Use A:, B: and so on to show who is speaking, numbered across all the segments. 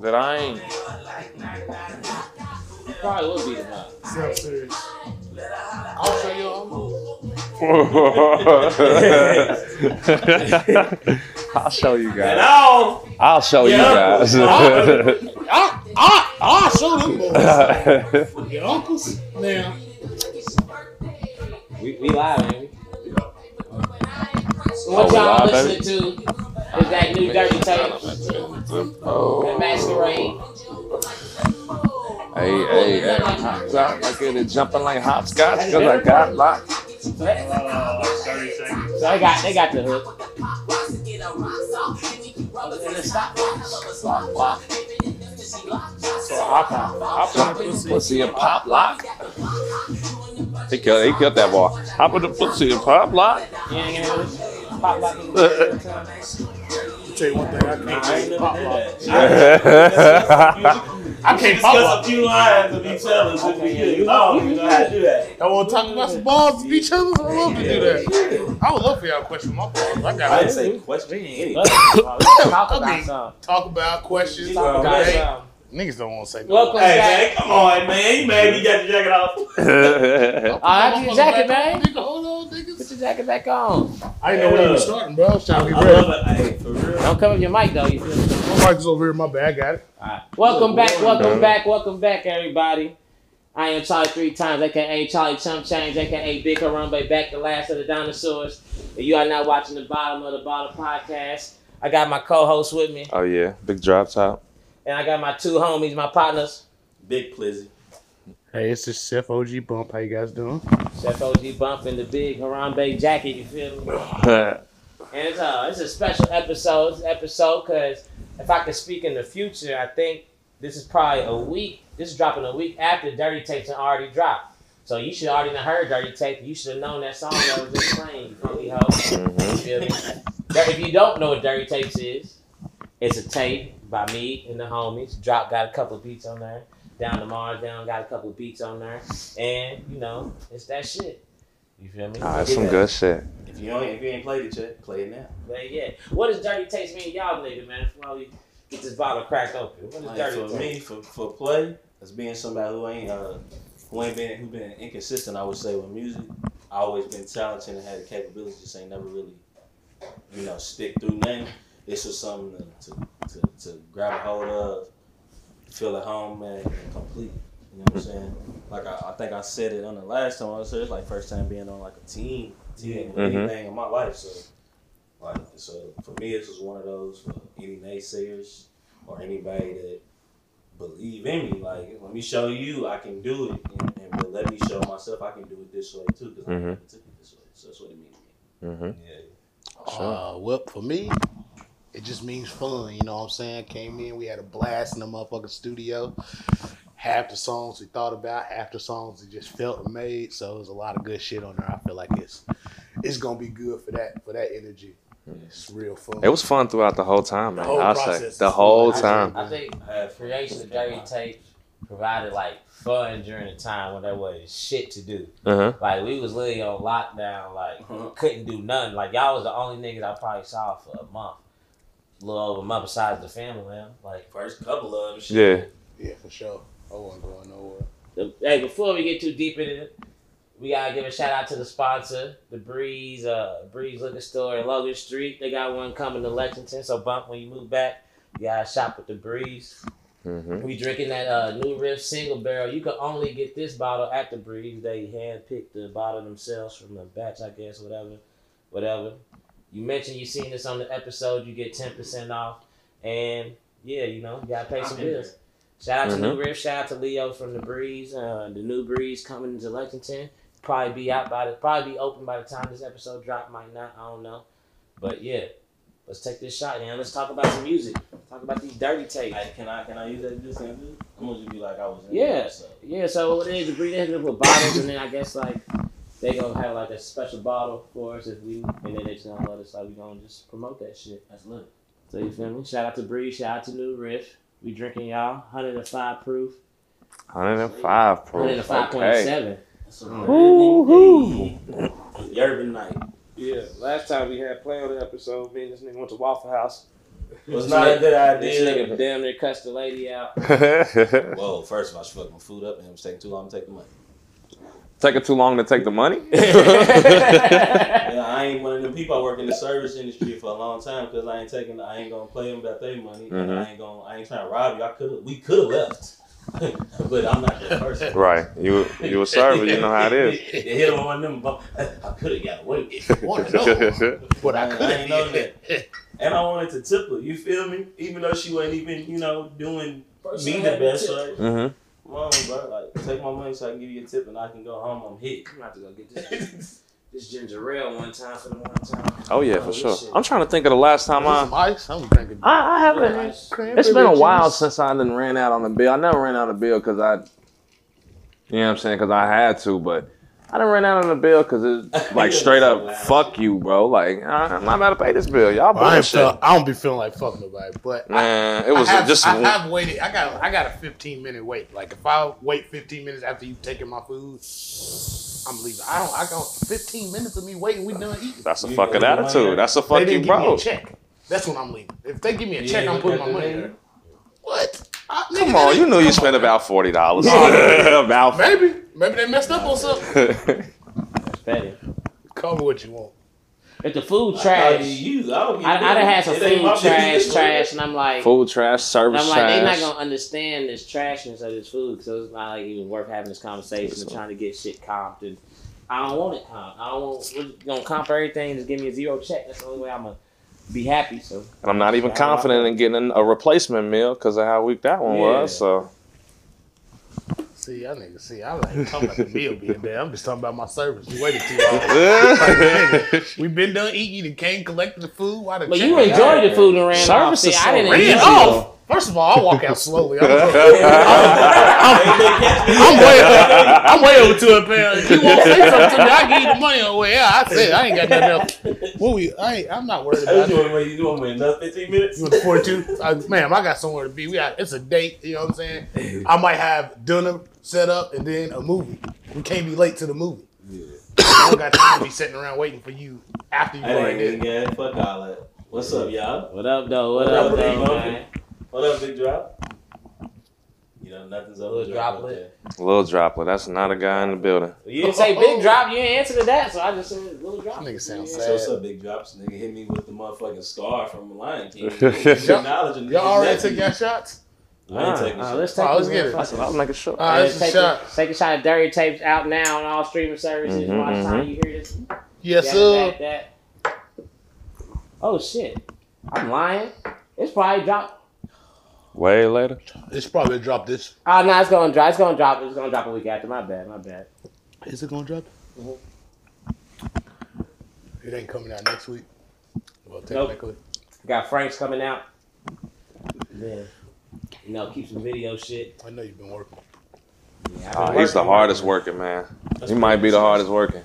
A: that I ain't. You probably will be tonight.
B: Self serious.
A: I'll show you um, all.
C: I'll show you guys.
D: Hello.
C: I'll show you
D: Yeah.
C: guys.
A: I'll, I'll, I'll show them boys. Your uncles? Now,
D: We, we live, man.
A: what
C: Oh,
A: y'all
C: live,
A: listening to is that new Dirty Tape,
C: oh.
A: the Masquerade.
C: Hey, hey, hey. Hops out like it is jumping like hopscotch because I got locked.
B: Uh, 30 seconds.
A: So they got, they got the hook. So hop out. Hop out.
C: Jumping pussy and pop lock. He killed, he killed that ball. Hop with the pussy and pop lock.
A: You ain't gonna pop lock in the time.
B: I'll tell you one thing, I can't
D: Never
B: pop
D: did
B: lock.
D: that.
A: I can't pop
D: Discuss
A: lock.
D: a few lines of each other since we get along. You know how to do that.
B: Y'all want to talk about some balls with each other? I love to do that. I would love for y'all to question my balls. I
D: I
B: got
D: didn't
B: to
D: say question. anything.
A: Let's talk about something.
B: talk about questions.
A: Talk about
B: Hey,
A: something.
B: Niggas don't want to say no.
A: Welcome
D: Hey,
A: back.
D: man, come on, man. You mad you got your jacket off?
C: That's
A: Ah, that's your jacket, man.
B: Nigga, hold on,
A: Put
B: niggas.
A: your jacket back on.
B: I didn't know when you was starting, bro. I was trying to
D: I
B: be ready.
D: love it. Hey, for real.
A: Don't cover your mic though. You feel me?
B: My mic is over here. My bad. I got it.
A: Welcome back, welcome
C: Yeah.
A: back, welcome back, everybody. I am Charlie three times, aka Charlie Chump Change, aka Big Harambe, back the last of the dinosaurs. If you are not watching the bottom of the bottom podcast, I got my co-host with me,
C: Oh yeah, big drop top.
A: and I got my two homies, my partners,
D: Big Plizzy.
B: Hey, it's just Chef OG Bump. How you guys doing?
A: Chef OG Bump in the Big Harambe jacket. You feel me? And it's a it's a special episode. It's an episode because if I could speak in the future, I think this is probably a week. This is dropping a week after Dirty Tapes and already dropped. So you should already have heard Dirty Tape. You should have known that song that was just playing. You feel me, ho?
C: Mm-hmm.
A: You feel me? Dirty- If you don't know what Dirty Tapes is, it's a tape by me and the homies. Drop got a couple beats on there. Down to Mars, down got a couple beats on there, and you know it's that shit. You feel me?
C: Ah, that's some good shit.
D: If you, don't, if you ain't played it yet, play it now.
A: But yeah, what does dirty taste mean, y'all nigga, man? Before we get this bottle cracked open, what
D: Like,
A: is
D: for
A: dirty taste?
D: me, for, for play, as being somebody who ain't uh, who ain't been who been inconsistent, I would say with music, I always been talented and had the capability, just ain't never really, you know, stick through nothing. This was something to, to, to, to grab a hold of, feel at home and, and complete. You know what I'm saying? Like I, I think I said it on the last time I was here. It's like first time being on like a team, team with
C: Mhm.
D: anything in my life. So, like, so for me, this was one of those for any naysayers or anybody that believe in me. Like, let me show you I can do it, and, and but let me show myself I can do it this way too, because I never took it this way. So that's what it means.
C: Mm-hmm.
D: To me. Yeah.
E: Uh, well, for me, it just means fun. You know what I'm saying? Came in, we had a blast in the motherfucking studio. Half the songs we thought about, half the songs we just felt and made. So it was a lot of good shit on there. I feel like it's it's gonna be good for that for that energy. It's real fun.
C: It was fun throughout the whole time, man.
B: The whole
C: I'll
B: process
C: say
B: is
C: the
B: fun.
C: whole
B: I
C: time.
A: I think uh,
D: I have
A: creation of dirty tape provided like fun during the time when there was shit to do.
C: Uh-huh.
A: Like we was literally on lockdown, like
D: Mhm.
A: couldn't do nothing. Like y'all was the only niggas I probably saw for a month, a little over a month besides the family, man. Like.
D: First couple of them, shit.
C: Yeah.
E: yeah, for sure. I wasn't going nowhere.
A: The- Hey, before we get too deep in it, we gotta give a shout out to the sponsor, the Breeze, uh, Breeze Liquor Store in Logan Street. They got one coming to Lexington, so bump when you move back. You gotta shop with the Breeze.
C: Mm-hmm.
A: We drinking that uh, new Riff single barrel. You can only get this bottle at the Breeze. They handpicked the bottle themselves from the batch, I guess, whatever, whatever. You mentioned you seen this on the episode. You get ten percent off, and yeah, you know, you gotta pay some
D: I've been
A: bills. Shout out to
C: Mhm.
A: New Riff. Shout out to Leo from the Breeze. Uh, the new Breeze coming to Lexington. Probably be out by the probably be open by the time this episode drop. Might not. I don't know. But yeah, let's take this shot, man. Let's talk about some music. Talk about these dirty
D: there.
A: tapes.
D: Hey, can I can I use that this and this? I'm gonna just be like I was. In
A: Yeah.
D: There, so.
A: Yeah, so they the Breeze they hit it with bottles, and then I guess like they gonna have like a special bottle for us if we, and then they just gonna let us like we gonna just promote that shit.
D: That's lit.
A: So you feel me? Shout out to Breeze. Shout out to New Riff. We drinking y'all 105 proof,
C: 105 proof.
A: 105.7.
C: Okay.
D: That's a
C: Woo-hoo.
D: Urban night.
A: Yeah, last time we had play on the episode, me and this nigga went to Waffle House.
D: was not a good
A: This nigga
D: idea.
A: damn near cussed the lady out.
D: Whoa, first of all, she fucked my food up and it was taking too long to take the money.
C: Take it too long to take the money?
D: Yeah, I ain't one of them people. I work in the service industry for a long time because I ain't taking, I ain't gonna play them about their money. And
C: Mhm.
D: I ain't gonna, I ain't trying to rob you. I could, we could have left, but I'm not that person.
C: right. You you a server, you know how it is.
D: They hit on one of them. but I could have got away with it.
B: Want to know what I
D: I
B: could
D: ain't know
B: have
D: that. And I wanted to tip her. You feel me? Even though she wasn't even, you know, doing me the best. Right?
C: Mm-hmm.
D: Mom, bro, like take my money so I can give you a tip and I can go home. I'm hit.
A: I'm about to go get this, this ginger ale one time for the one time.
C: Oh yeah, for sure. I'm trying to think of the last time I
B: Ice. I'm drinking.
C: I, I haven't.
B: cranberry
C: It's been a while
B: juice.
C: since I done ran out on the bill. I never ran out of bill because I, you know what I'm saying, because I had to, but I done ran out on the bill because it's like straight up, fuck you, bro. Like, I- I'm not about to pay this bill. Y'all
B: Well, I, ain't
C: bullshit.
B: feel, I don't be feeling like fuck nobody, but
C: Man, it was
B: I have,
C: just.
B: I have waited. I got I got a 15 minute wait. Like if I wait 15 minutes after you taking my food, I'm leaving. I don't. I got 15 minutes of me waiting. We done eating.
C: that's a
D: You
C: fucking
D: got your money?
C: attitude. That's a
B: they
C: fuck you,
B: didn't give me
C: bro.
B: a check. That's when I'm leaving. If they give me a
D: You
B: check,
D: ain't
B: I'm
D: look
B: putting my
D: at the
B: money.
D: menu?
B: there. What? I,
C: Come on, you knew you spent about forty dollars. about.
B: Maybe, maybe they messed up on something.
A: Petty.
B: Call me what you want.
A: If the food
D: I thought
A: trash,
D: You, I, don't
A: I, I done had some food trash, trash, and I'm like,
C: Food trash,
A: And
C: service
A: I'm like, they're not
C: trash.
A: gonna understand this trashness of this food, so it's not like even worth having this conversation and trying to get shit comped. And I don't want it comped. I don't want. We're gonna comp everything. Just give me a zero check. That's the only way I'm gonna be happy. So
C: And I'm not even confident in getting a replacement meal because of how weak that one was. So
B: See, I niggas. See, I like talking about the meal being there. I'm just talking about my service. You waited too long. we been done eating. You done came collecting the food. Why the
A: But
B: check
A: you
B: ain't
A: enjoyed the food and ran off.
C: Service
A: See,
C: is
A: I
C: so
A: didn't
C: real.
A: enjoy
B: Ran
A: it.
B: off. Oh, First of all, I walk out slowly. I'm, I'm,
D: I'm
B: I'm way, I'm way over two hundred pounds. You won't say something to me? I give you the money on the way out. I said I ain't got nothing else. What we? I ain't, I'm not worried
D: I
B: about
D: do
B: it.
D: it when you do it in another 15 minutes.
B: You want the 42? I, ma'am, I got somewhere to be. We got it's a date. You know what I'm saying? I might have dinner set up and then a movie. We can't be late to the movie. I don't got time to be sitting around waiting for you after you
D: I ain't
B: already did.
D: getting gas. Fuck all that. What's up, y'all?
A: What up, though? What,
D: What
A: up,
D: up,
A: though,
D: bro?
A: man?
D: What up, Big Drop? You know, nothing's up.
B: Little
D: with Drop
B: droplet.
D: up
C: little droplet. That's not a guy in the building.
A: You didn't say big drop. You didn't answer to that, so I just said little drop.
B: That nigga sounds
D: there.
B: sad.
D: So what's up, Big Drops? Nigga hit me with the motherfucking scar from Lion King. Acknowledging
B: Y'all already took y'all
D: that.
B: shots?
D: I ain't taking
A: Uh,
D: shit.
A: let's take
B: Oh, let's
A: a-
B: get it.
C: That's what I'm making sure.
B: All right,
A: Yeah,
B: it's a
A: take,
B: shot. Mm-hmm,
A: a, take a shot of Dirty Tapes out now on all streaming services.
C: Mhm,
A: By the time you hear this,
B: Yes,
A: Yeah,
B: sir.
A: that- that- Oh shit. I'm lying. It's probably drop.
C: Way later.
B: It's probably dropped this.
A: Oh no, it's gonna drop. It's gonna drop. It's gonna drop a week after. My bad. My bad.
B: Is it gonna drop? Mm-hmm. It ain't coming out next week. Well, technically,
A: Got Frank's coming out. Then you know, keep some video shit.
B: I know you've been working.
A: Yeah, I've been
C: Uh, he's the
A: working.
C: hardest working man.
D: That's
C: He might be the
D: crazy.
C: hardest working.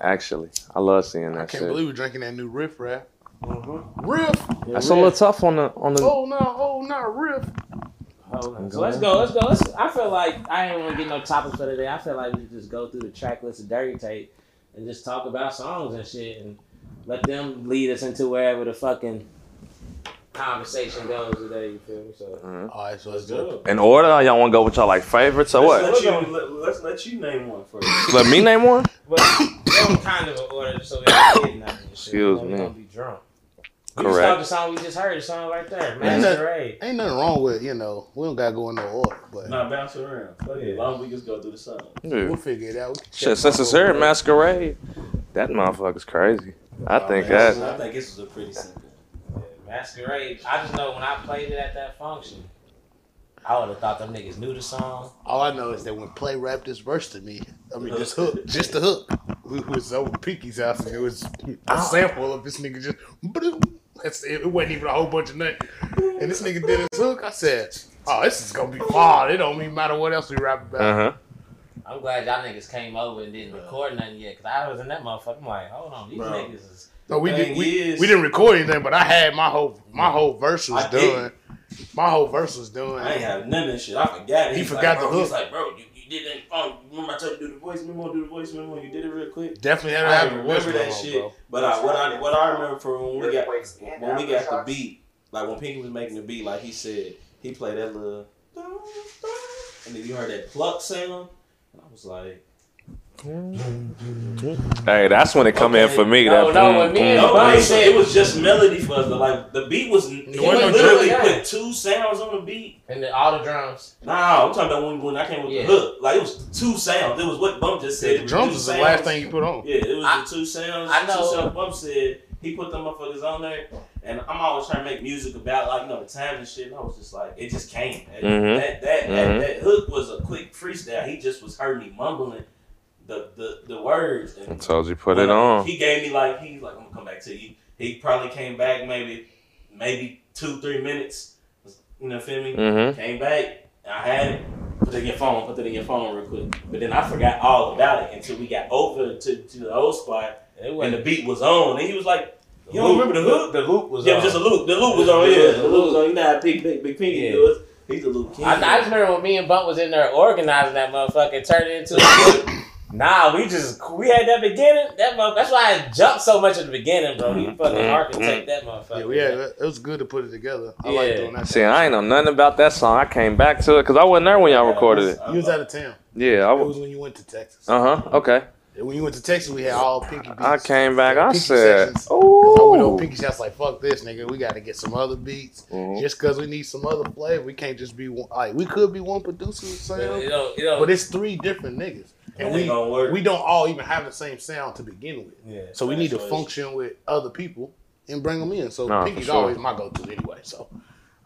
C: Actually, I love seeing
B: I
C: that
B: can't
C: shit.
B: believe we're drinking that new riff rap.
A: Mhm.
B: Riff.
C: That's a little tough on the on the.
B: Oh no. Oh no. Riff.
A: Hold on. So let's go. Let's go. Let's, I feel like I ain't want to get no topics for today. I feel like we should just go through the track list of Dirty Tape and just talk about songs and shit and let them lead us into wherever the fucking conversation goes today. You feel me? So
B: All right. So let's
D: Let's
B: do it.
D: go.
C: In order, or y'all want to go with y'all like favorites or what?
D: Let's let you, let, let's let you name one first.
C: Let me name one.
A: But some kind of an order so we don't get nothing. and shit.
C: Excuse
A: You know,
C: me.
A: We gonna be drunk. We just
C: Correct.
A: talked the song we just heard. The song right there,
B: Man,
A: Masquerade.
B: Ain't nothing wrong with you know. We don't gotta go in no order, but
D: Not bounce around. Fuck it. As long as we just go through the sun.
B: we'll
C: Yeah.
B: figure it out. We can check
C: Shit, since it's here, masquerade. That motherfucker's crazy. I
D: Oh,
C: think that.
D: I think this is a pretty simple.
A: Yeah, Masquerade. I just know when I played it at that function, I would have thought them niggas knew the song.
B: All I know is that when Play rapped this verse to me, I mean this hook, just the hook, we was over Pinky's house and it was
C: Ah.
B: a sample of this nigga just. That's it. It wasn't even a whole bunch of nothing. And this nigga did his hook. I said, "Oh, this is gonna be fun. It don't even matter what else we rap about."
C: Uh huh.
A: I'm glad y'all niggas came over and didn't record nothing yet, cause I was in that motherfucker. I'm like, hold on, these
D: Bro.
A: niggas is.
B: No, we did.
D: Thing
B: We,
D: is-
B: we didn't record anything, but I had my whole my whole verse was
D: I did.
B: done. My whole verse was done.
D: I ain't have none of this shit. I forgot it.
B: He
D: He's
B: forgot
D: like,
B: the
D: bro, He's
B: hook.
D: like, bro, you, you did that. Oh, remember I told you to do the voice memo, do the voice memo. You did it real quick.
B: Definitely had to
D: I
B: have
D: remember that shit. But I, what I what I remember from when we got when we got the beat, Like when Pinky was making the beat, like he said, he played that little, and then you heard that pluck sound, and I was like,
C: Hey, that's when it come in
D: Okay.
C: for me.
A: No,
C: that
A: no, when me and
D: no,
A: Bun
D: it was-
A: said,
D: it was just melody for us. But like the beat was, he
B: wasn't no
D: literally
A: drum.
D: put two sounds on the beat.
A: and then all the drums.
D: Nah, I'm talking about when, when I came with
A: Yeah.
D: the hook. Like it was two sounds. It was what Bump just said. It
B: The
D: was
B: drums
D: two
B: is the last
D: sounds.
B: thing you put on.
D: Yeah, it was
A: I-
D: the two sounds.
A: I
D: the
A: know.
D: Two sound Bump said he put them motherfuckers on there, and I'm always trying to make music about like you know the times and shit. And I was just like, it just came. And
A: Mm-hmm.
C: Mhm.
D: That that,
C: Mhm.
D: that that hook was a quick freestyle. He just was heard me mumbling the the, the words.
C: I
D: And
C: told you put it on.
D: He gave me like he's like I'm gonna come back to you. He probably came back maybe maybe two three minutes. You know, feel me?
C: Mm-hmm.
D: Came back. and I had it. Put it in your phone. Put it in your phone real quick. But then I forgot all about it until we got over to, to the old spot
A: It
D: when the
A: wasn't.
D: beat was on. And he was like,
A: The
D: "You don't remember the hook?
A: The loop was
D: yeah,
A: on.
D: just a loop. The loop was on.
A: The
D: Yeah,
A: loop,
D: the
A: the
D: loop was on. You know how big big big pinky
A: Yeah.
D: does. He's a loop king.
A: I, I just remember when me and Bump was in there organizing that motherfucker, and turned it into a Nah, we just we had that beginning. That mother, that's why I jumped so much at the beginning, bro. You fucking architect that motherfucker.
E: Yeah, we had, it was good to put it together. I like
A: Yeah.
E: doing that.
C: See, I ain't know nothing about that song. I came back to it because I wasn't there when y'all recorded it.
E: You was out of town.
C: Yeah, I
E: It
C: was.
E: was when you went to Texas.
C: Uh huh. Okay.
E: When you went to Texas, we had all pinky beats.
C: I came back. I
E: Pinky
C: said,
E: sections. 'Cause I went on
C: "Ooh."
E: pinky shots like, fuck this, nigga. We got to get some other beats.
C: Mhm.
E: Just because we need some other flavor, we can't just be one. Like, we could be one producer or
A: But it
E: something,
A: don't, it don't,
E: but it's three different niggas. And we,
D: gonna work.
E: we don't all even have the same sound to begin with.
D: yeah,
E: So we need to
D: that's what it is.
E: function with other people and bring them in. So
C: Nah, for
E: Pinky's
C: sure.
E: always my go-to anyway. So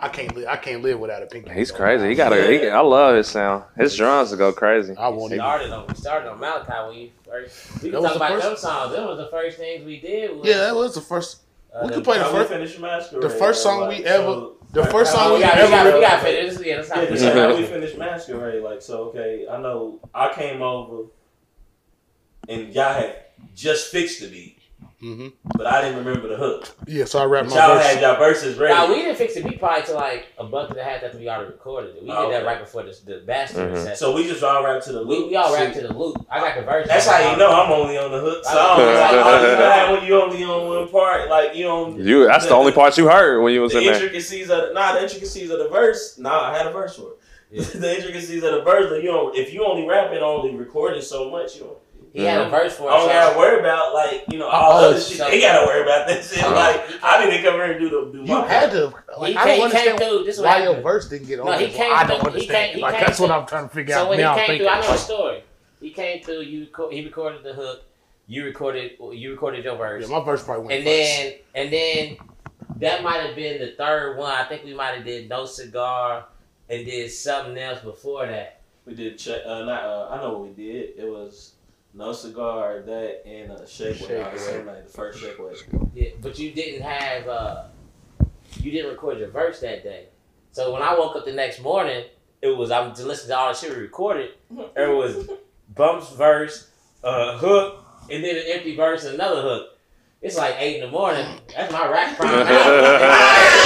E: I can't li- I can't live without a Pinky.
C: He's crazy. He got a. He, I love his sound. His drums to go crazy.
E: I
A: We
E: won't even.
A: started on we started on Malachi when you first. We
E: That was
A: can talk
E: the
A: about
E: first-
A: them songs. That was the first things we did. Was,
E: Yeah, that was the first.
A: uh,
E: we
A: the-
E: could play the
D: How we
E: first.
D: finish Masquerade,
E: the first song
D: like,
E: we
D: so-
E: ever- the
D: like,
E: first
D: how
E: song
A: Oh,
E: we
A: we got,
E: ever
A: we got, we got
E: wrote.
A: finished. Yeah, that's
D: Yeah,
A: not
D: just
A: yeah,
D: like
C: Mhm.
D: how we finished Masquerade. Like, so, okay, I know I came over and y'all had just fixed the beat,
E: hmm
D: but I didn't remember the hook.
E: Yeah, so I wrapped
D: But
E: my
D: y'all
E: verse.
D: had y'all verses ready.
A: Nah, we didn't fix it. We probably to like a month and a half after we already recorded it. We
D: Oh,
A: did that
D: okay.
A: right before the, the bastard
C: Mhm.
A: session.
D: so we just all rapped to the
A: We,
D: loop.
A: we all rapped to the loop. I got the version.
D: That's how you know I'm only on the hook song.
A: I
D: It's like, oh, you know
C: like-
D: how when you only on one part, like you on
C: You. That's the only part you heard when you was
D: the
C: in there.
D: intricacies of the, nah, the intricacies of the verse. Nah, I had a verse for it.
A: Yeah.
D: the intricacies of the verse. Like, you don't, if you only rapping, only recording so much, you don't
A: He had a verse for
D: I don't gotta
A: it.
D: worry about like you know
E: Oh,
D: all other
E: so-
D: shit. They gotta worry about that shit.
C: Uh-huh.
D: Like I need to come here and do the do
E: You
D: my
E: had to.
A: He
E: Like, I don't
A: came, he came
E: understand
A: through. This is what
E: why your
A: happened.
E: verse didn't get on.
A: No, he
E: there.
A: came
E: I don't
A: through- he
E: understand.
A: came- he
E: like
A: came
E: that's what
A: through-
E: I'm trying to figure
A: So
E: out
A: when
E: now.
A: he
E: I'm
A: came through,
E: thinking.
A: I know the
E: Like,
A: story. He came through. You reco- he recorded the hook. You recorded you recorded your verse.
E: yeah, my verse probably went
A: and
E: first.
A: then and then that might have been the third one. I think we might have did no cigar and did something else before that.
D: We did check. Uh, not. Uh, I know what we did. It was no cigar that and a shake weight.
E: Shake
D: I was
E: Weight.
D: saying, like the first shake weight.
A: Yeah, but you didn't have uh, you didn't record your verse that day. So when I woke up the next morning, it was I'm to listen to all the shit we recorded. It was bumps verse, uh, hook, and then an empty verse and another hook. It's like eight in the morning. That's my rap prime.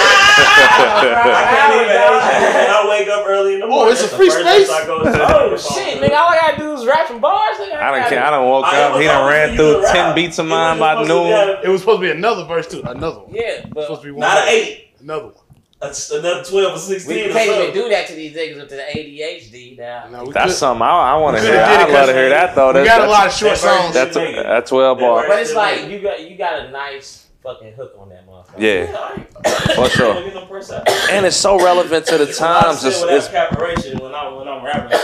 D: I can't even. I wake up early in the
E: Oh,
D: morning.
E: it's a
D: That's the
E: free
D: first place
E: space?
D: I go to.
A: Oh shit, nigga! All I gotta do is rap some bars. Nigga.
C: I done,
A: gotta-
C: ca- I done woke
D: I
C: up.
D: was
C: He done
D: supposed to
C: ran
D: be
C: through
D: the
C: ten
D: rap.
C: beats of
D: It
C: mine
D: wasn't
C: by
D: supposed to be
C: noon.
D: a-
E: it was supposed to be another verse too. Another one.
A: Yeah,
E: It's supposed
A: but
E: to be one.
D: Not an
E: verse.
D: eight.
E: Another one.
D: That's another twelve or
A: we
D: sixteen. or
A: can't even
D: something.
A: do that to these niggas with the ADHD now.
E: No, we
C: That's
E: could-
C: something I, I want to
E: we
C: hear.
E: could've did it
C: I'd love to
E: 'cause
C: hear that though.
E: we
C: That's
E: got a lot
C: that's,
E: of short
D: that verse
E: songs.
D: is-
C: that's a, that's twelve
D: That
C: bar
A: But it's like you got you got a nice fucking hook on that motherfucker.
C: Yeah,
D: I-
C: For sure.
D: I don't get no press out.
C: and it's so relevant to the
D: That's what I
C: times.
D: said
C: It's,
D: without
C: it's
D: preparation when I'm when I'm rapping,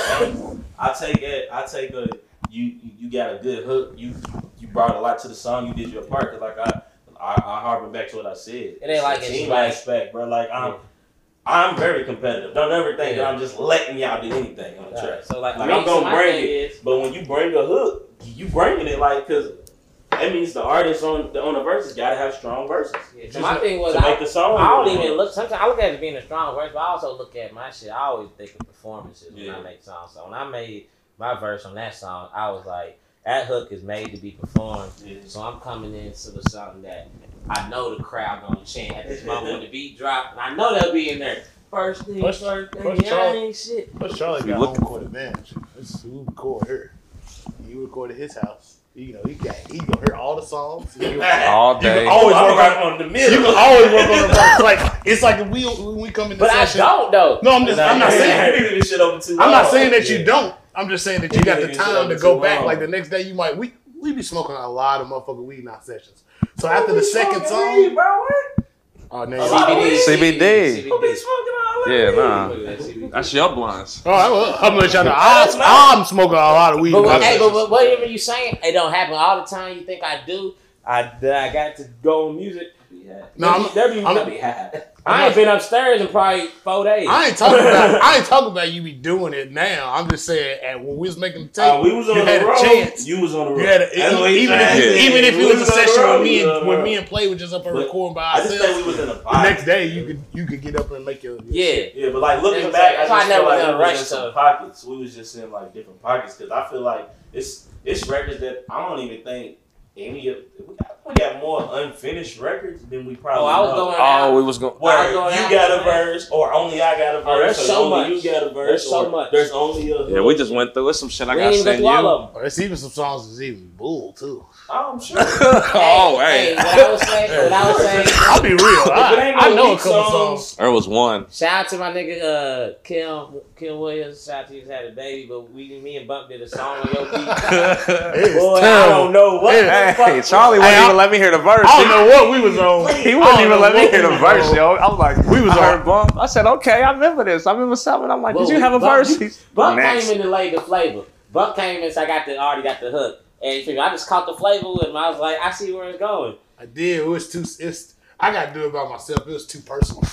D: I take it. I take a you you- you got a good hook. You you brought a lot to the song. You did your part. 'Cause like I I, I harken back to what I said. It
A: ain't like
D: the
A: it's
D: team
A: like-
D: aspect, bro. Like I'm
A: Yeah.
D: I'm very competitive. Don't ever think
A: Yeah.
D: that I'm just letting y'all do anything on the track.
A: So like,
D: Like,
A: me,
D: I'm
A: so
D: gonna
A: my
D: bring
A: thing
D: it.
A: is-
D: But when you bring a hook, you bringing it like because that means the artist on the on the verses got to have strong verses.
A: Yeah, so my thing was
D: to
A: I,
D: make Oh. the song.
A: I don't
D: really
A: even
D: good.
A: look. Sometimes I look at it as being a strong verse, but I also look at my shit. I always think of performances when
D: Yeah.
A: I make songs. So when I made my verse on that song, I was like, that hook is made to be performed.
D: Yeah.
A: So I'm coming into the something that I know the crowd gonna chant at this moment when the beat drop, and I know they'll be in there. First thing,
E: Push-
A: first, thing,
E: push
A: yeah, I ain't shit.
E: But Charlie
C: We
E: got
C: look-
E: home court advantage. This is who record here. You recorded his house.
B: You know, he got he gonna hear all the songs. He gonna-
C: all day.
B: You can always
D: I
B: work
D: rock
B: on.
D: on the
B: You
D: middle.
B: can always work on the verse. Like it's like if we when we come in.
A: But I don't though.
B: No, I'm just. I'm not saying.
D: Leave this shit open too
B: I'm not
D: long.
B: saying that you
D: Yeah.
B: don't. I'm just saying that you
D: You
B: got
D: gotta
B: the
D: get
B: time to
D: yourself
B: go
D: too
B: back.
D: long.
B: Like the next day, you might. We we be smoking a lot of motherfucking weed in our sessions. So
D: Who
B: after
D: be
B: the second
D: smoking
B: song,
D: weed, bro? What?
B: oh now
D: A
B: you-
D: lot of
A: CBD.
D: weed.
C: CBD.
D: Who be smoking all that
C: Yeah,
D: weed?
C: nah.
A: Look at that CBD.
C: That's your blunts.
B: Oh, I will. I'm gonna let y'all know. I, I'm smoking a lot of weed.
A: But,
B: in my
A: what- hey, but,
B: sessions.
A: but whatever you saying, it don't happen all the time. You think I do? I that I got to go on music.
D: Yeah.
B: No, I'm-
A: There be- there be-
B: I'm-
D: I'll be high.
A: I ain't been upstairs in probably four days.
B: I ain't talking about. I ain't talking about you be doing it now. I'm just saying, at, when we was making the tape,
D: Uh, we was on
B: you
D: the
B: had
D: road.
B: a chance.
D: You was on the road.
B: You had a,
D: That's what he
B: even,
D: said.
B: if,
C: saying.
B: even if
D: We
B: it was a
D: was on the
B: session
D: road,
B: with me
D: we was
B: and
D: on
B: when
D: the
B: me and Play were just up and
D: But
B: recording by
D: I just think we
B: ourselves.
D: was in a
B: The
D: vibe.
B: next day, you could you could get up and make your
A: yeah.
D: Yeah, but like looking
A: It's
D: back,
A: like-
D: I
A: I
D: just
A: never
D: feel like
A: been
D: we was in
A: rushed
D: some
A: up.
D: pockets. We was just in like different pockets because I feel like it's it's records that I don't even think any of we got, we got more unfinished records than we probably.
A: Oh, I was
D: know.
A: going out.
C: Oh, we was going.
D: Where
A: I was going
D: you
A: out,
D: got a
A: man.
D: verse, or only I got a verse,
A: Oh, there's
D: or
A: so
D: only
A: much.
D: you got a verse,
A: There's so
D: or
A: much.
D: There's only a.
C: Yeah, we just went through. It's some shit I
A: we
C: got
A: ain't even go
C: sent
A: through all
C: you.
A: of them.
B: Or it's even some songs that's even bull too.
D: I'm sure.
C: oh, hey.
A: What I was saying, what I was saying,
B: I'll be real.
D: If it
B: I,
D: ain't no
B: I know a
D: weak
B: couple songs.
C: There was one.
A: shout out to my nigga uh, Kim Kim Williams. Shout out to you, had a baby, but we, me and Bump did a song on your beat.
B: It's
A: Boy, I
B: terrible.
A: don't know what.
B: Yeah.
A: the fuck-
C: Hey, Charlie
B: Hey,
C: wouldn't
B: I-
C: even let me hear the verse.
B: I don't know what we was on.
C: He
B: I
C: wouldn't
B: don't
C: even
B: know
C: let me
B: what
C: hear
B: we
C: the
B: was
C: verse,
B: on.
C: yo. I was like,
B: We was
C: I
B: on-
C: heard bump. I said, okay, I remember this. I remember something. I'm like, did
A: Whoa,
C: you have a
A: Bump,
C: verse?
A: you-
C: He's,
A: Bump
C: Next.
A: came in to lay the flavor. Bump came in, so I got the already got the hook, and you figure, I just caught the flavor with him. I was like, I see where it's going.
B: I did. It was too. It's. I gotta do it by myself. It was too personal.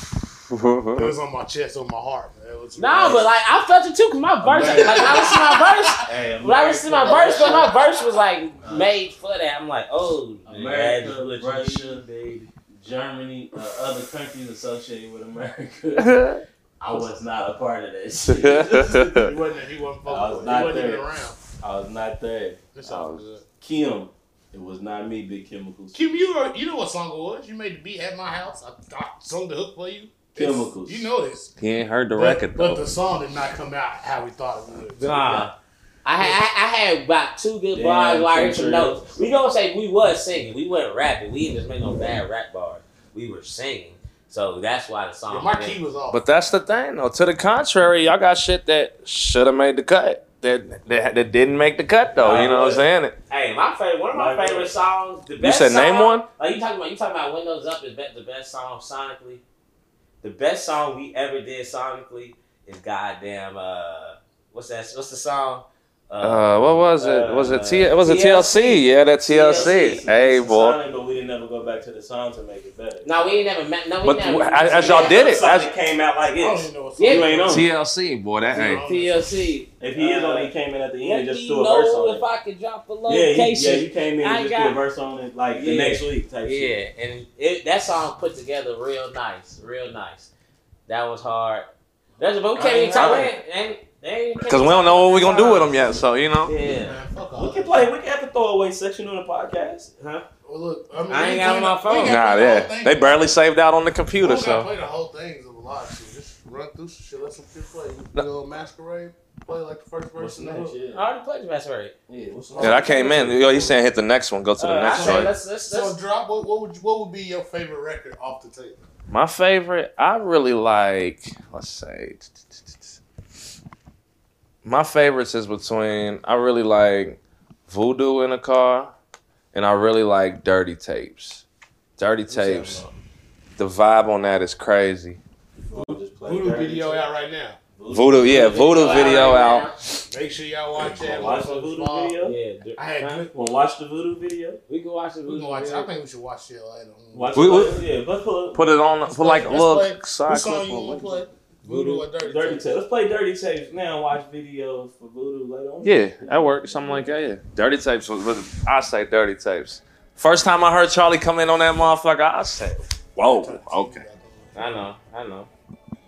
B: It was on my chest, on my heart. man. It was
A: No, but like I felt it too, cause my verse,
B: Man.
A: like I was my verse.
D: Hey,
A: When I was seeing my verse, but my verse was like made for that. I'm like, oh,
D: America,
A: man.
D: Russia, Germany, uh, other countries associated with America.
C: That's
D: I was not a part of that shit.
B: he
C: the
B: wasn't. He wasn't.
D: I
B: Fucking, with it. he
D: was not
B: wasn't even
D: there.
B: around.
D: I was not there.
B: It's all good.
D: Kim, it was not me, Big Chemicals.
B: Kim, you know, you know what song it was? You made the beat at my house. I, I sung the hook for you. It's-
D: Chemicals.
B: You know this.
C: He ain't heard the
B: But-
C: record
B: but,
C: though.
B: the song did not come out how we thought it would.
A: Nah. I had, I, I had about two good
D: Damn,
A: bars while I heard
D: some
A: some
D: true.
A: notes. We don't say we was singing. We wasn't rapping. We didn't just make no bad rap bars. We were singing. So that's why the
D: Oh,
A: song.
B: Yeah, my key was off.
C: But that's the thing, though. To the contrary, y'all got shit that should have made the cut that, that that didn't make the cut, though. You know what I'm saying?
A: Hey, my favorite, one of my
D: Like,
A: favorite songs. The
C: You
A: best
C: said name
A: song-
C: one.
A: Like you talking about, you talking about Windows Up is be- the best song sonically. The best song we ever did sonically is goddamn. Uh, what's that? What's the song?
C: Uh, what was it? Was it T?
A: uh,
C: Was it TLC? Yeah, that TLC.
A: TLC.
C: Hey, boy.
D: Sonic, but we didn't ever go back to the song to make it better.
A: No, we ain't never met. No, we
C: But
A: never.
C: wh- as- as y'all did it.
D: Sonic came out like
B: I don't
D: this.
B: even know what song.
A: Yeah.
D: You ain't on.
C: TLC, boy. That ain't.
A: TLC.
D: If he is on, it, he came in at the
A: Let
D: end and just
A: me
D: threw a verse
A: know if
D: on it.
A: I could drop a
D: Yeah, he, yeah,
A: location.
D: you came in
A: I
D: and just
A: got-
D: threw a verse on it like the
A: Yeah.
D: next week
A: Yeah,
D: type shit.
A: and it, that song put together real nice, real nice. That was hard. That's but we can't even talk. we ain't- ain't- ain't- can't
C: Because we don't know what we're gonna do with them yet. So you know.
A: Yeah.
B: Man, fuck all
D: We can
B: that.
D: play. We can have a throwaway section on the podcast. Huh?
B: Well, look, I, mean,
A: I
B: we
A: ain't
B: ain't
A: got my
B: playing the- we ain't
A: phone.
B: gotta
C: Nah,
B: play the whole
C: yeah.
B: thing.
C: They barely saved out on the computer,
B: We don't gotta
C: so
B: play the whole things of a lot of shit. Just run through some shit. Let some shit play. We go masquerade. Play like the first
D: What's
B: person.
D: the next?
A: I
D: Yeah.
A: already played the best word.
D: Yeah, what's the
C: yeah, I came in. Yo, you saying hit the next one, go to the
A: Uh, I
C: next
A: say
C: one.
A: let's let's
B: So
A: let's.
B: drop. What, what would you, what would be your favorite record off the tape?
C: My favorite, I really like, let's say, my favorites is between, I really like Voodoo in a Car, and I really like Dirty Tapes. Dirty Tapes, the vibe on that is crazy.
B: Voodoo video out right now.
C: Voodoo, yeah, Voodoo video out.
B: Make sure y'all watch that.
D: Watch the voodoo video.
A: Yeah,
B: I had
A: huh?
B: good.
D: Well, watch the voodoo video.
A: We can watch it.
B: We can watch. it.
A: video.
B: I think we should watch it later. on.
D: Watch
C: We-
D: the
C: we-
D: voodoo- yeah, let's pull up
C: Put it on, put like a
B: Let's play-
C: little side
B: What song
C: clip.
B: you want
C: on
B: to play? Voodoo or Dirty?
D: dirty
B: Dirty
D: tapes. Let's play dirty tapes now and watch videos for voodoo later on.
C: Yeah, that worked. Something like that. Yeah, Dirty Tapes was. was- I say Dirty Tapes. First time I heard Charlie come in on that motherfucker, I said, "Whoa, Oh, okay."
A: I know. I know.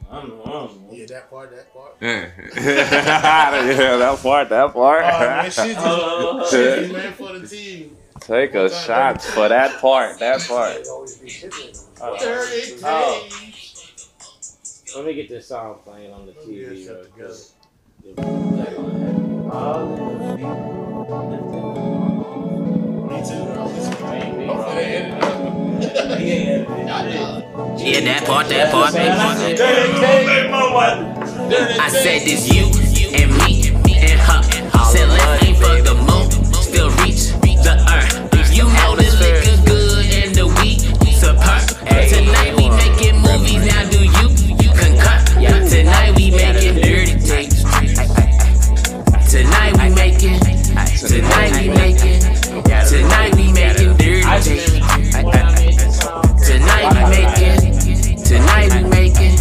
D: I don't know. I don't know.
B: Yeah, that part, that part.
C: yeah, that part, that part.
B: Oh, man, shit, just-
D: Uh,
B: shit, just man, for the team.
C: Take a shot for that part, that part.
B: Dirty
A: Oh.
B: Tape.
A: Let me get this song playing on the TV.
B: Yeah,
A: real
B: shut the
A: quick.
B: gun.
D: All that beat. He ain't had it.
F: Yeah, that part, that part, that part. That part. I said this you and me and her. Said let me fuck the moon, still reach the earth. If you know this liquor good and the weed superb. Tonight we making movies, now do you concur? Tonight we making dirty tapes. Tonight we making, tonight we making, tonight we making dirty tapes. Tonight we making, tonight we making,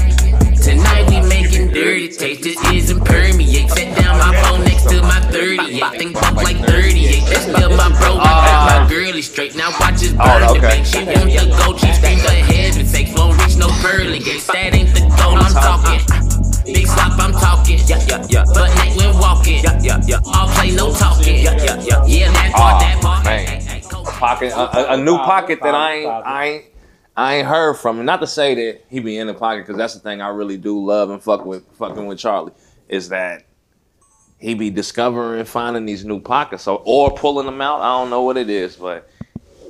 F: tonight we making dirty taste. This isn't permeate. Set down my phone next to my 38. Think bump like 38. That's still my bro. I got my girly straight. Now watch his burn
C: Oh,
F: the
C: okay.
F: bank. She want the gold. She think her heaven's safe. Won't reach no pearly gates. That ain't the goal I'm talking. Big stop, I'm talking. Yeah, yeah, yeah. But neck when walking. Yeah, yeah, yeah. All play, no talking. Yeah, yeah, yeah. Oh, Yeah, that part, that part.
C: Aw, man.
F: Ay, ay, ay,
C: pocket, a, a, a new pocket that I ain't, I ain't, I ain't heard from. And not to say that he be in the pocket, because that's the thing I really do love and fuck with, fucking with Charlie, is that he be discovering and finding these new pockets, or, or pulling them out. I don't know what it is, but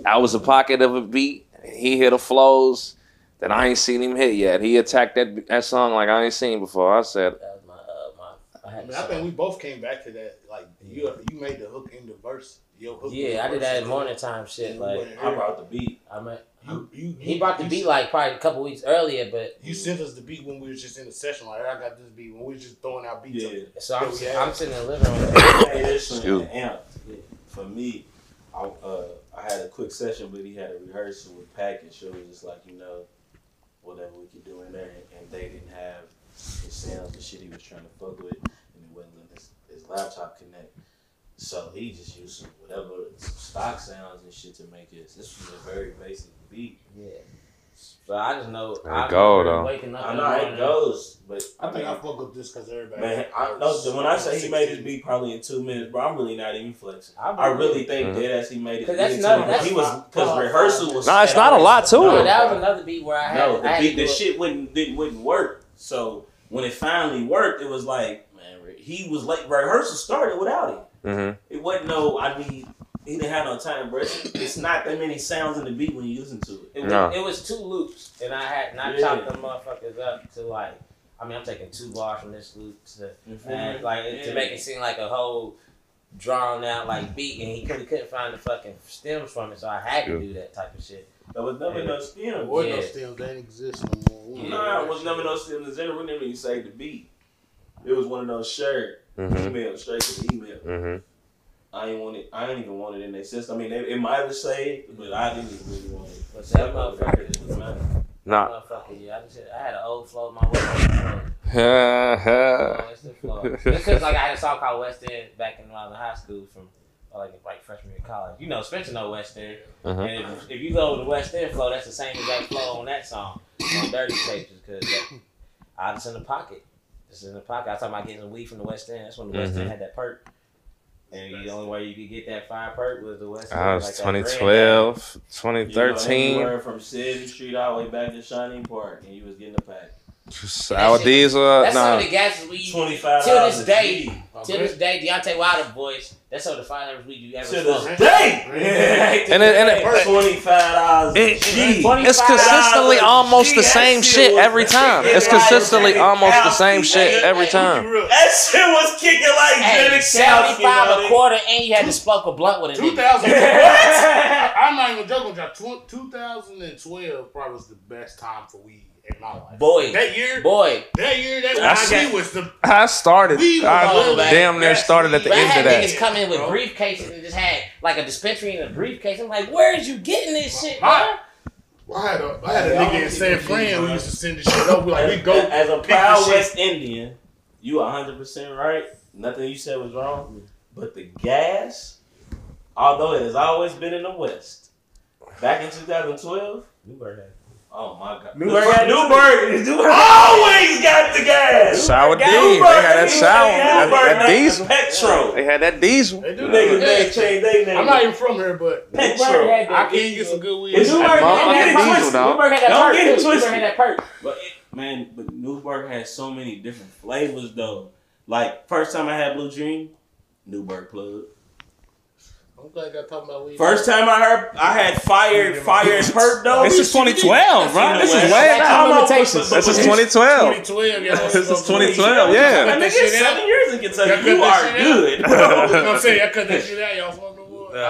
C: I was a pocket of a beat. He hit the flows that I ain't seen him hit yet. He attacked that that song like I ain't seen before. I said,
A: That was my, uh, my, I
E: I
A: had
E: mean, I think we both came back to that. Like you, you made the hook in the verse. Your hook
A: yeah, I did that morning time shit. Like,
D: I brought the beat.
A: I mean,
E: You, you,
A: he brought the
E: you-
A: beat like probably a couple weeks earlier, but
E: You sent us the beat when we was just in the session. Like I got this beat when we was just throwing out beats.
D: Yeah.
A: so I'm,
E: Yeah.
A: I'm sitting in the living room.
D: Hey, this one,
C: Excuse
D: the amp. For me, I, uh, I had a quick session, but he had a rehearsal with Pack, and she was just like, you know, whatever we could do in there, and they didn't have the sounds, the shit he was trying to fuck with, and it wasn't letting his, his laptop connect. So he just used some whatever some stock sounds and shit to make it. This was a very basic beat.
A: Yeah. But I just know.
C: There
A: I
C: you go,
A: remember
C: though.
A: Waking up
D: I
A: in
D: know
A: the
D: how
A: morning.
D: it goes, but
E: I think I fuck up this because everybody.
D: Man, I, no, the- when I say he made his beat probably in two minutes, bro, I'm really not even flexing. I, really think
C: Mhm.
D: dead ass he made it.
A: Cause that's
D: in two
A: not-
D: minutes.
A: that's
D: he was
A: not-
D: because rehearsal was.
C: "No, it's not a lot to
A: No,
C: it."
A: that was another beat where I had.
D: No, the
A: I had
D: beat,
A: to
D: the
A: do it.
D: shit wouldn't didn't wouldn't work. So when it finally worked, it was like man, re- he was late. Rehearsal started without him.
C: Mhm.
D: It wasn't no. I mean, he didn't have no time, bro. It's, it's not that many sounds in the beat when you listen to it.
A: It was,
C: No.
A: it was two loops, and I had and I
D: Yeah.
A: chopped them motherfuckers up to like. I mean, I'm taking two bars from this loop to and like to make it seem like a whole drawn out like beat, and he couldn't, couldn't find the fucking stems from it, so I had to do that type of shit.
D: There was never no skin.
E: Or
A: Yeah.
E: no stems, they ain't exist no more.
A: Yeah.
D: Nah, it was never no skin. The general never even saved the beat. It was one of those shirt.
C: Mhm.
D: email straight to the email.
C: Mhm.
D: I ain't want it. I ain't even want it in their system. I mean, they, it might have saved, but I didn't even really want it.
A: But
D: That
A: that
D: motherfucker
A: motherfucker,
D: it doesn't matter.
C: Nah.
A: motherfucker, yeah, I just I had an old flow. My way. Oh, it's the Florida. It's 'cause, like I had a song called West End back in when I was in high school from like like freshman year of college. You know, Spencer know West End,
C: Mhm.
A: and if, if you go with the West End flow, that's the same exact flow on that song on Dirty Tapes because I just in the pocket. Just in the pocket. I was talking about getting some weed from the West End. That's when the West End
C: Mhm.
A: had that perk. And the only way you could get that fire perk was the West End.
C: I was
A: like that red
C: 2012,
D: You know,
C: 2013.
D: anywhere from 7th Street all the way back to Shining Park, and you was getting a pack.
C: Sour
A: shit-
C: diesel.
A: guy. That's some
C: Nah.
A: of the gases we to
D: Twenty five.
A: this day. To this day, Deontay Wilder voice. That's some of the finest weed you ever
D: To
A: smoked.
D: this day.
C: And it- and it-
D: twenty five dollars.
C: It-
D: It's
C: It's consistently almost the same shit every time. It's consistently almost the same shit every time.
D: That shit was kicking like
A: Hey,
D: Janet Kowalski,
A: 75
D: my
A: a
D: nigga.
A: quarter, and you had to smoke a blunt with a nigga.
E: 2000.
D: What?
E: I'm not even joking. Y'all. Tw- 2012 probably was the best time for weed in my life.
A: Boy.
E: that year,
A: Boy,
E: that year, that
A: I
E: was,
A: got-
E: we was the
C: I started. I damn near started at the
A: but I
C: end of
A: had niggas
C: that.
A: come in with
E: Bro.
A: briefcases and just had like a dispensary in a briefcase. I'm like, where is you getting this shit, bro?
E: My- I had a, I had a
D: Y'all
E: nigga in
D: people
E: San
D: be
E: Fran. We
D: wild.
E: used to send this shit up. We like
D: as,
E: we go
D: as a
E: pick the
D: proud
E: shit.
D: West Indian, you 100% right. Nothing you said was wrong. But the gas, although it has always been in the West, back in 2012, oh my God.
A: Newberg
D: The-
A: had it too.
D: Newberg, Newberg always got the gas.
C: Sour D. They had that sour. That,
D: Newberg
C: that
D: got the
C: diesel.
D: Petro.
C: They had that diesel.
E: They do that.
D: Niggas, they changed their name.
E: I'm not even from here, but
D: Petro.
E: I can get some good weed.
D: Is you
C: That
D: Newberg
C: motherfucking
D: had
C: diesel, dog.
A: Newberg had that
D: Don't
A: perk.
D: get it
A: too. Newberg
D: twisted.
A: had that perk.
D: But it, man, but Newburgh has so many different flavors though. Like first time I had Blue Dream, Newburgh plug.
E: I'm glad y'all talking about weed.
G: First time I heard, I had fire, fire and perp though.
H: This is 2012, bro. This is way
G: That's
H: back.
G: how long-
A: limitations.
C: This is 2012.
B: 2012, y'all.
C: This is 2012. Yeah.
G: That nigga
B: Shit
G: is seven
B: out.
G: years in Kentucky.
B: Y'all
G: You are
B: cut that
G: good, bro.
B: You know what I'm saying? Y'all cut that shit out. Y'all fuck the wood.
E: Ah,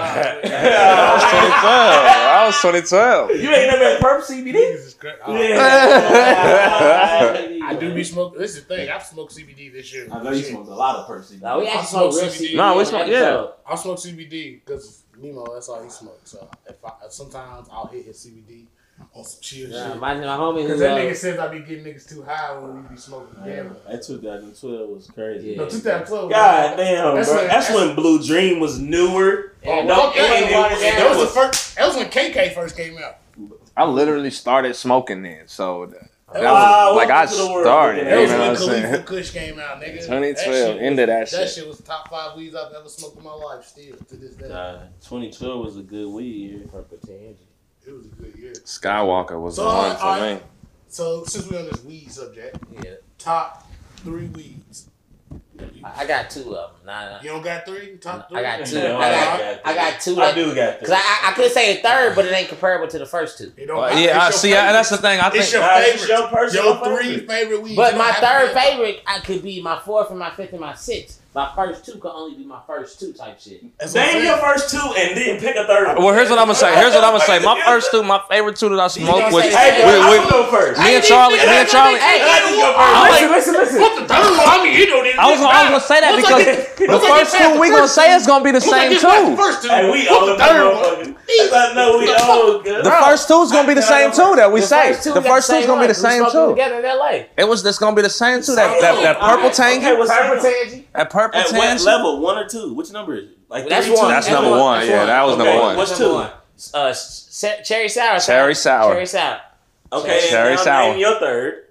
C: I was 2012. I was 2012.
G: You ain't never had perp CBD.
B: Jesus Christ.
G: Yeah.
B: I do be smoking. This is the thing. I've smoked CBD this year.
D: I know you smoked a lot of perp CBD.
A: Nah, we actually
B: I smoke
A: smoke real
B: CBD.
A: CBD.
C: Nah, we
A: on
C: smoke-
A: the episode.
B: I smoke CBD because Nemo, that's all he smokes. So if I, sometimes I'll hit his CBD on some chill
A: Nah,
B: shit.
A: my, my homie who
B: Because that
A: uh,
B: nigga says I be getting niggas too high when we be smoking
D: Yeah,
B: together.
D: That 2012 was crazy.
A: Yeah.
B: No, 2012.
G: God damn,
B: That's
G: bro.
B: when-
G: that's
B: that's-
G: when Blue Dream was newer.
B: Oh,
G: And no-
B: fuck
G: and
B: that.
G: it was-
B: that was the
G: was-
B: first. That was when KK first came out.
C: I literally started smoking then, so that was
G: Wow,
C: like I
G: welcome to the world.
C: started. You
B: That
C: know
B: was
C: what I'm
B: when
C: saying?
B: Khalifa Kush came out, nigga.
C: 2012,
B: That shit was-
C: into that
B: That
C: shit.
B: shit was the top five weeds I've ever smoked in my life. Still to this day,
D: Nah, 2012 was a good weed year.
B: it was a good year.
C: Skywalker was the
B: So,
C: one
B: all
C: for me.
B: right. So since we're on this weed subject,
A: Yeah.
B: top three weeds.
A: I I got two of them. Nah, nah.
B: You don't got three? Top three?
A: I got two.
D: No,
A: I,
D: I
A: got,
D: got
A: I got two.
G: I do got
A: Cause
G: this.
A: I, I, I could say the third, but it ain't comparable to the first two.
B: It don't
C: But
B: matter.
C: yeah, I
B: It's
C: see.
B: your
C: I, that's the
B: favorite.
C: thing. I think
B: It's your
G: Nah,
B: favorite.
G: it's your personal
B: three
G: favorite.
B: favorite weeds.
A: But
B: You
A: my
B: don't have
A: third
B: to have-
A: favorite, I could be my fourth and my fifth and my sixth. My first two could only be my first two type shit.
B: That's what I'm
G: Name
B: saying.
G: your first two and then pick a third.
C: Well, here's what I'm gonna say. Here's what I'm gonna say. My first two, my favorite two that I smoked was
A: Hey,
G: Hey, bro,
A: wait,
G: I
C: we,
G: will go first.
C: me and Charlie. Me and Charlie.
A: Hey,
G: I just go first.
C: I'm like-
A: listen, listen, listen.
B: What the third one? I mean, you know this.
C: I was, gonna- I was gonna say that
B: Looks
C: because
B: like
C: the
B: looks like
C: first
B: it passed
C: two we
B: the
C: gonna
B: first
C: say is gonna be the same
B: Like
C: two.
B: the first two.
G: Hey, we
B: What
G: owe
B: the
G: the
B: third one?
G: motherfuckers. I know we owe good.
C: The first two is gonna be the same two that we
A: The
C: say.
A: first two
C: The
A: got
C: first two is gonna be the
A: one.
C: same
A: We smoked
C: two.
A: them Together in L.A.
C: It was just gonna be the same two. That that, that
G: All
C: purple
G: right, Okay,
C: tangy,
G: what's
A: Purple
G: that?
A: Tangy.
C: that purple
D: At what
C: tangy.
D: level? One or two? Which number is it? Like
A: That's
D: three, two?
A: one.
C: That's number one.
A: that's
C: yeah, that was
G: Okay,
C: number one.
G: what's
A: Number
G: two?
A: one. Uh, s- s- cherry sour.
C: Cherry sour.
A: Cherry sour.
G: Okay,
C: Cherry
G: and now
C: sour.
G: name your third.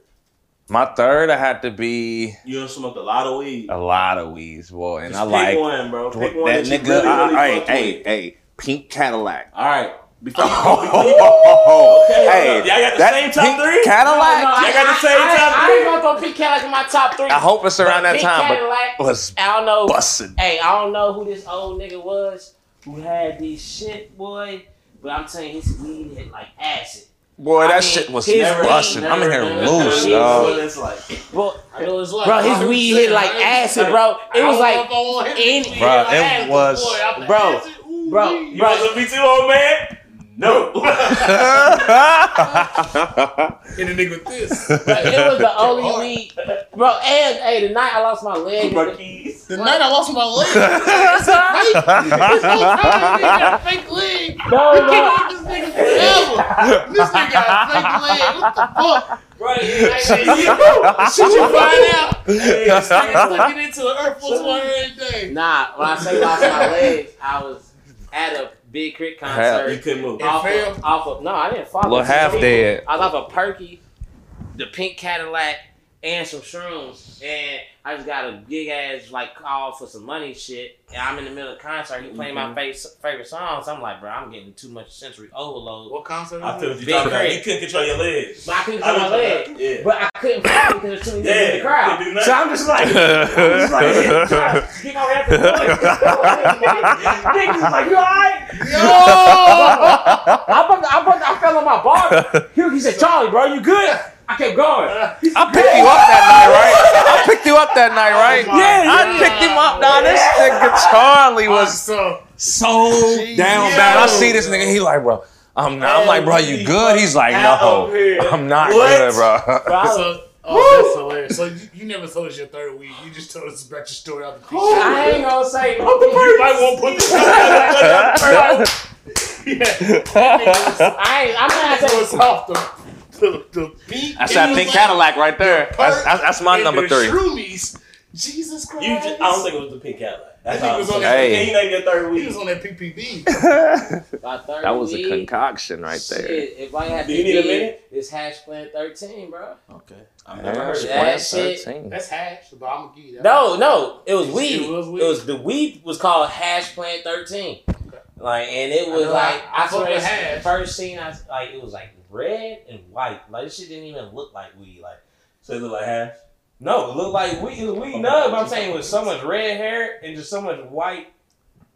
C: My third, I had to be
D: You done smoked a lot of weed.
C: a lot of weeds, boy, and
G: Just
C: I
G: pick
C: like
G: one, bro. Pick one
C: that
G: that,
C: nigga.
G: you really,
C: I-
G: really
C: I-
G: fuck
C: hey,
G: with.
C: hey, hey, pink Cadillac.
D: All right. Before you
G: Okay,
C: hey,
G: y'all got the
C: that
G: same top
C: pink
G: three?
C: Cadillac.
G: I got the same
A: I,
G: top
A: I,
G: three.
A: I ain't gonna throw Pete Cadillac in my top three.
C: I hope it's around that
A: Pete
C: time,
A: Cadillac,
C: but was
A: I don't know.
C: busting.
A: Hey, I don't know who this old nigga was who had these shit, boy. But I'm telling you, his weed hit like acid.
C: Boy,
A: I
C: that
A: mean,
C: shit was
A: his weed
C: busting. I'm in here
A: never been
C: loose,
A: done.
C: dog.
D: what it's like.
A: Bro,
B: I know it's like.
A: bro
B: I
A: his
B: heard
A: weed
B: you
A: hit
B: say
A: like
B: that.
A: acid, bro. It was
B: I
A: like,
B: don't know if I want him to
A: in-
B: be
C: Bruh,
B: like
C: it
B: that, but
C: was-
B: boy, I'm the
A: Bro,
B: acid, ooh,
A: bro,
B: wee.
G: You want to be too old, man? No.
B: Hit a nigga with this.
A: bro, it was the only
B: Hard.
A: weed, bro. And hey, the night I lost my leg,
G: Bro, keys.
B: The night I lost my leg, it's a fake. It's so tight. He got a fake leg.
A: no,
B: I
A: no,
B: can't with this nigga forever. This nigga got a fake leg. What the fuck?
A: bro,
B: Should you find out? Hey, this nigga's looking into an Air Force One every day.
A: nah. When I say lost my legs, I was at a Big Crit
C: Hell.
D: You
A: concert.
D: couldn't move.
B: It
A: Off
B: fell?
A: of, off of, no, I didn't fall.
C: Little half dead.
A: I was off a perky, the pink Cadillac, and some shrooms, and I just got a big ass like call for some money shit. And I'm in the middle of the concert. He playing my
G: Mm-hmm.
A: face, favorite songs. I'm like, bro, I'm getting too much sensory overload.
B: What concert?
G: I
B: was
G: feel
B: it?
G: what
A: Big
G: you're talking about.
A: Crit.
G: You couldn't control your legs.
A: But I couldn't
G: I
A: feel my
G: know
A: leg.
G: that. Yeah.
A: But I couldn't fuck because there's too many niggas in the
G: Yeah, you
A: crowd.
G: couldn't do
A: So I'm just like, I'm just like, get over after Niggas is like, you alright? Oh!
B: Yo!
A: I, bumped, I, bumped, I fell on my bar. He, he said, Charlie, bro, you good? I kept going.
C: I picked you up that night, right? I picked you up that night, right?
A: Yeah,
C: I picked him up. Now this nigga Charlie was
B: so
C: so down bad. I see this nigga. He like, bro. I'm not. I'm like, bro, you good? He's like, no, I'm not
G: What?
C: good, bro.
A: Bro, I, was,
B: so oh, that's hilarious. So you, you never told us your third week. You just told us about your story out the picture.
A: I ain't gonna say.
B: You might want to put this out. yeah.
A: I ain't, I'm not
B: So
A: saying.
B: it's off the, the, the beat.
C: That's that pink Cadillac right there. That's, that's, that's my
B: and
C: number
B: the
C: three.
B: Shroomies. Jesus Christ.
G: You just, I don't think it was the pink Cadillac. That's
B: That nigga
G: how
B: was
G: I'm
B: on
G: saying.
C: Hey.
G: Can you name your third
B: he
G: weed?
B: was on that PPB.
C: That was a concoction right there.
A: Shit, if I had
G: Do
A: to
G: you need a
A: be,
G: minute?
A: it's hash plant 13, bro.
D: Okay. I've never
C: Yeah,
D: heard of
A: Yeah.
D: that.
C: Plant
A: shit.
C: 13.
B: That's hash, but I'm gonna give you that.
A: No, no, it was
B: It
A: weed. It
B: was
A: was,
B: weed.
A: the weed was called Hash Plant Thirteen. Like, and it was
B: I know,
A: like
B: I- I
A: I,
B: fuck
A: swear,
B: with
A: this-
B: hash.
A: the first scene, I s- like it was like red and white. Like this shit didn't even look like weed. Like,
G: So it look like half.
A: no, it looked like weed. It was weed. No, but I'm saying with so much red hair and just so much white.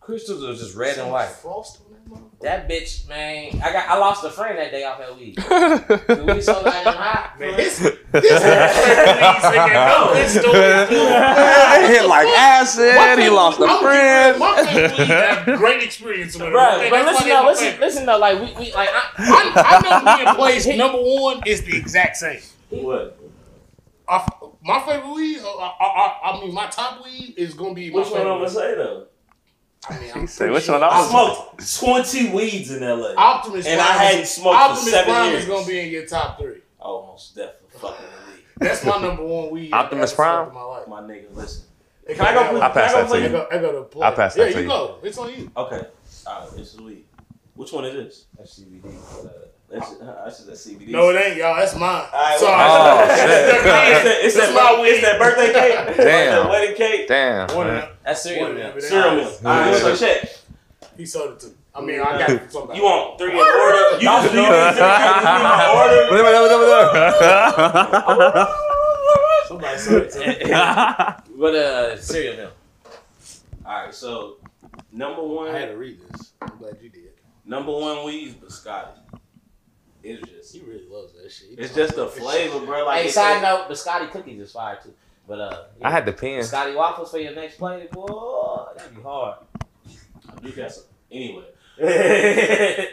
I: Crystals are just red and white.
B: Frost on that motherfucker.
A: That bitch, man. I got. I lost a friend that day off that weed. The weed so goddamn hot.
B: Man,
A: bro.
B: this
C: It hit like acid. He lost a
B: I'm
C: friend.
B: My family had great experience with it.
A: Bro,
B: Okay,
A: but
B: that's
A: listen
B: why
A: though,
B: they my
A: listen,
B: favorite.
A: listen though, like we, we like I,
B: I, I know being placed number one is the exact same.
D: What?
B: I, my favorite weed, uh, I, I, I- I mean, my top weed is gonna be my
D: Which one I'm
B: favorite.
D: gonna say though?
B: I mean, I'm
I: Say, which one I
D: I
I: was?
D: smoked 20 weeds in LA.
B: Optimus
D: and
B: Prime
D: I
B: is-
D: hadn't smoked for
B: Optimus
D: seven
B: Prime
D: years.
B: is gonna be in your top three.
D: Almost definitely fucking weed.
B: That's my number one weed. I've
C: Optimus
B: ever smoked
C: Prime?
B: in my life.
D: My nigga, listen.
B: Hey,
D: Can I go?
C: I
D: Can
C: pass that
D: I
C: to
D: go
B: I
D: please?
C: you.
B: go, I go to play.
C: I'll pass
B: yeah,
C: that to
B: you
C: you.
B: go. It's on you.
D: Okay. All right, this is weed. Which one it is?
A: That's CBD.
D: That's that's, that's CBD.
B: No, it ain't, y'all. That's mine.
D: Alright,
B: Sorry.
C: well- Oh,
D: it's, that, it's, that,
B: That's my
D: it's that birthday cake.
C: Damn.
D: That wedding cake.
C: Damn.
B: One of
C: man.
B: them.
A: That's
B: One
A: cereal
B: of them.
A: now.
B: It ain't
D: Cereal
B: mine.
D: milk. All right, so check.
B: He sold it to me. I mean, I got it from somebody.
D: You want three in order? You just do you just do
C: Whatever, whatever, whatever.
B: Somebody sold it to me.
D: in order.
A: But uh cereal milk.
D: All right, so number
B: I
D: one,
B: had to read this. I'm glad you did.
D: number one weed's biscotti. It's just,
B: He really loves that shit.
D: it's just the flavor, bro. Like
A: hey,
D: it's
A: side
D: a-
A: note, biscotti cookies is fire too. But uh
C: I had the pen.
A: biscotti waffles for your next plate, boy. That'd be hard.
D: you got some anyway. I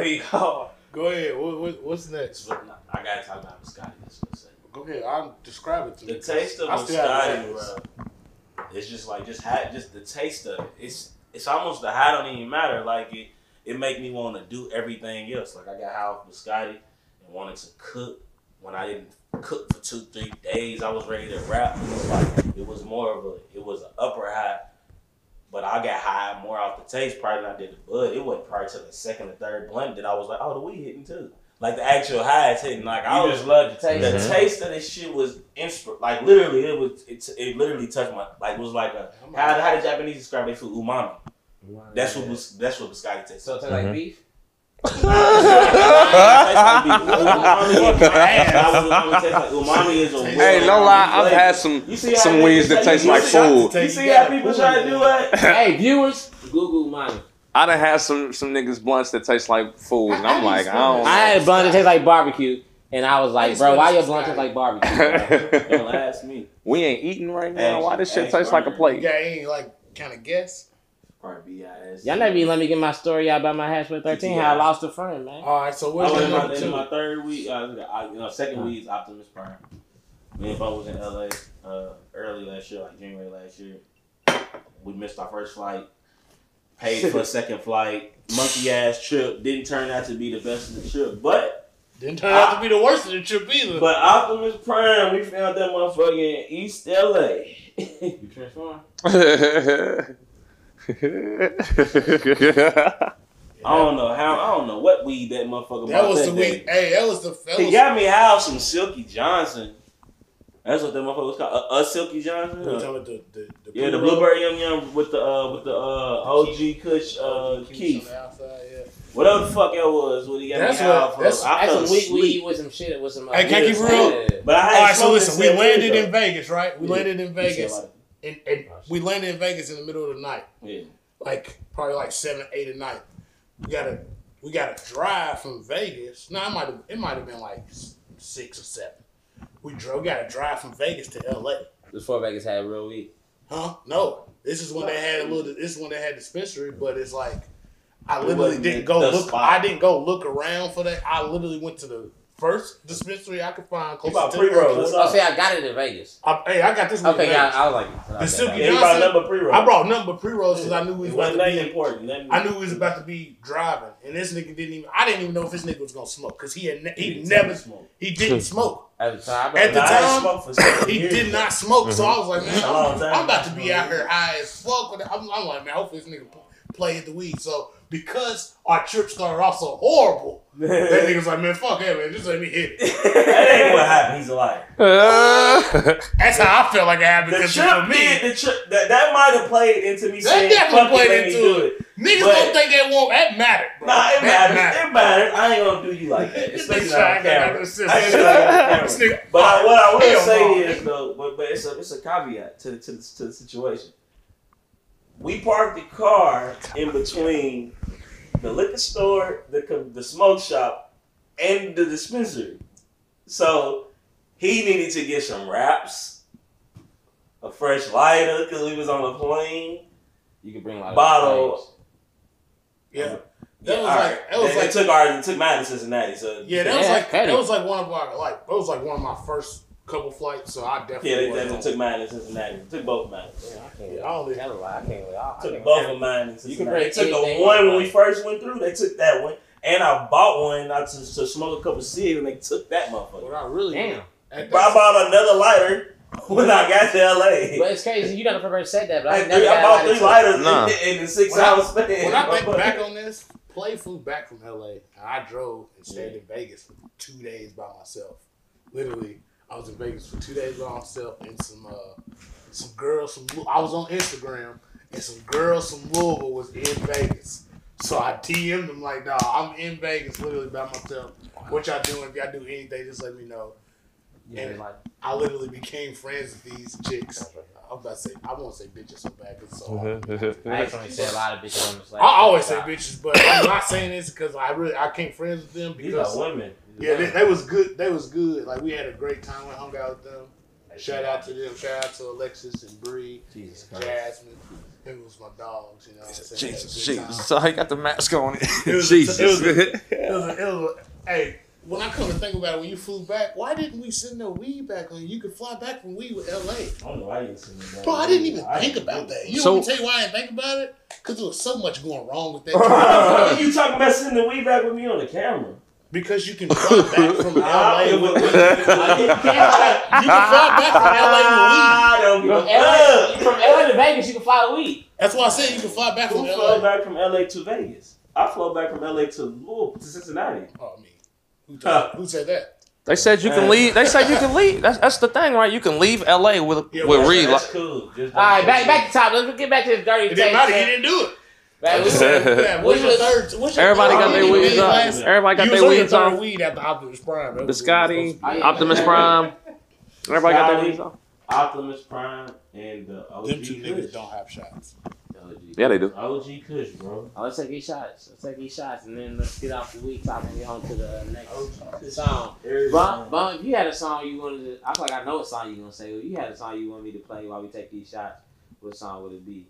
D: mean, oh,
B: Go ahead. What, what, what's next?
D: but no, I gotta talk about biscotti. That's what I'm saying.
B: Go ahead. I'll describe it to me.
D: The taste of
B: I still haven't
D: biscotti,
B: had this.
D: bro. It's just like just hot, just the taste of it. It's it's almost the high don't even matter. Like it, it make me want to do everything else. Like I got high off biscotti and wanted to cook. When I didn't cook for two three days, I was ready to rap. It was like it was more of a it was an upper high, but I got high more off the taste probably than I did the bud. It wasn't probably till the second or third blunt that I was like, oh, the weed hitting too. Like the actual high is hitting. Like I
A: You
D: was
A: just love the taste.
D: the
C: Mhm.
D: taste of this shit was inspir- like literally it was it, it literally touched my like it was like a how how the Japanese describe their food umami. That's what was that's what biscotti tastes.
A: So
D: like.
A: it
C: Mhm.
A: tastes like beef?
D: umami is a
C: Hey, no lie, I've had some
D: You see how
C: some
D: niggas
C: weeds that
D: say-
C: taste
D: you
C: like
D: see how-
C: food.
D: You see how people try to do that?
A: hey, viewers, Google mine.
C: I done had some some niggas blunts that taste like food, and I'm like, I don't.
A: I had a blunt that tastes like barbecue, and I was like, bro, why your blunt tastes like barbecue? bro?
D: Don't ask me.
C: we ain't eating right now. Why this shit tastes like a plate?
B: Yeah, ain't like kind of guess.
D: Probably B.I.S..
A: Y'all never even let me get my story out about my hash with 13, how I lost a friend, man.
B: All right, so
D: I
B: what's
D: was
B: your
D: in my,
B: number
D: in
B: two?
D: my third week, uh, I, you know, second week is Optimus Prime. Me and Bo was in LA uh, early last year, like January last year. We missed our first flight, paid for a second flight, monkey ass trip. Didn't turn out to be the best of the trip, but
B: Didn't turn out to be the worst of the trip either.
D: but Optimus Prime, we found that motherfucker in East LA.
A: You transform?
D: I don't know how, I don't know what weed that motherfucker.
B: that
D: bought
B: was the
D: day.
B: week. Hey, that was the. That
D: He
B: was,
D: got me high off some Silky Johnson. That's what that motherfucker was called. A, a Silky Johnson.
B: You
D: Uh,
B: talking about the, the, the
D: Yeah, the
B: blue rubber
D: blueberry yum yum with the uh with the uh OG Kush
B: keys on
D: uh Keith.
B: the outside, yeah.
D: Whatever the fuck that was when he got
B: That's
D: me out
B: what-
D: for.
B: that's-
D: I
A: That's
D: fell
A: some weak
D: asleep.
A: weed with some shit with some. Uh,
B: Hey, can I keep
A: yeah,
B: real?
A: yeah.
D: But I had
B: All right, so
D: smoked
B: listen,
D: this
B: we
D: shit
B: landed
D: too,
B: in Vegas, right? We
D: Yeah.
B: landed in
D: though.
B: Vegas,
D: Oh, Shit,
B: and, and we landed in Vegas in the middle of the night,
D: Yeah.
B: like probably like seven, eight at night. We gotta, we gotta drive from Vegas. No, it might have, it might have been like s- six or seven. We drove. We gotta drive from Vegas to L.A.
A: Before Vegas had real weed.
B: Huh? No, this is when they had a little. This is when they had dispensary, but it's like I
D: It
B: literally
D: wasn't
B: didn't
D: the-
B: go
D: the
B: look.
D: spot.
B: I didn't go look around for that. I literally went to the first dispensary I could find close
D: about
B: to
D: pre-roll? What's
B: the
D: up?
A: Oh, see, I got it in Vegas.
B: I, Hey, I got this one.
A: Okay,
B: in Vegas.
A: yeah, I was like, okay,
B: The Silky
A: okay.
D: Everybody
B: Johnson-
D: number pre roll.
B: I brought number pre rolls because I knew we was
D: it
B: about
D: wasn't
B: to
D: nothing
B: be.
D: important. Nothing-
B: I knew we was about to be driving, and this nigga didn't even. I didn't even know if this nigga was gonna smoke because he had ne- he, never
D: smoked.
B: he didn't smoke.
A: At the time,
B: At the
D: I
A: I-
D: hadn't
B: time,
D: smoked for seven
B: He
D: years,
B: did
D: though.
B: not smoke, so I was like,
D: It's
B: man,
D: a
B: I'm,
D: long time.
B: I'm about to be out here high as fuck. With it. I'm, I'm like, man, hopefully this nigga p- play at the weed. So because our trip started off so horrible, that nigga was like, man, fuck it, man, just let me hit it.
D: That ain't what happened. He's a liar.
B: That's how I felt like it happened.
D: The
B: Because
D: trip
B: for
D: did.
B: me,
D: The trip that, that might have played into me
B: That
D: saying,
B: definitely
D: "Fuck
B: played
D: it, let me
B: into
D: do
B: it.
D: it."
B: niggas
D: But-
B: don't think that won't. That mattered. bro.
D: Nah, it
B: That
D: matters. It matters. I ain't gonna do you like that.
B: This
D: Especially
B: nigga
D: not
B: trying
D: on
B: to get out
D: camera.
B: of the system.
D: I ain't trying to get out of
B: This
D: the
B: nigga-
D: But I, what I will
B: Hell
D: say
B: no.
D: is though, but, but it's a it's a caveat to to to the situation. we parked the car in between the liquor store, the co- the smoke shop, and the dispensary. So he needed to get some wraps, a fresh lighter because we was on a plane.
A: You can bring a lot of
D: Bottle.
A: things.
B: Yeah.
D: Yeah,
B: That was
D: all
B: like-
D: right.
B: that was
D: they,
B: like-
D: they took ours and took mine to Cincinnati. So
B: Yeah, that was
A: Yeah,
B: like
A: petty.
B: that was like one of my like that was like one of my first couple flights, so I definitely
D: yeah, they
B: wasn't
D: definitely
B: on-
D: took mine to Cincinnati. Took both of mine.
A: Yeah, I can't.
B: Yeah, I only-
A: Tell a lie. I can't. wait. I, I
D: Took
A: can't-
D: both of mine. in
A: You can
D: Cincinnati.
A: bring
D: They took
A: anything
D: the one
A: you
D: when we
A: want.
D: first went through. They took that one, and I bought one not to, to smoke a couple cigs, and they took that motherfucker.
B: What I really
A: Damn.
B: At
D: But I
B: that,
D: bought another lighter when I got to LA.
A: But it's crazy. You're not the first person that said that, but I
D: Like,
A: never
D: three, I
A: got
D: bought
A: a
D: three
A: lighter.
D: lighters in-
J: Nah.
D: in, the six
B: When I-
D: hours span.
B: when I think
D: Motherfucker.
B: back on this, Play flew back from LA and I drove and stayed in Vegas for two days by myself. Literally, I was in Vegas for two days by myself and some uh some girls from Lou- I was on Instagram and some girls from Louisville was in Vegas. So I DM'd them like, nah, I'm in Vegas literally by myself. What y'all doing? If y'all do anything, just let me know.
A: Yeah, like,
B: I literally became friends with these chicks. I'm about to say I won't say bitches so bad because so hard.
A: I actually said a lot of bitches on this
B: I always say bitches, but I'm not saying this because I really I came friends with them
D: These are
B: because
D: women.
B: yeah, they, they was good. They was good. Like we had a great time. We hung out with them. Shout out to them. Shout out to Alexis and Bree,
D: Jesus Christ.
B: Jasmine. It was my dogs. You know, what I'm saying? We had a
C: Jesus,
B: good time.
C: Jesus. So he got the mask on.
B: was-
C: Jesus.
B: it was- It was, a, it was a, hey, when I come to think about it, when you flew back, why didn't we send the weed back on you? You could fly back from weed with LA.
D: I don't know why you listening to that.
B: Bro, I didn't even think about that. You
C: So-
B: want me to tell you why I didn't think about it? Because there was so much going wrong with that.
D: Bro, you talking about sending the weed back with me on the camera?
B: because you can fly back from LA.
D: I don't
B: with-
D: give a- I
B: you can fly back from LA with weed.
D: Ah, don't give a
A: From
B: Uh.
A: LA,
D: fuck.
A: from LA to Vegas, you can fly a week.
B: That's why I said you can fly back from
D: Who flew
B: LA.
D: back from LA to Vegas? I flew back from LA to Louisville to Cincinnati.
B: Oh, I mean, who, told- who said that?
C: They said you can leave. They said you can leave. That's, that's the thing, right? You can leave LA with
B: Yeah,
C: with
B: well,
C: Reed.
D: That's
C: Like,
D: cool. Just
A: All right, back back to top. Let's get back to this dirty
B: It
A: taste.
B: didn't matter. He
A: man.
B: didn't do it.
A: Man, we-
B: Yeah, what's your
A: was-
B: third? What's your
C: everybody
B: third
C: got their
B: weed
C: weeds
B: you
C: off.
B: last-
C: Everybody got
B: you was
C: their
B: on your
C: weeds
B: third
C: off.
B: weed after Optimus Prime. That was what it was
C: Biscotti,
B: supposed
C: Optimus Prime. Everybody got their weeds off.
D: Optimus Prime and uh, OG
B: to be. Them two niggas
D: Kush.
B: don't have shots.
D: OG.
J: Yeah, they do.
D: OG Kush, bro.
A: Oh, let's take these shots. Let's take these shots, and then let's get off the weed top and get on to the next song. Bum,
D: Arizona.
A: Bum, if you had a song you wanted to, I feel like I know what song you gonna say. If you had a song you want me to play while we take these shots, what song would it be?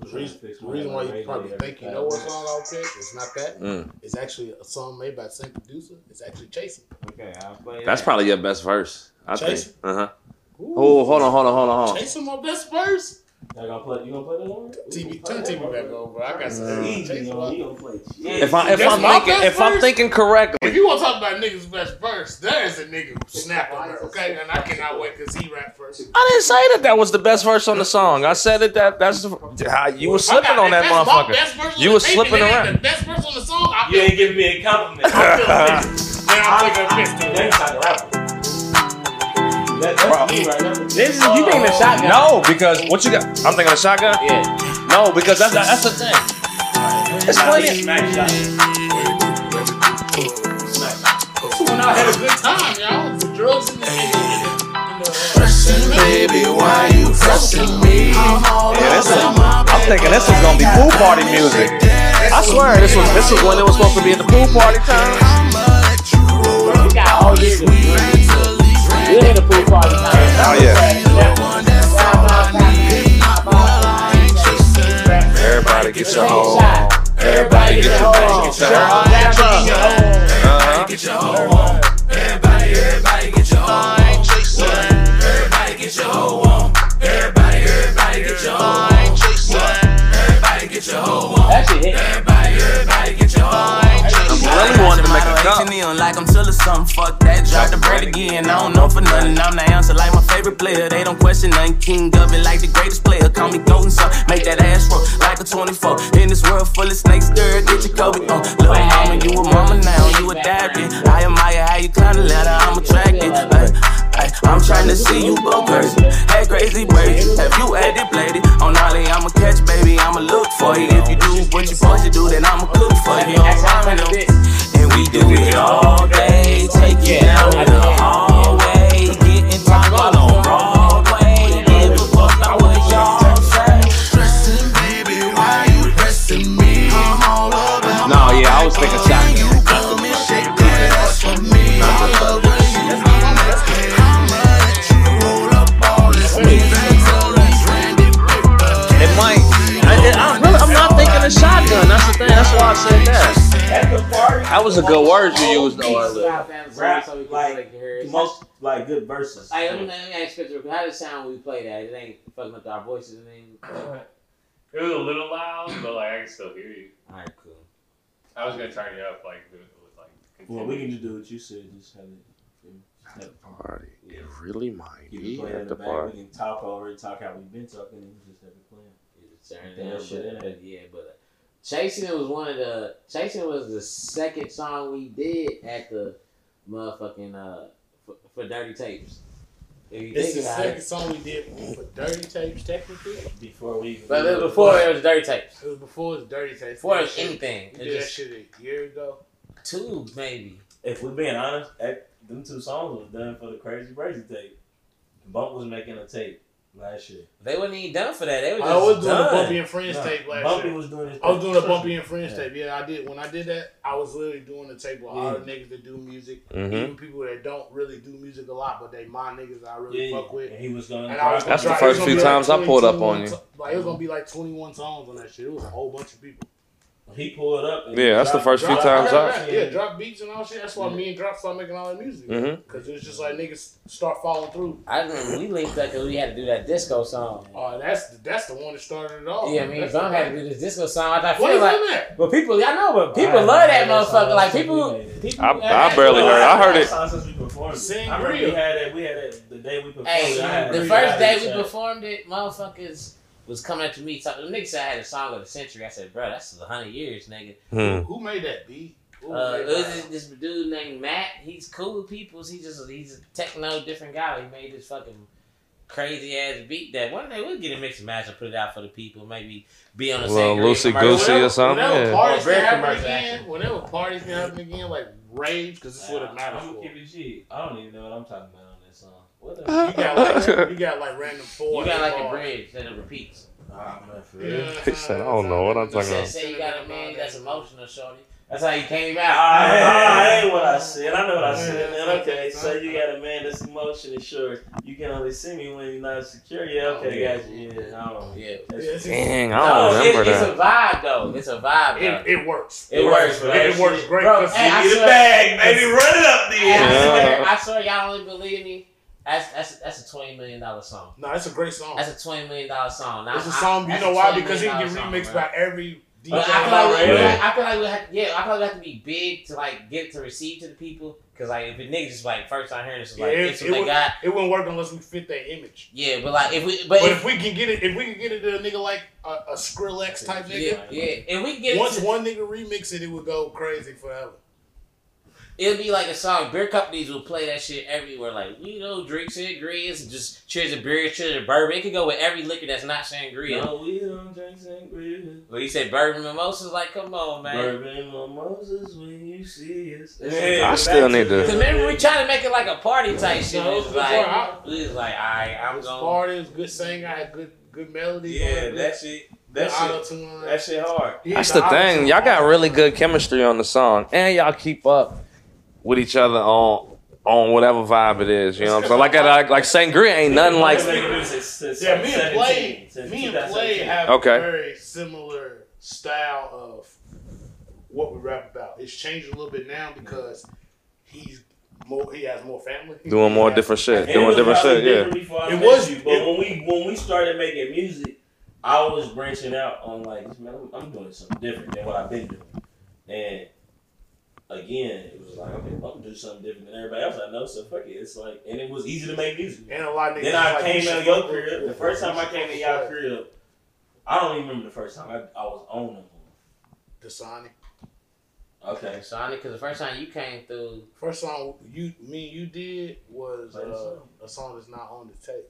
B: The reason why you probably think you know what song I'll pick is not that.
J: Mm.
B: It's actually a song made by the same producer. It's actually Chasing.
A: Okay, I'll play.
J: That's
A: that.
J: probably your best verse. I think.
B: Chase?
J: Uh huh.
B: Ooh.
J: Oh, hold on, hold on, hold on, hold on.
B: Chasing my best verse.
D: Y'all gonna play? You gonna play that one?
B: TV, turn TV back over. I got some.
D: Easy,
B: Chasing
D: you
B: my-
D: know, you gonna play. Yeah.
C: If, I, if
B: That's
C: I'm
B: my
C: thinking,
B: best
C: if I'm
B: verse?
C: thinking correctly,
B: If you want to talk about niggas' best verse, there is a nigga who snapped on her, okay? And I cannot wait because he rapped first.
C: I didn't say that that was the best verse on the song. I said that that that's the- how you were slipping on that
B: That's my
C: motherfucker.
B: best verse on
C: You
B: the
C: was
B: tape,
C: slipping
B: and it ain't
C: around.
B: The best verse on the song, I
D: You
B: feel
D: ain't giving me a compliment.
B: I feel pissed. And I'm taking a piss to it.
D: That's not a rapper. That, that's me right now.
A: This is you thinking the shotgun?
C: No, because what you got? I'm thinking a shotgun.
A: Yeah.
C: No, because that's that's the thing. It's plenty.
D: Smack shot.
B: When I had a good time, y'all. The drugs in the
F: Baby, why you pressing me?
C: Yeah, this is, I'm thinking this was gonna be pool party music. I swear this was this was when it was supposed to be at the pool party time.
A: You got all this. You hit a pool party time.
C: Oh yeah. Everybody get your home. Everybody get your home. Get your home. Uh-huh.
A: That shit hit.
C: I really wanted to make a
F: Ain't
C: cup.
F: to me, I'm like I'm till it's something. Fuck that, drop the bread again. I don't know for nothing. I'm the answer like my favorite player. They don't question nothing. King of it like the greatest player. Call me golden so make that ass roll like a 24. In this world full of snakes, stir get your Kobe on. Little mama, you a mama now, you adapted. I admire how you climb the ladder. I'm attracted. Ay, ay, I'm trying to see you go crazy. Hey, crazy baby, have you acted lady? On Ollie, I'ma catch baby. I'ma look for you. If you do what you supposed to do, then I'ma cook for you. I'm and we do it all day, take it out in the hallway, getting drunk all on Broadway. Give a fuck, I
C: was a good word you used though.
A: Please
C: earlier.
A: stop that
G: Rap,
A: so we can
G: like,
A: really hear it.
G: Most like good verses.
A: Hey, let me, let me ask Spencer, how does it sound when we play that? It ain't fucking up our voices and anything.
I: It was a little loud, but like I can still hear you.
A: Alright, cool.
I: I was gonna turn it up like with like.
D: Well, we can just do what you said. Just have it. Just have-
C: Party. It really might
D: You can
C: be
D: play it in
C: at
D: the
C: the
D: back.
C: party.
D: We can talk over and talk how we've been talking, and we just have it playing.
A: It's a turn
D: Damn
A: down,
D: shit,
A: but-
D: ain't
A: but yeah, but uh, Chasing It was one of the Chasing It was the second song we did at the motherfucking uh for, for Dirty Tapes. If you
B: This
A: think
B: is the
A: about
B: second
A: it.
B: song we did for Dirty Tapes, technically. It
D: Before we, even
A: But it
D: do
A: was before it was Dirty Tapes.
B: was before the Dirty Tapes.
A: Before it
B: We
A: was
B: did
A: anything. It
B: that shit- We did that
A: was just
B: shit a year ago.
A: two maybe.
D: if we're being honest, that, them two songs was done for the crazy crazy tape. Bump was making a tape last year.
A: They wasn't even done for that. They were just
B: I was doing
A: done.
B: the Bumpy and Friends
D: Nah,
B: tape last
D: Bumpy
B: year.
D: was doing his.
B: I was doing a
D: thing.
B: Bumpy and Friends
D: Yeah.
B: tape. Yeah, I did. When I did that, I was literally doing the tape with all the niggas that do music,
C: Mm. Mm-hmm.
B: even people that don't really do music a lot, but they my niggas I really
D: Yeah,
B: fuck with.
D: and he was going.
B: And I was
C: That's the
B: gonna
D: drive-
B: try-
C: first
B: it was
C: few
B: gonna be like
C: times I pulled up
B: 21
C: on you.
B: Like it was gonna be like twenty one songs on that shit. It was a whole bunch of people.
D: He pulled up. and
C: Yeah, that's the
D: dropped-
C: first few
B: Drop-
C: times
B: yeah,
C: I.
B: right, yeah, drop beats and all shit. That's why me and Drop started making all that music.
C: Mhm.
B: Cause it's just like niggas start following through.
A: I remember we linked up because we had to do that disco song.
B: Oh, that's that's the one that started it all.
A: Yeah, I mean,
B: Oh, That's
A: Bum
B: the-
A: had to do this disco song. I
B: What
A: feel
B: is
A: like,
B: in that?
A: but people, I know, but people
D: I
A: love that
D: haven't heard that
A: motherfucker.
D: song
A: Like
D: since
A: people,
D: we made it.
A: people
C: I, I barely heard. it. I heard it.
D: Song since we performed.
B: Sing
D: I remember
B: real.
D: we had it. We had it the day we performed.
A: Hey,
D: I had
A: the
D: it-
A: first
D: I
A: day
D: had it
A: we
D: set.
A: performed it, motherfuckers was coming up to me. Talking, the nigga said I had a song of the century. I said, bro, that's a hundred years, nigga.
C: Hmm.
B: Who made that beat? Who
A: Uh, it
B: made
A: was
B: that?
A: this, this dude named Matt. He's cool with people. He just he's a techno different guy. He made this fucking crazy ass beat that one day we'll get a mix and match and put it out for the people. Maybe be on the
C: Little
A: same grade
C: loosey
A: commercial.
C: goosey. or something,
B: Whenever
C: yeah.
B: parties
A: Well,
B: can
A: very
B: happen
A: commercial,
B: again,
A: actually.
B: whenever parties can happen again, like raves, because this is what it matters
D: I'm gonna
B: for.
D: keep it G. I don't even know what I'm talking about on that song. What the?
B: You got like you got like random four.
A: You got like a bridge that it repeats.
D: Ah, man, for real.
B: Yeah.
C: He said, "I don't know what I'm
A: You
C: talking
A: said,
C: about."
A: say you got a man that's emotional, shorty. That's how you came out.
D: I, I ain't what I said. I know what I said.
B: Yeah.
D: Man. Okay, so you got a man that's emotionally sure. You can only see me when you're not secure. Yeah, okay,
A: Yeah.
D: gotcha. Oh, Yeah, I don't.
A: Yeah.
D: That's-
B: It,
C: Dang,
A: No,
C: I don't
A: it,
C: remember
A: it's
C: that.
A: a vibe though. It's a vibe. Though. It,
B: it works.
A: works, bro.
B: It works great.
A: Bro,
B: 'cause
A: hey, I
B: you-
A: swear,
D: bag, baby. Run it up
A: hey, I, swear,
C: Yeah.
A: I swear, y'all only believe me. That's that's that's a twenty million dollar song.
B: no, it's a great song.
A: That's a twenty million dollar song. Now,
B: It's a
A: I-
B: song. You
A: that's
B: know
A: a
B: why?
A: $20
B: Because it
A: million
B: can get
A: song,
B: remixed
A: bro.
B: by every DJ.
A: But I feel like we,
D: Yeah.
A: I feel like we have, yeah, I feel like we have to be big to like get it to receive to the people. Cause like if a nigga just like first time hearing this, is like
B: Yeah,
A: it's
B: it
A: what they
B: would-
A: got.
B: It wouldn't work unless we fit that image.
A: Yeah, but like if we, but,
B: But
A: if,
B: if we can get it, if we can get it to a nigga like a, a Skrillex type
A: yeah,
B: nigga,
A: yeah, if we can get
B: once
A: it, to-
B: one nigga remix it, it would go crazy forever.
A: It'll be like a song. Beer companies will play that shit everywhere. Like, you know, drink sangrias and just cheers to beer, cheers to bourbon. It could go with every liquor that's not sangria.
D: No, we don't drink sangria.
A: Well, you said bourbon mimosas. Like, come on, man.
D: Bourbon mimosas when you see us.
A: Yeah.
C: I still need to-
A: Because remember, we trying to make it like a party type shit.
B: No,
A: It was
B: it's
A: like,
B: alright.
A: we was like, all right, I'm
B: As
A: going.
B: far as good singer, I had good good melody.
D: Yeah, that shit. That shit.
B: auto-tune.
D: That shit hard.
B: Yeah,
C: That's the thing.
B: auto-tune.
C: Y'all got really good chemistry on the song, and y'all keep up with each other on on whatever vibe it is. You know what I'm saying? Like like, like sangria ain't nothing like.
D: Yeah,
B: Yeah, me and Play, me and Play have
C: Okay.
B: a very similar style of what we rap about. It's changed a little bit now because he's more. He has more family.
C: Doing more
B: He has-
C: different shit.
D: And it
C: Doing
D: was
C: different
D: probably
C: shit, yeah.
D: different before I
B: It
D: met
B: was-
D: you, but
B: it-
D: when we when we started making music, I was branching out on like, man, I'm- I'm doing something different than what I've been doing. And again, it was like, okay, I'm gonna do something different than everybody else I know. So fuck it. It's like, and it was easy to make music.
B: And a lot of niggas.
D: Then I
B: like,
D: came
B: you
D: to
B: should
D: your
B: fuck with-
D: crib. The first time I came to y'all crib, I don't even remember the first time. I, I was on them.
B: the Sonic.
D: Okay.
A: Sonic, because the first time you came through,
B: First song you me and you did was
D: Play the
B: uh,
D: song.
B: a song that's not on the tape.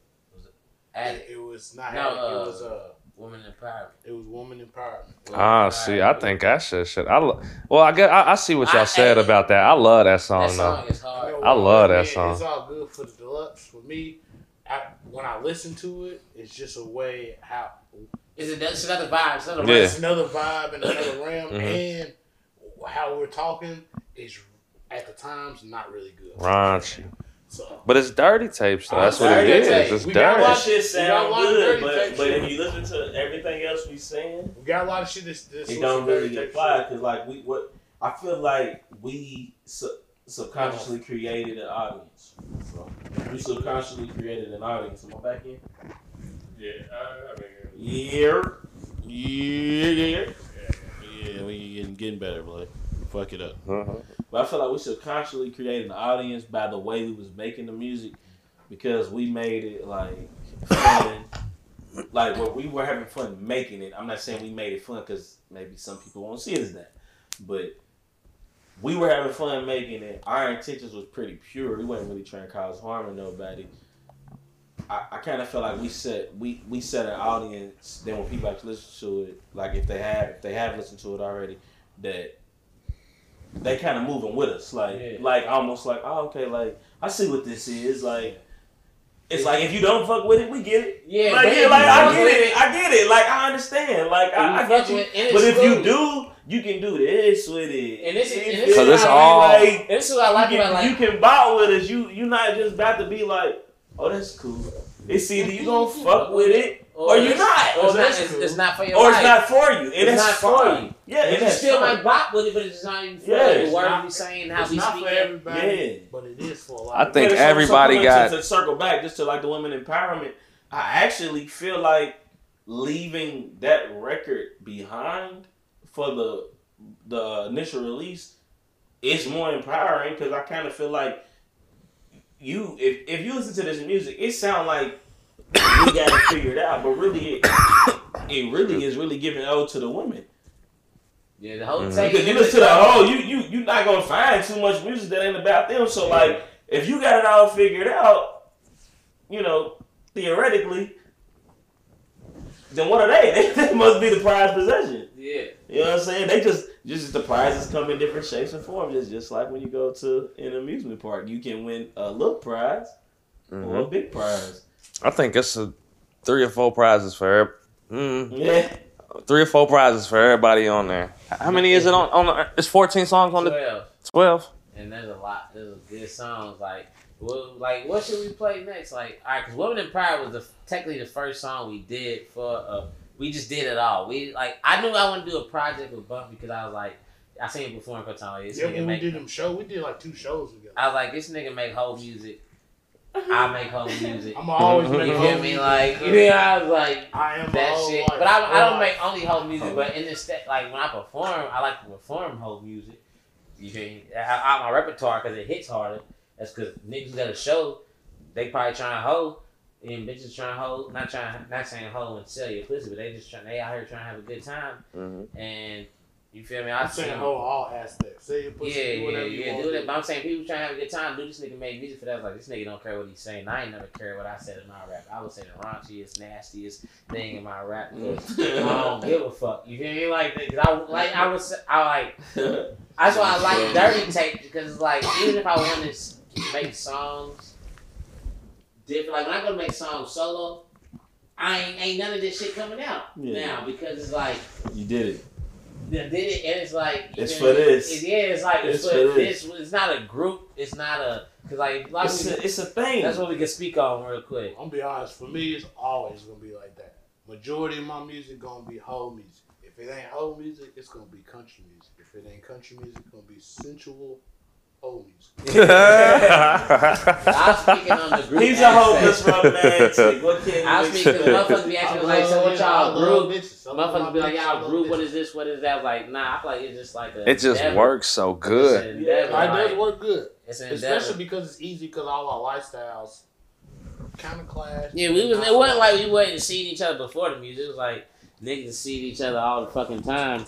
A: at
B: It, it was not.
A: No,
B: it
A: uh,
B: was uh,
A: Woman Empowerment.
B: it was woman empowerment.
C: Ah, see, I think I should. Should I? Lo- well, I guess I, I see what y'all said about that. I love that
A: that
C: song though.
A: song is hard.
B: know
C: I
B: what,
C: love that
B: man,
C: song.
B: It's all good for the deluxe. For me, I, when I listen to it, it's just a way how
A: It's, a, it's another vibe. It's another
C: Yeah.
A: vibe.
B: it's another vibe and another realm,
C: Mhm.
B: and how we're talking is at the times not really good.
C: Raunchy,
B: So
C: but it's dirty tapes though. That's what it
D: Dirty
C: is.
B: Tape.
C: It's
B: We got
D: All
C: dirty.
D: That
B: Watch- y'all
D: shit sound
B: watch
D: good,
B: Dirty
D: but,
B: Tape
D: but
B: shit.
D: if you listen to everything else we saying,
B: we got a lot of shit that's, that's
D: it don't
B: listed
D: really
B: very
D: apply because like we what I feel like we sub- subconsciously created an audience. bro. We subconsciously created an audience. Am I back in?
I: Yeah, I, I mean,
D: Yeah. Yeah, yeah, yeah. We getting getting better, but fuck it up.
C: Uh-huh.
D: But I feel like we subconsciously created an audience by the way we was making the music because we made it like fun. like where we were having fun making it. I'm not saying we made it fun because maybe some people won't see it as that. But we were having fun making it. Our intentions was pretty pure. We wasn't really trying to cause harm to nobody. I, I kind of feel like we set we, we set an audience. Then when people actually listen to it, like if they have if they have listened to it already, that they kind of moving with us, like
A: Yeah.
D: like almost like oh okay, like I see what this is. Like it's like if you don't fuck with it, we get it.
A: Yeah,
D: like,
A: but
D: yeah, like I
A: you
D: get it, I get it. Like I understand. Like
A: And
D: I,
A: you
D: I
A: fuck
D: get you.
A: with- and
D: But
A: it's
D: if you
A: cool.
D: do, you can do this with it.
A: And this is- and
D: You
A: this is
D: feel
C: So this
D: me?
C: all-
D: Like,
A: And this is what I like
D: you,
A: about
D: can,
A: like
D: you can buy with us. You you not just about to be like, oh that's cool. It's either you gonna fuck with it or you
A: it's-
D: not.
A: Or it's not,
D: that's
A: it's,
D: cool.
A: it's not for your
D: or
A: life.
D: it's not for you. And
A: It's
D: that's
A: not for
D: fine.
A: you.
D: Yeah,
A: And
D: and
A: you
D: that's
A: still
D: fine.
A: might bop with it, but it's not even for
D: Yeah,
A: you.
D: it's
A: The words
B: not-
A: we saying, how
B: It's
A: we
B: not for
A: speaking.
B: everybody,
D: Yeah.
B: but it is for a lot.
C: I
B: of
C: think
D: Yeah, so- so
C: everybody
D: coming
C: got
D: to, to circle back just to like the women empowerment. I actually feel like leaving that record behind for the the initial release is more empowering because I kind of feel like you if if you listen to this music, it sound like we got it figured out, but really it it really is really giving O to the women.
A: Yeah, the whole
C: Mhm.
A: take.
D: Because you listen to the whole, oh, you you you not gonna find too much music that ain't about them. So like, if you got it all figured out, you know, theoretically, then what are they? They, they must be the prized possession.
A: Yeah.
D: You know what I'm saying? They just just the prizes come in different shapes and forms. It's just like when you go to an amusement park, you can win a little prize or a
A: Mm-hmm.
C: Mhm.
D: big prize.
C: I think it's a three or four prizes for every, mm,
D: Yeah,
C: three or four prizes for everybody on there. How many is it on? On the, it's fourteen songs on the
A: 12.
C: twelve.
A: And there's a lot. There's good songs. Like, well, like what should we play next? Like, all right, because Women in Pride was the, technically the first song we did for. Uh, we just did it all. We like. I knew I wanted to do a project with Bump because I was like, I seen it before in Cortana. This
B: Yeah,
A: nigga
B: when we
A: make.
B: did them show, we did like two shows together.
A: I was like, this nigga make whole music. I make whole music.
B: I'm always
C: You
A: You
B: make
A: feel
B: whole
A: me?
B: music.
A: Like, you know, I was like,
B: I am
A: that
B: all
A: shit.
B: Like,
A: But I, I
B: all
A: don't
B: like-
A: make only whole
B: Oh.
A: music. But in this, step, like when I perform, I like to perform whole music. You feel me? I, I, my repertoire because it hits harder. That's because niggas who got a show, they probably trying to hoe, and bitches trying to hoe. Not trying, not saying hoe and sell your pussy, but they just trying. They out here trying to have a good time,
C: Mhm.
A: and you feel me? I
B: I'm
A: see.
B: saying whole all aspects. Say your pussy,
A: Yeah,
B: do
A: yeah,
B: whatever you
A: yeah.
B: want.
A: Do
B: to
A: that, but I'm saying people trying to have a good time. Do this nigga make music for that? I was like, this nigga don't care what he's saying. I ain't never care what I said in my rap. I would say the raunchiest, nastiest thing in my rap. I don't give a fuck. You feel me? Like, cause I like I was I like that's why I like dirty tape because it's like even if I want to s- make songs different, like when I go to make songs solo, I ain't, ain't none of this shit coming out
D: Yeah.
A: now because it's like
D: you did it.
A: they did it and it's like
D: It's
A: even-
D: for this.
A: it's- yeah, it's like it's,
D: It's
A: for,
D: for
A: this. It's not a group. It's not a because like a lot of
D: It's
A: people-
D: a, it's a thing.
A: that's what we can speak on real quick.
B: I'm gonna be honest. For me, it's always gonna be like that. Majority of my music gonna be whole music. If it ain't whole music, it's gonna be country music. If it ain't country music, it's gonna be sensual whole music.
A: I'm speaking on the group.
D: He's a hopeless
A: aspect.
D: romantic. What can
A: I
D: you
A: was speaking. Motherfuckers be
B: I
A: asking like, so
B: love
A: what
B: it.
A: y'all
B: I love
A: group?
B: bitches. I love
A: Motherfuckers be
B: my
A: like,
B: bitches. I
A: y'all
B: love
A: group, what
B: bitches.
A: is this, what is that? Like, nah, I feel like it's just like a.
C: It just
A: endeavor.
C: works so
A: It's
C: good.
A: an endeavor,
B: Like, it does
A: like,
B: work good,
A: It's an endeavor.
B: especially because it's easy. Because all our lifestyles kind of clash.
A: yeah, we was. It wasn't like we wasn't seeing each other before the music. It was like niggas seeing each other all the fucking time.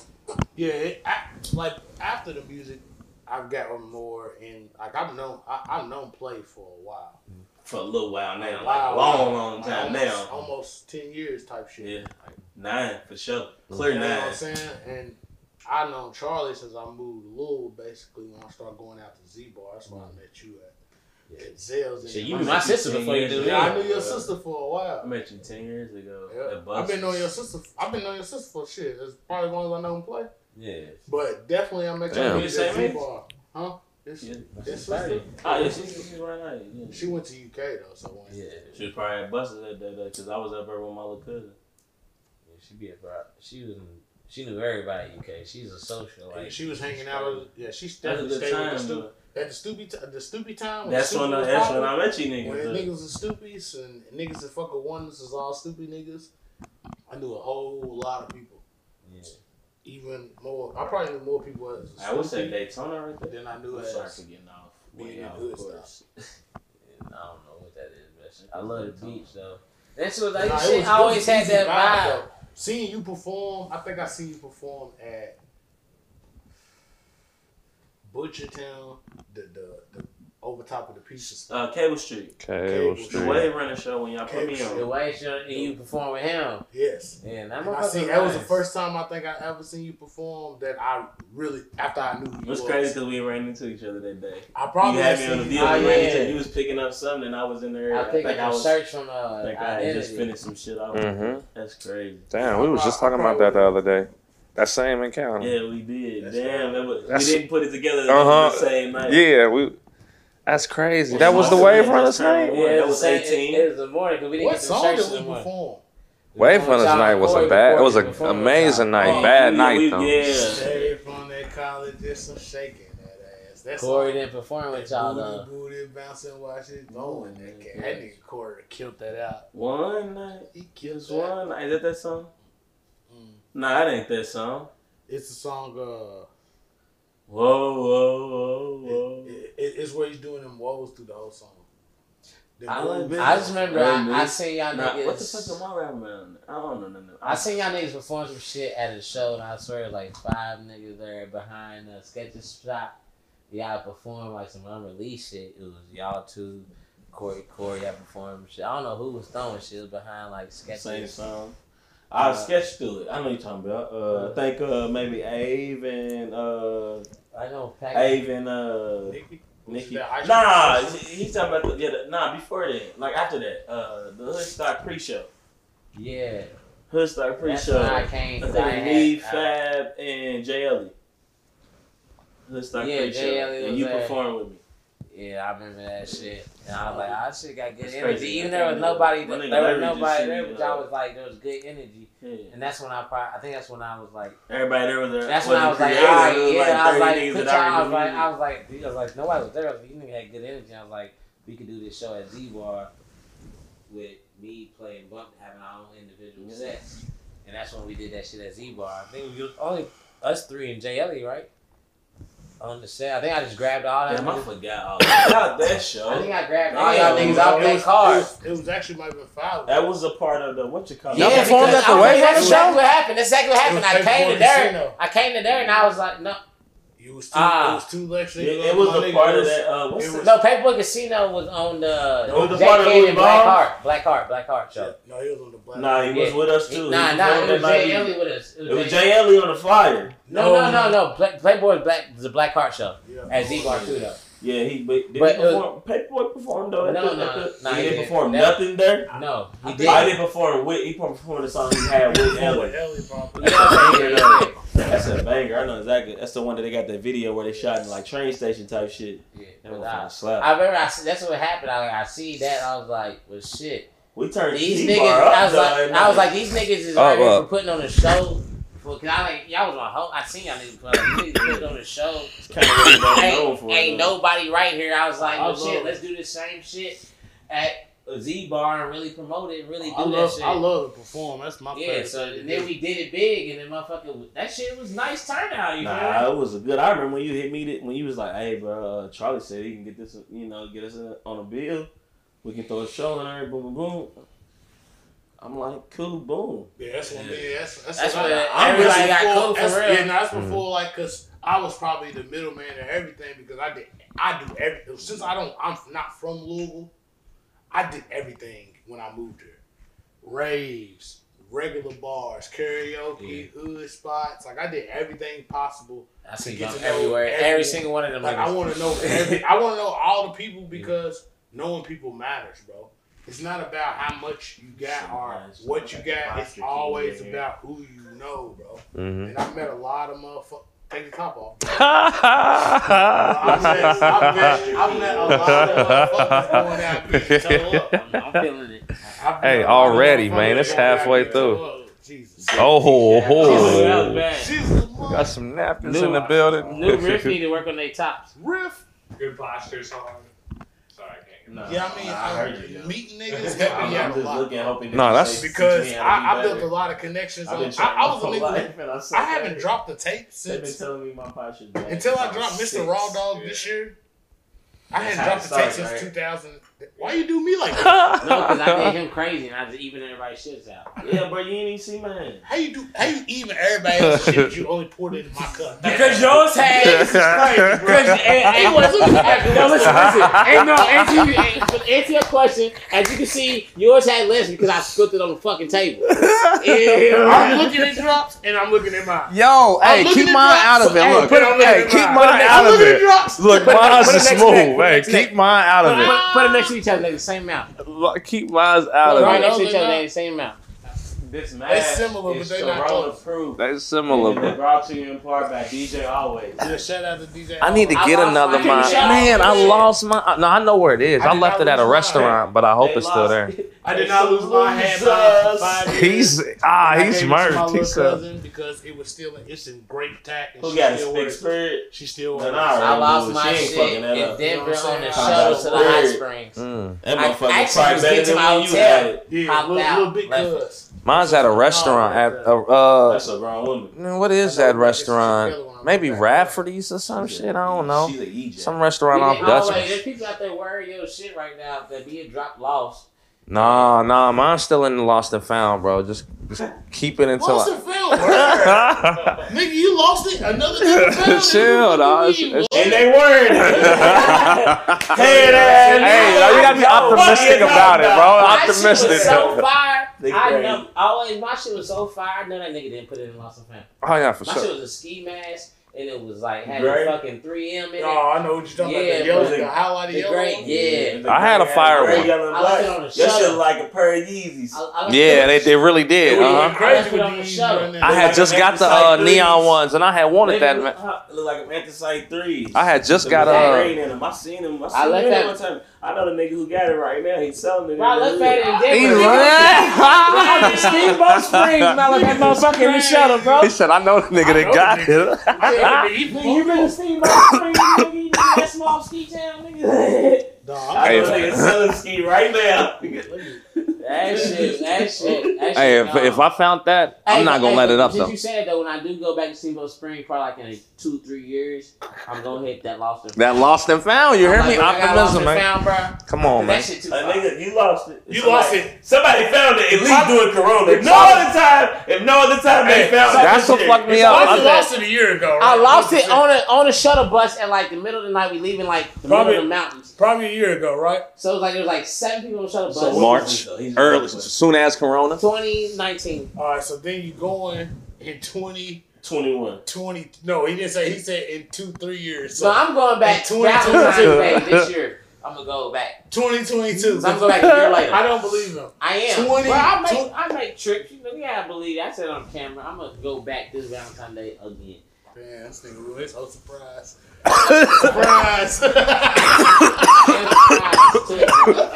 B: Yeah, it, I, like after the music, I've gotten more in. Like I've known, I, I've known play for a while,
D: for a little while now, like
B: Wow.
D: a long, long
B: Like,
D: time
B: almost,
D: now.
B: almost ten years type shit.
D: Yeah, nine for sure,
B: You
D: clear
B: know what
D: nine.
B: I'm saying? And I known Charlie since I moved to Louisville, basically when I started going out to Z Bar. That's where I met you at. At Zell's.
A: Shit,
B: in
A: you
D: I
A: knew
D: met
A: my
D: Mm. you
A: sister
D: 10
A: before you
D: years
A: knew
D: ago.
A: me.
B: yeah, I knew your
D: bro.
B: sister for a
D: I
B: while.
D: met you ten years ago.
B: Yeah.
D: at
B: I've been knowing your
D: Buster's.
B: sister. I've been knowing your sister for shit. It's probably as long as I know him play.
A: Yeah.
B: But definitely, I met you
C: Damn.
B: at
D: You the same
B: Z
D: age?
B: Bar. Huh? This,
D: Yeah.
B: this sister?
D: Oh yeah, she's, she's right now. Yeah.
B: She went to UK though, so when
A: Yeah.
D: She was probably at Buster's that day because I was up there with my little cousin.
A: She be a bro. She was in. She knew everybody in UK. She's a socialite.
B: she was hanging out. With, yeah, she
D: That's a
B: definitely
D: good
B: stayed
D: time.
B: with the
D: though.
B: Stoop. At the Stoopy, t- the Stoopy time.
D: That's
B: the
D: when
B: Stoopy
D: I,
B: was
D: that's when
B: popping,
D: I met you
B: When
D: niggas. though.
B: niggas was stoopies and niggas that fuck with oneness is all stupid niggas, I knew a whole lot of people.
A: Yeah.
B: Even more, I probably knew more people as a
D: I would say
B: Stoopy
D: Daytona right there.
B: than I knew
D: I'm
B: as.
D: sorry for getting off.
B: Being
D: Way
B: in
D: off
B: hood
D: course.
A: And I don't know what that is, but I love the beach though. And she was like,
B: Nah, it
A: she
B: was- it
A: always
B: was
A: had
B: easy
A: that vibe.
B: though. Seeing you perform, I think I seen you perform at Butchertown, the the, the over top of the pizza store.
D: Uh, Cable Street.
C: Cable
D: The
C: Street.
D: Wave Runner show when y'all put me
B: Cable
A: The
D: on.
A: way she and you perform with him.
B: Yes.
A: Yeah,
B: And
A: that
B: I
A: motherfucker
B: seen that was the
A: nice.
B: first time I think I ever seen you perform that I really after I knew who
D: It
B: you
D: was
B: was.
D: crazy because we ran into each other that day.
B: I probably
D: you had me
B: seen
D: on the
B: you-
D: deal.
A: Oh,
D: we ran into-
A: yeah.
D: You was picking up something and I was in there.
A: I picked
D: think
A: up a
D: I was,
A: shirt from
D: I
A: uh,
D: think I had
A: identity.
D: just finished some shit out.
C: Mhm.
D: That's crazy.
C: Damn, we was just talking about that the other day. That same encounter.
D: Yeah, we did.
B: That's
D: Damn, that was,
C: Mm-hmm. That's-
D: we didn't put it together
C: Uh-huh.
D: the same night.
C: Yeah, we. That's crazy.
D: Well,
C: That was the
D: Monster
C: wave
D: Man,
C: runner's
D: that's
C: night.
D: kinda what-
A: Yeah,
D: that
A: it
D: was
A: was, it-
D: 18.
A: It, it was the morning because we didn't
B: What
A: get some
B: song
A: shirts in
B: did
A: the
B: we
A: morning.
B: perform?
C: Wave runner's
A: Shout out
C: night was
A: Corey
C: a bad. It
A: Porter
C: was an
A: before the
C: amazing
A: time.
C: night.
D: Oh,
C: Bad
D: we-
C: night
D: we-
C: though.
D: Yeah.
B: Straight from that college, just some shaking that ass. That's
A: Corey
B: all.
A: didn't perform with y'all
B: Booty,
A: though.
B: booty, bouncing, watch it going. That
A: Yeah.
B: cat- that nigga Corey killed that out.
D: One night.
B: He killed
D: Just
B: that.
D: one night. Is that that song?
B: Mm.
D: Nah, that ain't that song.
B: It's the song. Uh,
D: Whoa, whoa, whoa, whoa.
B: it, it, it's where he's doing them woes through the whole song. Them
D: I
B: woes-
D: like-
A: I just remember
D: Hey,
A: I, I
D: man.
A: seen y'all
D: Nah,
A: niggas.
D: what the fuck am I rapping about? I don't know. No, no.
A: I seen y'all niggas perform some shit at a show, and I swear, like five niggas there behind the sketches shop. Y'all performed like some unreleased shit. It was y'all two, Corey, Corey. Y'all performed shit. I don't know who was throwing shit. It was behind like
D: Same
A: sketches.
D: song. I
A: Uh,
D: sketched through it. I know you're talking about. Uh, I think uh, maybe Ave and uh,
A: I know. Pac-
D: Ave and uh,
B: Nicki?
D: Nikki.
B: That ice
D: Nah,
B: cream.
D: he's talking about the, yeah, the, nah. Before that, like after that, uh, the Hoodstock pre-show.
A: Yeah.
D: Hoodstock
A: That's
D: pre-show.
A: when I
D: I
A: came.
D: think
A: 'cause I
D: it me,
A: had- I-
D: Fab, and J. Ellie. Hoodstock
A: Yeah,
D: pre-show,
A: J. Ellie
D: and
A: was
D: you
A: there.
D: performed with me.
A: yeah, I remember that shit. And I was like, I shit got good
D: That's
A: energy.
D: crazy.
A: Even there was
D: My
A: nobody.
D: nigga
A: There
D: Larry
A: was
D: just
A: nobody
D: seen
A: there,
D: me,
A: but y'all
D: uh,
A: was like, there was good energy.
D: Yeah.
A: And that's when I probably, I think that's when I was like.
D: Everybody there was there.
A: That's when I was like, all
D: creative.
A: right,
D: It was
A: yeah.
D: like
A: I was
D: 30
A: like,
D: niggas
A: put
D: that I
A: y'all- I was like,
D: already
A: I was like, I was like, nobody was there. I was like, you niggas had good energy. I was like, we could do this show at Z Bar with me playing bump, having our own individual sets, and that's when we did that shit at Z Bar. I think it was only us three and Jay Ellie, right? On the set, I think I just grabbed all that.
D: Damn, I forgot all that. About that show.
A: I think I grabbed all
D: Damn.
A: y'all niggas off
B: It
A: their
B: was- It
A: cars.
B: was, it was actually might have been five.
D: That was a part of the what you call
C: Y'all
D: it.
A: Yeah,
C: performed
A: because
C: at the
A: I-
C: Wave
A: That's
C: Runner
A: exactly what happened. That's exactly what
B: It was
A: happened. I
B: Faith
A: came to
B: Boy
A: there.
B: Casino.
A: I came to there and I was like, no,
B: You was two,
A: Ah.
B: it was two lectures.
D: It, it was a part of that. Uh, what's
B: It
D: the,
B: was-
A: No, Paperboy Casino was on the,
D: It was the
A: Jack
D: part of
A: Kennedy
D: Louis
A: Black
D: Vuitton?
A: Heart, Black Heart, Black Heart show.
B: No, he was on the black.
D: nah, he was
A: Yeah.
D: with us too.
A: Nah,
D: He
A: nah, it was
D: performed
A: Jay
D: that night.
A: Ellie with us.
D: It was Oh. Jay Ellie on the fire.
A: No, no, no, no. Pla- Playboy is Black the Black Heart show
B: Yeah.
A: at Z Bar too though.
D: Yeah, he but did
A: But,
D: he
A: uh,
D: perform? Paperboy performed though. at
A: No,
D: the- at
A: no,
D: the-
A: nah,
D: he
A: he
D: didn't
A: didn't.
D: perform
A: That-
D: nothing there.
A: No, he
D: Did.
A: did.
D: I didn't perform with. He performed the song he had with Ellie.
B: Ellie probably.
D: That's a banger. though. That's a banger. I know exactly. That's the one that they got that video where they shot in like train station type shit.
A: Yeah,
D: That
A: but
D: was
A: I,
D: fucking slap.
A: I remember. I see, that's what happened. I, I see that. I was like, well, shit.
D: We turned
A: These
D: T-Bar
A: niggas.
D: up,
A: I was like,
D: though,
A: I was
D: and-
A: like, these niggas is
C: Oh,
A: right here
C: well.
A: for putting on a show. For, Cause I like y'all was on whole. I seen y'all niggas put like, these niggas putting on a show.
D: Kinda what they known
A: ain't,
D: for,
A: ain't
D: though.
A: nobody right here. I was like,
B: I
A: well, Oh, shit,
B: love-
A: let's do the same shit at a Z bar and really promote it, and really do
B: I
A: that
B: love,
A: shit.
B: I love to perform. That's my
A: yeah,
B: favorite
A: so
B: thing to
A: and then
B: do.
A: we did it big, and then motherfucking was- that shit was nice turnout. You
D: Nah,
A: know,
D: it was a good. I remember when you hit me that when you was like, "Hey, bro, uh, Charlie said he can get this, you know, get us a, on a bill. We can throw a show in there. Boom, boom, boom." I'm like, "Cool, boom."
B: Yeah, that's when me. That's that's,
A: That's
B: when
A: when
B: I, I'm
A: everybody
B: really
A: got
B: before-
A: cooked for
B: that's-
A: real.
B: Yeah, no, that's before like, cause I was probably the middleman and everything because I did, I do everything. Since I don't, I'm not from Louisville. I did everything when I moved here. Raves, regular bars, karaoke, hood spots. Like I did everything possible.
A: I see
B: get
A: them
B: to know
A: everywhere, every
B: everyone.
A: single one of them.
B: Like
A: niggas.
B: I want to know every. I want to know all the people because knowing people matters, bro. It's not about how much you got or what you got. It's always about who you know, bro.
C: Mhm.
B: And I've met a lot of motherfuckers. Take the top off.
D: Oh,
B: I've met, I've met,
C: hey,
B: I've met a lot of motherfuckers going out being toe up.
A: I'm feeling it.
B: I've met
C: Hey,
B: a lot of
C: already,
B: motherfuckers
C: man, it's
B: going out
C: halfway
B: being toe up. Jesus.
C: Oh, ho,
A: That was
C: ho.
A: bad.
B: Jesus,
C: Got some napkins
A: Lou-
C: in the building.
A: Oh, New Riff need to work on their tops.
B: riff.
I: Good posture's hard. Sorry, I can't. get
D: Nah,
B: Yeah, I mean,
D: I heard you.
B: uh, meeting niggas
D: though.
B: helped
D: I'm,
B: me
D: I'm
B: out a
D: just
B: lot
D: looking, hoping that
C: Nah,
D: you
C: that's-
D: say
B: because
D: teach me how
B: I,
D: to
B: I
D: be
B: built a
D: better.
B: lot of connections.
D: I've
B: On,
D: been
B: I,
D: trying
B: I was a
D: my whole
B: nigga.
D: life, and I suck
B: I haven't
D: at it.
B: dropped the tape
D: They've been
B: since
D: telling me my pot should bang
B: until I
D: since
B: dropped
D: was
B: Mr.
D: six.
B: Raw Dog
I: Yeah.
B: this year. I
D: That's
B: hadn't
D: how
B: dropped
D: it
B: the tape
D: started,
B: since
D: right?
B: 2000. Why you do me like that?
A: No, because I did him crazy and I was even everybody's shits out.
D: Yeah, bro, you ain't even see mine.
B: How you do? How you even everybody else shit that you only poured into my cup?
G: Because yours had.
A: Because it, it was. No, listen, listen. And no, answer, you, and, answer your question. As you can see, yours had less because I spilled it on the fucking table.
B: I'm
A: Yeah.
B: looking at drops and I'm looking at mine.
C: Yo, hey,
B: looking
C: keep
B: at
C: mine
B: my-
C: out of it.
B: Hey,
C: Look,
B: put it on
C: hey,
B: the-
C: keep
B: I'm
C: mine out of
B: looking at
C: it.
B: drops.
C: Look,
A: Put it-
C: mine's
A: put it
C: is
A: next to that,
C: smooth.
A: put it
C: Hey,
A: next to
C: keep
A: that.
C: mine out
A: Put,
C: of it.
A: put it next to each other, they the same amount.
C: Look, Keep mine out of
A: Put it
C: it.
A: next to each other, they the same amount.
D: This mash
B: similar, but
D: is
B: they not
D: Corona
B: close.
D: proof.
C: That's
D: And
C: similar,
D: it's
C: but
D: brought to you in part by DJ Always.
B: Yeah, shout out to DJ.
C: I need to
A: I
C: get
A: lost
C: another
A: mine.
C: mine.
A: Can you
C: Man,
B: shout out
C: I
B: to it?
C: lost my. uh, No, I know where it is.
B: I
C: I
B: did
C: left
B: not
C: it at a
B: lose mine.
C: restaurant, but I hope
D: They
C: it's still
D: lost-
C: there.
B: I
D: they
B: did not lose my
D: lose
B: hand for
D: us.
B: five years.
C: He's ah,
B: I
C: he's
B: gave it to My
C: smart.
B: little
C: He's smart.
B: cousin because it was still in, it's in great tact. And
D: Who
B: she
D: got his
B: still
D: big
B: wears, it.
D: spirit?
B: She still
D: Nah,
B: wears.
D: nah,
B: it.
D: right.
A: I lost
D: She
A: my
D: ain't
A: shit
D: fucking
A: in
D: that up.
A: Denver
B: You know what
A: on
B: I'm
A: the
B: saying?
A: shuttle to the
D: Weird.
A: hot springs.
C: Mm.
D: That
A: I- I
D: motherfucker
A: actually
D: probably
A: was
D: better
A: getting
D: than
A: to my
D: when you
A: hotel.
D: had it.
B: Yeah,
A: Popped
B: little,
A: out.
B: little big
A: Left.
B: cuz.
C: Mine's at a restaurant at a, uh.
D: That's a grown woman.
C: man, What is that restaurant? Maybe Rafferty's or some
D: She's a-
C: shit. I don't know.
D: She's a EJ.
C: Some restaurant
A: Yeah,
C: off
A: oh, wait,
C: Dutchman.
A: There's people out there wearing your shit right now that being dropped lost.
C: Nah, nah, mine's still in the lost and found, bro. Just, just keep it until
B: Lost
C: I.
B: and found. word. Nigga, you lost it. Another nigga found it.
C: Chill,
B: What
C: dog.
B: do you mean,
C: It's-
B: boy?
G: And they weren't. Hey, that.
C: Hey, now you gotta be optimistic about it, bro.
A: My shit was
C: Optimistic.
A: so fire.
D: They
A: I
D: crazy.
A: know. Always, my shit was so fire. I know that nigga didn't put it in lost and found.
C: Oh yeah, for
A: My
C: sure.
A: shit was a ski mask, and it was like had
G: Great.
A: a fucking 3M in it.
B: Oh, I know what you're talking
A: Yeah,
B: about. The yellow,
D: bro.
B: the highlight of
A: the
B: yellow.
A: great,
B: one.
A: yeah.
C: I had a fire one.
A: I left it on the
D: That shit
A: shutter.
D: like a pair of Yeezys.
A: I, I left it
C: Yeah,
A: on-
C: they, they really did.
B: We
C: Uh
B: went
C: huh.
A: That's
B: crazy
A: what I'm
B: with these
A: showing.
B: right now.
C: I had just got the uh, neon ones, and I had wanted that. Man.
D: Look like anthracite threes.
C: I had just
D: The
C: got
D: black
C: uh,
D: rain in them. I seen him. I seen
A: I left
D: him
A: that-
D: one time. I know the nigga who got it right now. He's selling it.
A: Bro, I looked at it in
C: He
A: Denver.
C: lying.
A: Steamboat Springs, man. Like that motherfucker in the shuttle, bro.
C: He said, "I know the nigga that got it."
A: Nigga, you been to Steamboat Springs, nigga? You been to that small ski town, nigga?
B: Dog,
D: I know the
C: Hey,
D: nigga selling ski right now.
A: that shit, that shit, that shit.
C: hey, if, if I found that, I'm
A: Hey,
C: not gonna
A: hey,
C: let it up
A: since
C: though.
A: you said though, when I do go back to Steamboat Springs, probably like in two, three years, I'm gonna hit that Lost and
C: That lost and found. You hear
A: I'm
C: me?
A: like, I got Lost
C: Optimism,
A: and
C: man.
A: Found, bro.
C: Come on, man.
A: That shit too.
D: A
A: far.
D: nigga, you lost it.
B: You
D: Somebody-
B: lost it.
G: Somebody found it. At least
D: probably-
G: doing Corona.
D: If
G: If
D: no
G: no
D: probably-
G: other time, if no other time they
B: Hey,
G: found it.
C: That's what
G: shit.
C: fucked me
G: If
C: up.
G: I
B: I
C: I'm
G: was-
C: like-
B: lost it a year ago.
A: I
B: right?
A: lost it
B: 100%.
A: on a on a shuttle bus at like the middle of the night. We leaving like the
B: Probably-
A: middle of the mountains.
B: probably a year ago, right?
A: So it was like there was like seven people on the shuttle bus.
D: So
C: March,
D: he's just- he's just-
C: Early, soon as Corona.
A: 2019.
B: All right, so then you going in 20,
D: 21.
B: 20 No, he didn't say. He said in two, three years.
A: So
B: So
A: I'm going back
B: In 2022.
A: Valentine's Day this year. I'm gonna go back.
B: twenty twenty two.
A: So I'm going back a year later.
B: I
A: I,
B: don't believe him.
A: am.
B: 20
A: Bro, I make
B: tw-
A: I make trips. You know, you gotta believe. That. I said on camera, I'm gonna go back this Valentine's Day again.
B: Man, this nigga ruined his whole surprise. surprise.
A: And surprise, too. And surprise.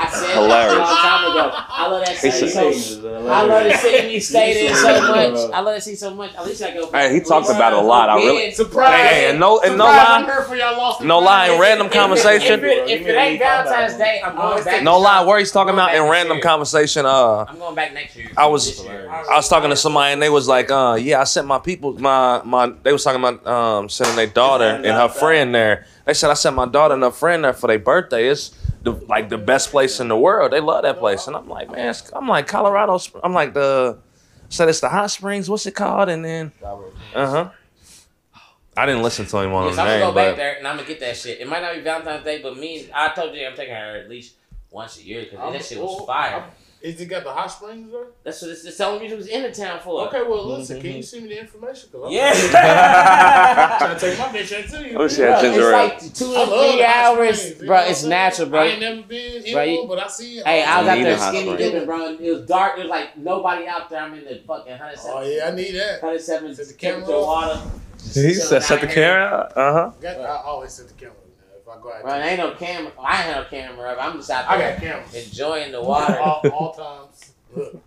A: I said that a long
C: Hilarious.
A: time ago. I love that
C: He
A: city
C: said-
A: so I love the city we stayed in so much. I love the city so much. At least I go.
C: Hey, he
A: back.
C: talked about it a lot. I really.
A: Again.
B: surprise.
C: Hey, hey, and no, and no
B: Surprise,
C: lie.
B: I'm here for y'all lost
C: No lie, in
A: If it-
C: random
A: if it- If
C: conversation.
A: it, if it ain't Valentine's Day, I'm going back.
C: No
A: to
C: lie,
A: shop.
C: where he's talking
A: I'm going
C: about in
A: back
C: random
A: this year.
C: conversation. Uh,
A: I'm going back next year.
C: I was-
A: This year.
C: I was talking to somebody and they was like, uh, yeah, I sent my people, my my. They was talking about um sending their daughter and her friend there. They said I sent my daughter and her friend there for their birthday. It's the, like the best place in the world. They love that place, and I'm like, man, it's, I'm like Colorado. Sp- I'm like the, said it's the hot springs. What's it called? And then, uh huh. I didn't listen to him on
A: Yes,
C: the
A: I'm gonna go
C: name,
A: back
C: but
A: there and I'm gonna get that shit. It might not be Valentine's Day, but me, I told you I'm taking her at least once a year because that shit was fire.
B: Is it got the hot springs there?
A: That's what it's, it's the only reason it was in the town for.
B: Okay, well
C: Mm-hmm.
B: listen, can you send me the information? 'Cause I'm
A: Yeah.
B: trying to take my bitch out to you.
C: I wish you had
A: Bruh,
C: ginger ale.
A: it's like two
B: I
A: or
B: love
A: three
B: the hot
A: hours,
B: springs, you know
A: bro.
B: what
A: It's
B: I'm
A: natural,
B: saying? I
A: bro.
B: ain't never been in
A: Bro,
B: one,
A: you-
B: but I see it.
A: Hey, I was
C: You
A: out
C: need
A: there
C: a hot
A: skinny
C: spring.
A: dipping, bro. and It was dark. There's like nobody out there. I'm in the fucking
B: Oh
A: 107,
B: yeah, I need that.
A: 107
B: Set the camera
A: temperature
B: off.
A: water.
C: he said set the camera. Uh
A: uh-huh.
C: huh.
B: Got- I always set the camera. up, If I go out,
A: Bro,
B: there.
A: there ain't no camera. I ain't have no camera up. I'm just out
B: I got
A: there
B: cameras
A: enjoying the water.
B: all, all times. Look,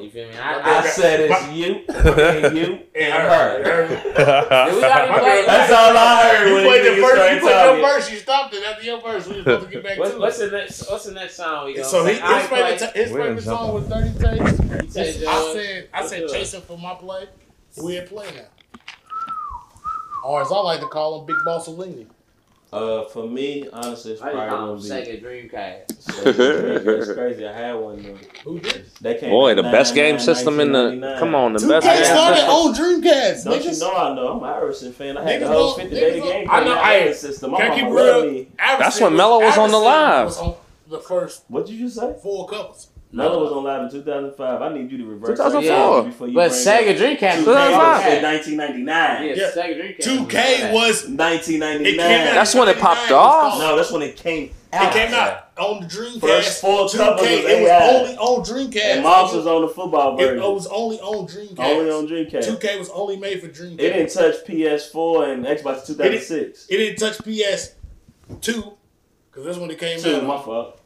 A: You feel me? I,
D: I said it's you, and you, and her.
A: I, we already
B: My
A: played. That's
B: girl-
D: That's all I heard
B: You
D: when
B: played
D: you
B: the first. You
D: niggas started
B: played your
D: talking.
B: verse. You stopped it after your verse. We was supposed to get back
A: What's,
B: to
A: what's
B: it.
A: the next? What's the next song we gonna
B: So he,
A: sing? I
B: his favorite,
A: play-
B: ta- his
C: We're in
B: favorite song was
C: something.
B: Thirty Takes.
A: you take it,
B: I
A: George.
B: said, I
A: Let's do
B: said,
A: it.
B: chasing for my play. We at play now, or as I like to call him, Big Boss Salini.
D: Uh, for me, honestly, it's
A: I just call him
D: probably gonna
A: Sega
D: be.
A: Dreamcast.
D: It's crazy. I had one. Though.
B: Who did?
D: They came
C: Boy,
D: in
C: the best game
D: 99,
C: system in the.
D: 1999.
C: Come on, the
B: Two
C: best
B: K
C: game
B: started
C: system.
B: on Dreamcast.
D: Don't
B: niggas.
D: you know I know? I'm an Iverson fan. I had
B: Niggas
D: the whole
B: don't-
D: 50
B: niggas
D: day the
B: don't-
D: game.
B: I
D: thing.
B: know-
D: had
B: hey,
D: the system.
B: Can
D: My
B: I keep
D: mama
B: real?
D: loved me.
B: Iverson
C: when
B: was-
C: Melo was on the
B: Iverson
C: live.
B: was on the first
D: What did you say?
B: four couples.
D: Melo was on live in 2005. I need you to reverse.
C: 2004.
D: that before you
A: But
D: bring
A: Sega
D: up-
A: Dreamcast
D: 2K
A: was
D: was in
A: Dreamcast.
D: 1999.
A: Yeah,
B: Yeah.
A: Sega Dreamcast.
B: Two K was. It came out.
D: 1999.
C: That's when it popped
B: 99
C: off.
B: was
D: no, that's when it came out.
B: It came out on the Dreamcast.
D: First four
B: 2K,
D: covers was
B: it was
D: AI.
B: only on Dreamcast.
D: And Moss was on the football
B: it,
D: version.
B: it was only on Dreamcast.
D: only on Dreamcast.
B: 2K was only made for Dreamcast.
D: It didn't touch PS4 and Xbox 2006.
B: It didn't touch PS two because that's when it came
D: Two,
B: out.
D: my fault.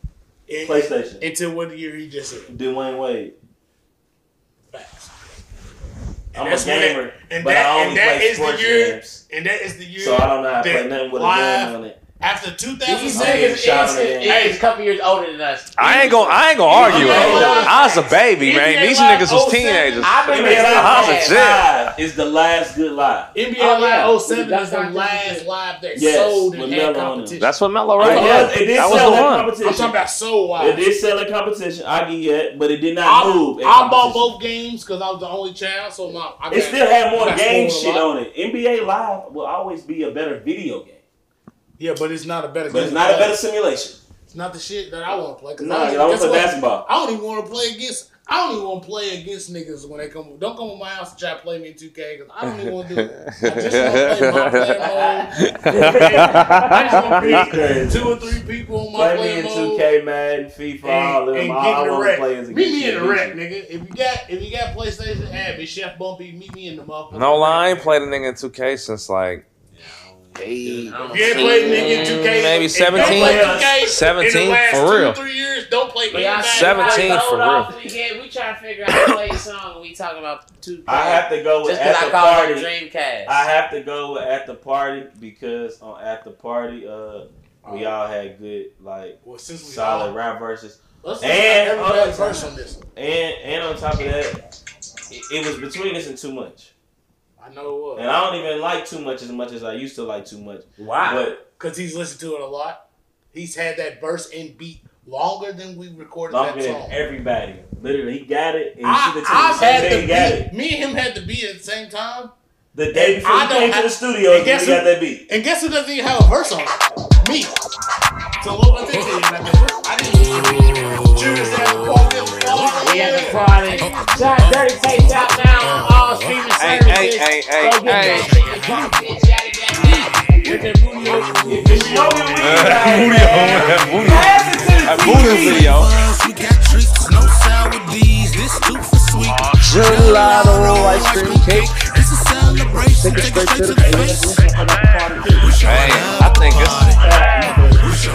B: It-
D: PlayStation.
B: Until what year he just said
D: Dwayne Wade.
B: facts.
D: I'm a
B: that's when
D: gamer,
B: it- and
D: but
B: that-
D: I
B: and
D: only
B: that
D: play
B: is the
D: sports
B: year-
D: games,
B: And that is the year.
D: so uh, I don't know how to play
B: that
D: nothing with a
B: live-
D: gun on it.
B: after
A: These
B: 2006.
D: I'm getting shot
A: niggas is,
D: in the
A: is,
D: head.
A: a couple years older than us.
C: I ain't gonna, I ain't gonna argue. I was a baby, man. These niggas was teenagers.
A: I've been
C: I
D: NBA Live
C: was a
A: missing
C: jit.
D: Live is the last good live.
B: NBA
A: Oh, yeah.
B: Live 07 is the
A: That's not
B: last
A: different.
B: live that
D: Yes,
B: sold
D: with
B: and had
D: Melo on it.
B: competition.
C: That's what Mello
D: It
C: right
D: was- It
C: here.
D: did
C: That was
D: sell
C: the
D: at
C: one.
D: competition.
B: I'm talking about sold
D: It
B: wide.
D: did sell at competition. I get that, but it did not
B: I,
D: move.
B: I
D: at
B: bought
D: competition.
B: both games because I was the only child, so my I
D: It
B: got-
D: still had more
B: got
D: game
B: spoiled a
D: shit
B: lot.
D: on it. NBA Live will always be a better video game,
B: Yeah, but it's not a better.
D: but it's
B: game
D: not
B: to
D: a
B: play.
D: better simulation.
B: It's not the shit that I want to play. 'cause
D: No,
B: I,
D: I
B: don't-
D: want
B: guess
D: to
B: what?
D: basketball.
B: I don't even want to play against. I don't even want to play against niggas when they come. Don't come to my house and try to play me in 2K because I don't even want to do it. I just want to play my player mode. I just want to be two or three people on my
D: Play me
B: player
D: in
B: mode.
D: 2K, Madden, FIFA, all of
B: and
D: them. All
B: get in
D: I
B: the
D: want to play
B: rack.
D: is
B: Meet
D: against
B: me in
D: you.
B: the rack, nigga. If you got if you got PlayStation, add me Chef Bumpy. Meet me in the motherfucker.
C: No lie, I ain't played a nigga in 2K since like
B: If you ain't played nigga in 2K,
C: Mm, Maybe
B: if you don't
C: 17?
B: play 2K in the
C: 17?
B: last
C: For
B: two,
C: real.
B: three years, don't play
A: But y'all
B: anybody.
A: see
C: Seven.
A: how
C: 17
A: it's
C: for
A: old off we get? We trying to figure out to play a song. We talking about two.
D: I have to go with
A: just because
D: at
A: I
D: the
A: call it
D: party.
A: a Dreamcast.
D: I have to go with at the party because on at the party, uh, we all had good like
B: Well, since Uh-huh. we
D: solid
B: all-
D: rap verses,
B: Let's
D: And-
B: and every bad verse on this.
D: and and on top of that, it, it was between us and too much.
B: I know what.
D: And I don't even like too much as much as I used to like too much.
B: Ah.
A: wow.
D: But
B: because he's listened to it a lot. He's had that verse and beat longer than we recorded
D: longer
B: that
D: than
B: song.
D: everybody, literally, he got it. And
B: I,
D: he should
B: I've
D: have taken the
B: had
D: same day
B: the
D: he got it.
B: beat. Me and him had the beat at the same time.
D: The day before
B: I
D: he
B: don't
D: came to
B: have-
D: the studio,
B: and
D: he
B: guess
D: got
B: who-
D: that beat.
B: And guess who doesn't even have a verse on it? Me. So what was it? I didn't even Judas had to call him.
A: We at the party. Shot dirty tapes out now on all streaming
C: Hey,
A: services.
C: hey, hey, hey,
A: Go get
C: hey.
A: that nigga drunk, bitch, yada, yada, yada. Get that booty up. Get that
D: Yo, we- we-
C: That booty video.
F: We got treats, no sour D's. This too for sweet.
C: Gelato ice cream cake.
F: It's a celebration. Take it straight to the face.
C: Hey, I think it's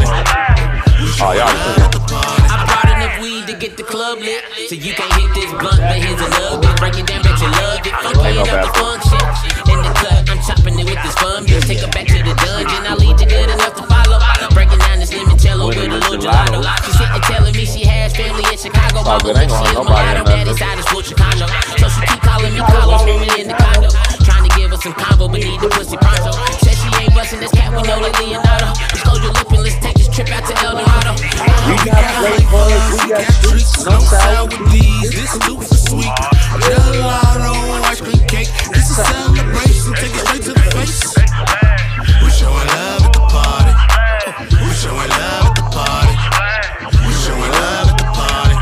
C: oh y'all.
F: I brought enough weed to get the club lit. So you can hit this blunt, but here's a little bit. Break it down, bet you loved it. Funky
C: Ain't no
F: it up the
C: bathroom.
F: function. In the club, I'm chopping it with this fun. Just take it back to the dungeon. I lead you good enough to follow. Breaking down this limoncello with a little gelato. She sitting telling me she has family in Chicago.
C: all good.
F: Mama
C: Ain't gonna
F: said she
C: nobody
F: a
C: in
F: mulatto.
C: nothing.
F: Daddy side is full Chicano. So she keep calling me Carlos, meet me in the condo. Trying to give us some convo, but need the pussy pronto. Said she ain't busting this cat, we know like Leonardo. Just close your lip and let's take this trip out to El Dorado. We got great bugs, we got treats, no sour D's. This super sweet. Gelato, ice cream cake. It's a celebration, take it straight to the face. We showing love at the party. We showing love at the party. We showing love at the party.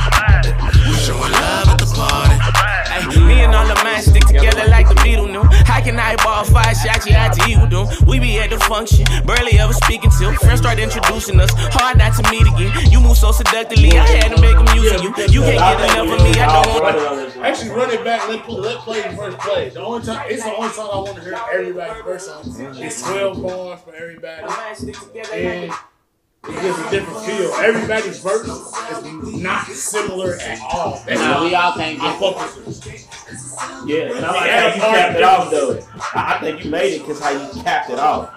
F: We showing love at the party. me and all the man stick together like the Beatles knew. How can I ball five shots? You had to eat with them. We be at the function, barely ever speaking to. Friends start introducing us, hard not to meet again. You move so seductively, I had to make them use of you. You can't get enough of me, I don't want.
B: Actually, run it back. Let play, let play the first play. The only time it's the only song I want to
G: Mm-hmm.
B: hear everybody's verse on. It's twelve bars for everybody.
A: booty up.
B: And It gives a different feel. Everybody's verse is not similar at all. That's
A: Nah, we
B: why
A: all can't
B: I
A: get
B: fuck with it.
D: Yeah, and I like
B: Yeah,
D: how you
B: Mark
D: capped it off though. I I think you made it because how you capped it off.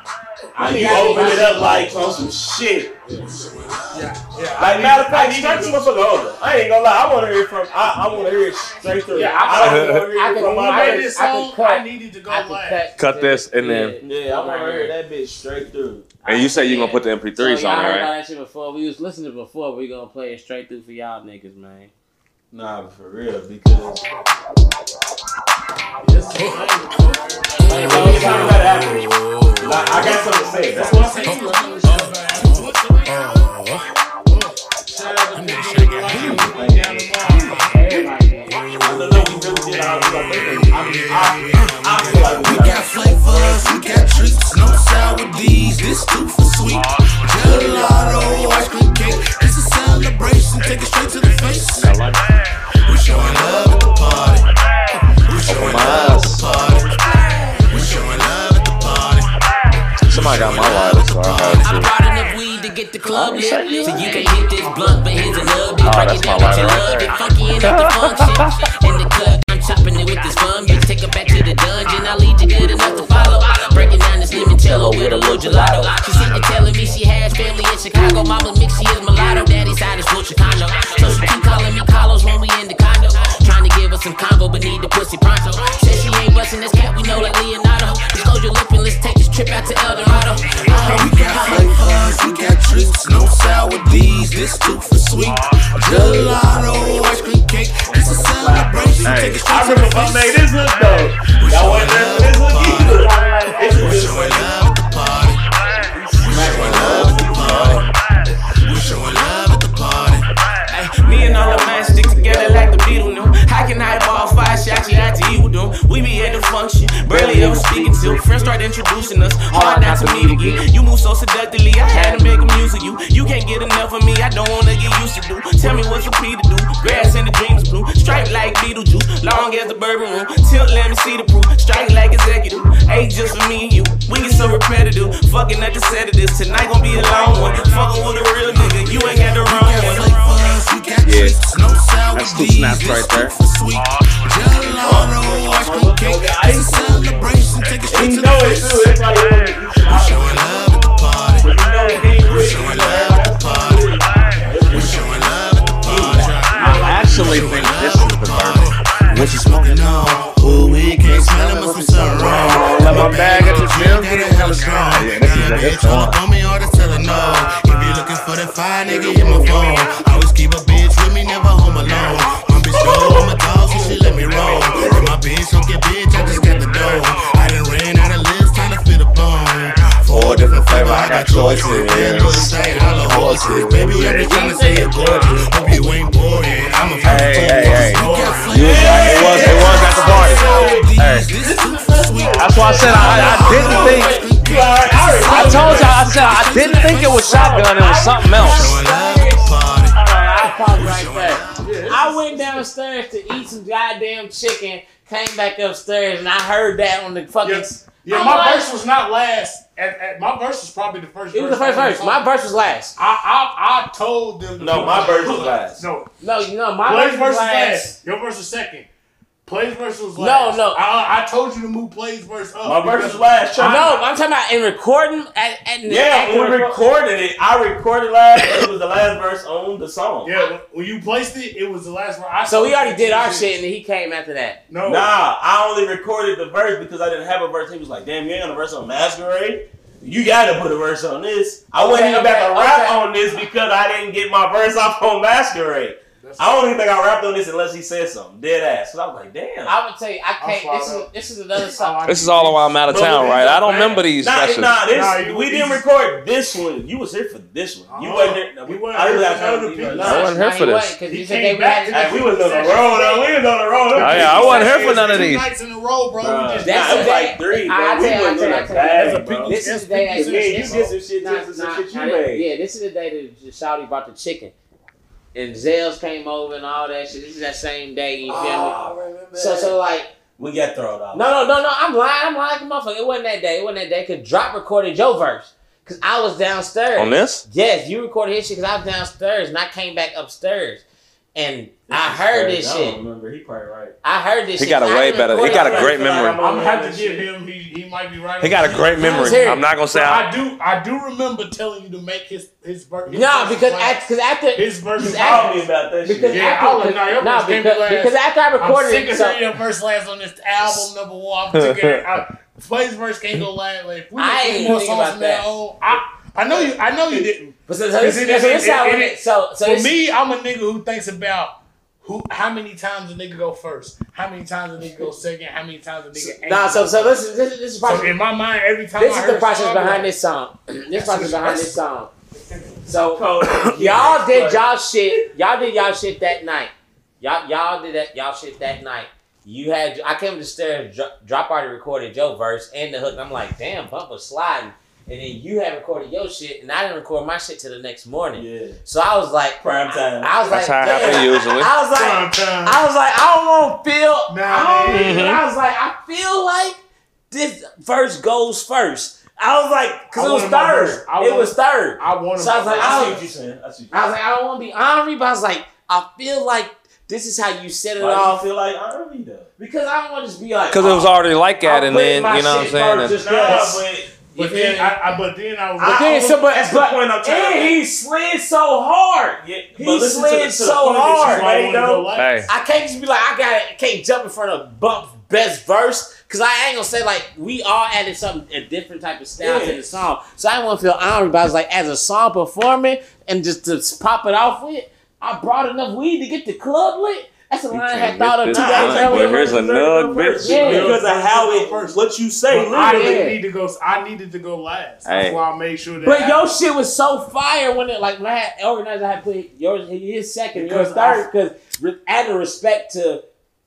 D: Like, you opened it up like on some shit.
B: Yeah, yeah.
D: Like matter of fact, start this motherfucker over. I ain't gonna lie. I want to hear from. I, I want to hear it straight through.
B: Yeah,
D: I,
B: I-
D: don't want to hear
A: I
D: it
A: could-
D: from my
A: I
B: I made
D: base.
B: this
A: I can
B: song.
A: cut.
B: I needed to go
A: I can
B: last.
A: cut,
C: Cut this and then-
D: Yeah, I want to
A: right
D: hear
A: here.
D: that bitch straight through.
C: And you say you're gonna put the MP3s
A: so Oh, y'all
C: on,
A: heard all
C: right?
A: that shit before. We was listening to it before. We gonna play it straight through for y'all niggas, man.
D: Nah, for real, because
A: Play both
D: Kinda
A: songs.
D: better after it. Like, I got something to say. That's what I'm saying. I don't know. We really did all this. I think. I mean, I, I feel like we
F: We got flavors, we got treats, no sour D's, this too for sweet. Gelato, ice cream cake, it's a celebration, take it straight to the face. We showing love at the party. We showing love at the party. We showing love at the party.
C: Somebody got my wallet, so I
F: I'm
C: heard too.
F: brought enough weed to get the club lit. So you can hit this blunt, but here's a little bit.
C: Oh,
F: Break
C: that's
F: it
C: my
F: down, but
C: lighter
F: you
C: right
F: love
C: there.
F: it. Funky and up the function. In the club, I'm chopping it with this fun. Bitch, take it back to the dungeon. I'll lead you good enough to follow. Breaking down this limoncello with a little gelato. She sitting telling me she has family in Chicago. Mama mix, she is mulatto. Daddy's side is real Chicano. So she keep calling me Carlos when we in the condo. Trying to give us some convo, but need the pussy pronto. Said she ain't busting this cat, we know like Leonardo. Just close your lip and let's take this trip out to El Dorado. Uh-huh. we got flavors, we got treats, no sour D's, this too for sweet. Gelato, ice cream cake, it's a celebration. Take it straight
G: I
F: to the
G: remember I made
F: face.
G: this look though. That wasn't that- this look either. It's
F: We
G: just-
F: showing love at the party. We showing love at the party. We showing love at the party. Ay, me and all the mine stick together like the Beatles knew. How can I ball five shots? You had to eat with them. We be at the function, barely ever speaking till friends start introducing us. Hard not to meet again. You move so seductively, I had to make a music you. You can't get enough of me. I don't wanna get used to do. Tell me what you pee to do. Grass and the dreams blue. Strike like Beetlejuice, long as the bourbon room. Tilt, let me see the proof. Strike like executive. Ain't just for me and you. We get so repetitive. Fucking at the set of this. Tonight gon' be a long one. Fucking with a real nigga. You ain't got the wrong one.
C: Yeah, that's two snaps right there.
G: And you know it too. That's why you want to do some showing love at the party. You know it ain't good. Showing love at the party.
C: I actually think this is the verdict.
H: What you smoking on? Ooh, we can't smell it, must be something wrong.
C: Let my bag at the gym,
H: That ain't hella strong.
C: Yeah, this is-
H: Nah,
C: this
H: bitch, wanna
C: one.
H: throw me or just tell her no. If you looking for that fire, nigga, hit my phone. Always keep a bitch with me, never home alone. My bitch know I'm a dog, so she let me roll. And my bitch don't get bitch, I just got the dough. I done ran out of list, time to fit a bone. Four different flavor, I got choices. Yeah, go insane, all the horses. Baby, I be trying to say it gorgeous. Hope you ain't bored, yeah, I'm a
C: Hey, hey, hey.
H: hey.
C: You was right. It was, it was at the party. Hey,
H: That's why I said I, I didn't think.
C: I told y'all, I said I didn't think it was shotgun. It was something else.
A: I parked right there. I went downstairs to eat some goddamn chicken, came back upstairs, and I heard that on the fucking.
B: Yes. Yeah,
A: I'm
B: my
A: like-
B: verse was not last. At, at, my verse was probably the first.
A: It was the first
B: on
A: verse. My verse was last.
B: I, I I told them. to
D: No,
B: do
D: my
B: it.
D: verse was last.
B: No,
A: No, you know my
B: plays
A: verse was
B: versus
A: last.
B: last. Your verse was second. Plays verse was last.
A: no.
B: I, I told you to move plays verse up.
D: My verse
B: because-
D: was last. Trey.
A: No, I'm talking about in recording at, at
D: Yeah,
A: at
D: we recorded it. I recorded last. It was the last verse on the song.
B: Yeah, when- when you placed it, it was the last one. I
A: So we
B: told
A: already
B: you
A: did our
B: to-
A: shit, and then he came after that.
B: No,
D: Nah, I only recorded the verse because I didn't have a verse. He was like, "Damn, you ain't got a verse on Masquerade. You gotta put a verse on this." I wasn't
A: Okay,
D: even about to
A: okay,
D: rap
A: okay.
D: on this because I didn't get my verse off on Masquerade. I don't even think I rapped on this unless he said something dead ass. Cause I was like, "Damn."
A: I would tell you, I
B: I'm
A: can't. This
B: fired
A: is, this is another song.
C: This is all while I'm out of town, right? I don't remember these
D: Nah,
C: sessions.
D: nah, this,
B: Nah, you-
D: we
B: you
D: didn't
B: just-
D: record this one. You was here for this one. You
B: Uh-huh.
D: wasn't here. no,
B: We
D: we,
B: weren't
D: I
B: here
D: didn't
B: for
D: have time
B: other
D: to be
B: people.
D: like,
A: No,
C: I wasn't here
A: no,
C: for
A: he
C: this.
A: wasn't, 'cause
B: He
A: you said
B: came
A: they were
B: back to
A: having-
D: Hey, we was on the road. though. We was on the road.
C: Oh, yeah, I wasn't here for none of
B: Two
C: these.
B: nights in a row, bro.
D: Nah,
B: we
A: That's
B: just
D: nah, it was
A: the
D: like
A: day-
D: three, bro.
A: I- I tell
D: we
A: you, I
D: wasn't
A: tell
D: on
A: you, I
D: a
A: tell you.
D: bag,
B: That's a
D: bro.
B: big-
A: This is the day that
B: That's
D: Man, you did
B: big-
A: this-
D: some shit,
A: Nah,
D: just some
A: nah,
D: shit you
A: nah, that-
D: made.
A: Yeah, this is the day that Shouty brought the chicken. And Zales came over and all that shit. This is that same day, you feel
D: Oh, I remember
A: me? So,
D: that.
A: so like,
D: we got thrown out.
A: no, no, no, no, I'm lying, I'm lying, like a motherfucker. It wasn't that day, it wasn't that day, because Drop recorded your verse. because I was downstairs.
C: On this?
A: Yes, you recorded his shit because I was downstairs and I came back upstairs. And I
K: is
A: heard
K: crazy.
A: this
K: I
A: shit.
K: don't remember. He probably right.
A: I heard this
C: He
A: shit.
C: got a
A: I
C: way
A: haven't
C: better- he
A: recorded
C: got a
A: it.
C: great memory.
D: I'm
B: I'm gonna
D: gonna
B: have to give him. He, he might be right.
C: He
B: on
C: got a
B: that.
C: great memory.
A: serious.
C: I'm not gonna say
B: But
C: I,
B: I do. I do remember telling you to make his his birthday.
A: No, because at, cause after.
B: his
A: because
B: birthday.
A: after-
D: Tell me about that shit.
A: Because
B: Yeah,
A: after,
B: I was like,
A: cause-
B: nah, your
A: no,
B: verse came
A: because,
B: last.
A: because after I
B: I'm
A: recorded
B: sick
A: it,
B: of
A: so
B: hearing your verse last on this album number one. I'm sick of it. I- Flay's verse can't go last. Like, if we
A: I
B: make
A: ain't
B: any more
A: think
B: songs
A: about
B: from that
A: that.
B: on, I I know you. I know you didn't.
A: But so, so this,
B: Is it-
A: so
B: is it-
A: this how
B: is
A: it,
B: it-
A: so so
B: For
A: this,
B: me, I'm a nigga who thinks about. Who? How many times a nigga go first? How many times a nigga go second? How many times a nigga? ain't
A: nah.
B: go
A: So so
B: first?
A: this is this, is- this is
B: So
A: probably
B: in my mind, every time
A: this
B: I
A: is
B: heard
A: the process
B: song,
A: behind
B: like,
A: this song. This process behind this song. So
D: Cole,
A: y'all did y'all shit. Y'all did y'all shit that night. Y'all y'all did that y'all shit that night. You had I came to stairs. Dro- Drop already recorded your verse and the hook. And I'm like, damn, bump was sliding. And then you had recorded your shit, and I didn't record my shit till the next morning.
K: Yeah.
A: So I was like,
K: Prime time.
A: I was
C: That's
A: like,
C: how it happens
A: damn.
C: usually.
A: I was like,
B: prime time.
A: I was like, I don't want to feel. I, don't,
B: Nah,
A: I was like, I feel like this verse goes first. I was like, cause
B: I
A: it was
B: wanted my
A: third.
B: verse. I
A: It
B: wanted-
A: was third.
B: I want
A: So I was like,
K: I
A: I
K: see
A: was,
K: what you're saying. I see what
A: I was like, I don't want to be honorary, but I was like, I feel like this is how you set it
K: you're saying. Why
A: off
K: do you feel like honorary though?
A: because I don't want to just be like,
C: because it was
A: oh,
C: already like that,
A: I'm
C: and then
A: putting my
C: you know what I'm
A: shit
C: saying.
A: first, just
D: nah,
A: cause.
D: but
B: But
A: You feel
B: then
A: me?
B: I, I but then I was. "Oh,
A: But then, so, but,
D: that's the
A: but,
D: point I'm trying to
A: and
D: make.
A: he slid so hard.
D: yeah,
A: He
D: but listen to the-
A: slid
D: to the
A: so
D: point that you
A: hard.
D: made,
B: I wanna
D: though.
B: go last.
C: Hey,
A: I can't just be like, I got it. Can't jump in front of bump best verse because I ain't gonna say like we all added something a different type of style to
D: Yeah.
A: the song. So I didn't want to feel honored, but I was like, as a song performing and just to pop it off with, I brought enough weed to get the club lit. That's a line I had thought of two days
C: but
A: earlier.
C: here's a nug, bitch.
A: Yeah.
D: Because of how it, what you say,
B: But I
D: literally.
B: didn't need to go. I needed to go last.
C: Hey.
B: That's why I made sure that.
A: But
B: I-
A: your shit was so fire when it like when I had organized, I had put yours his second,
B: Because
A: yours third, because re- out of respect to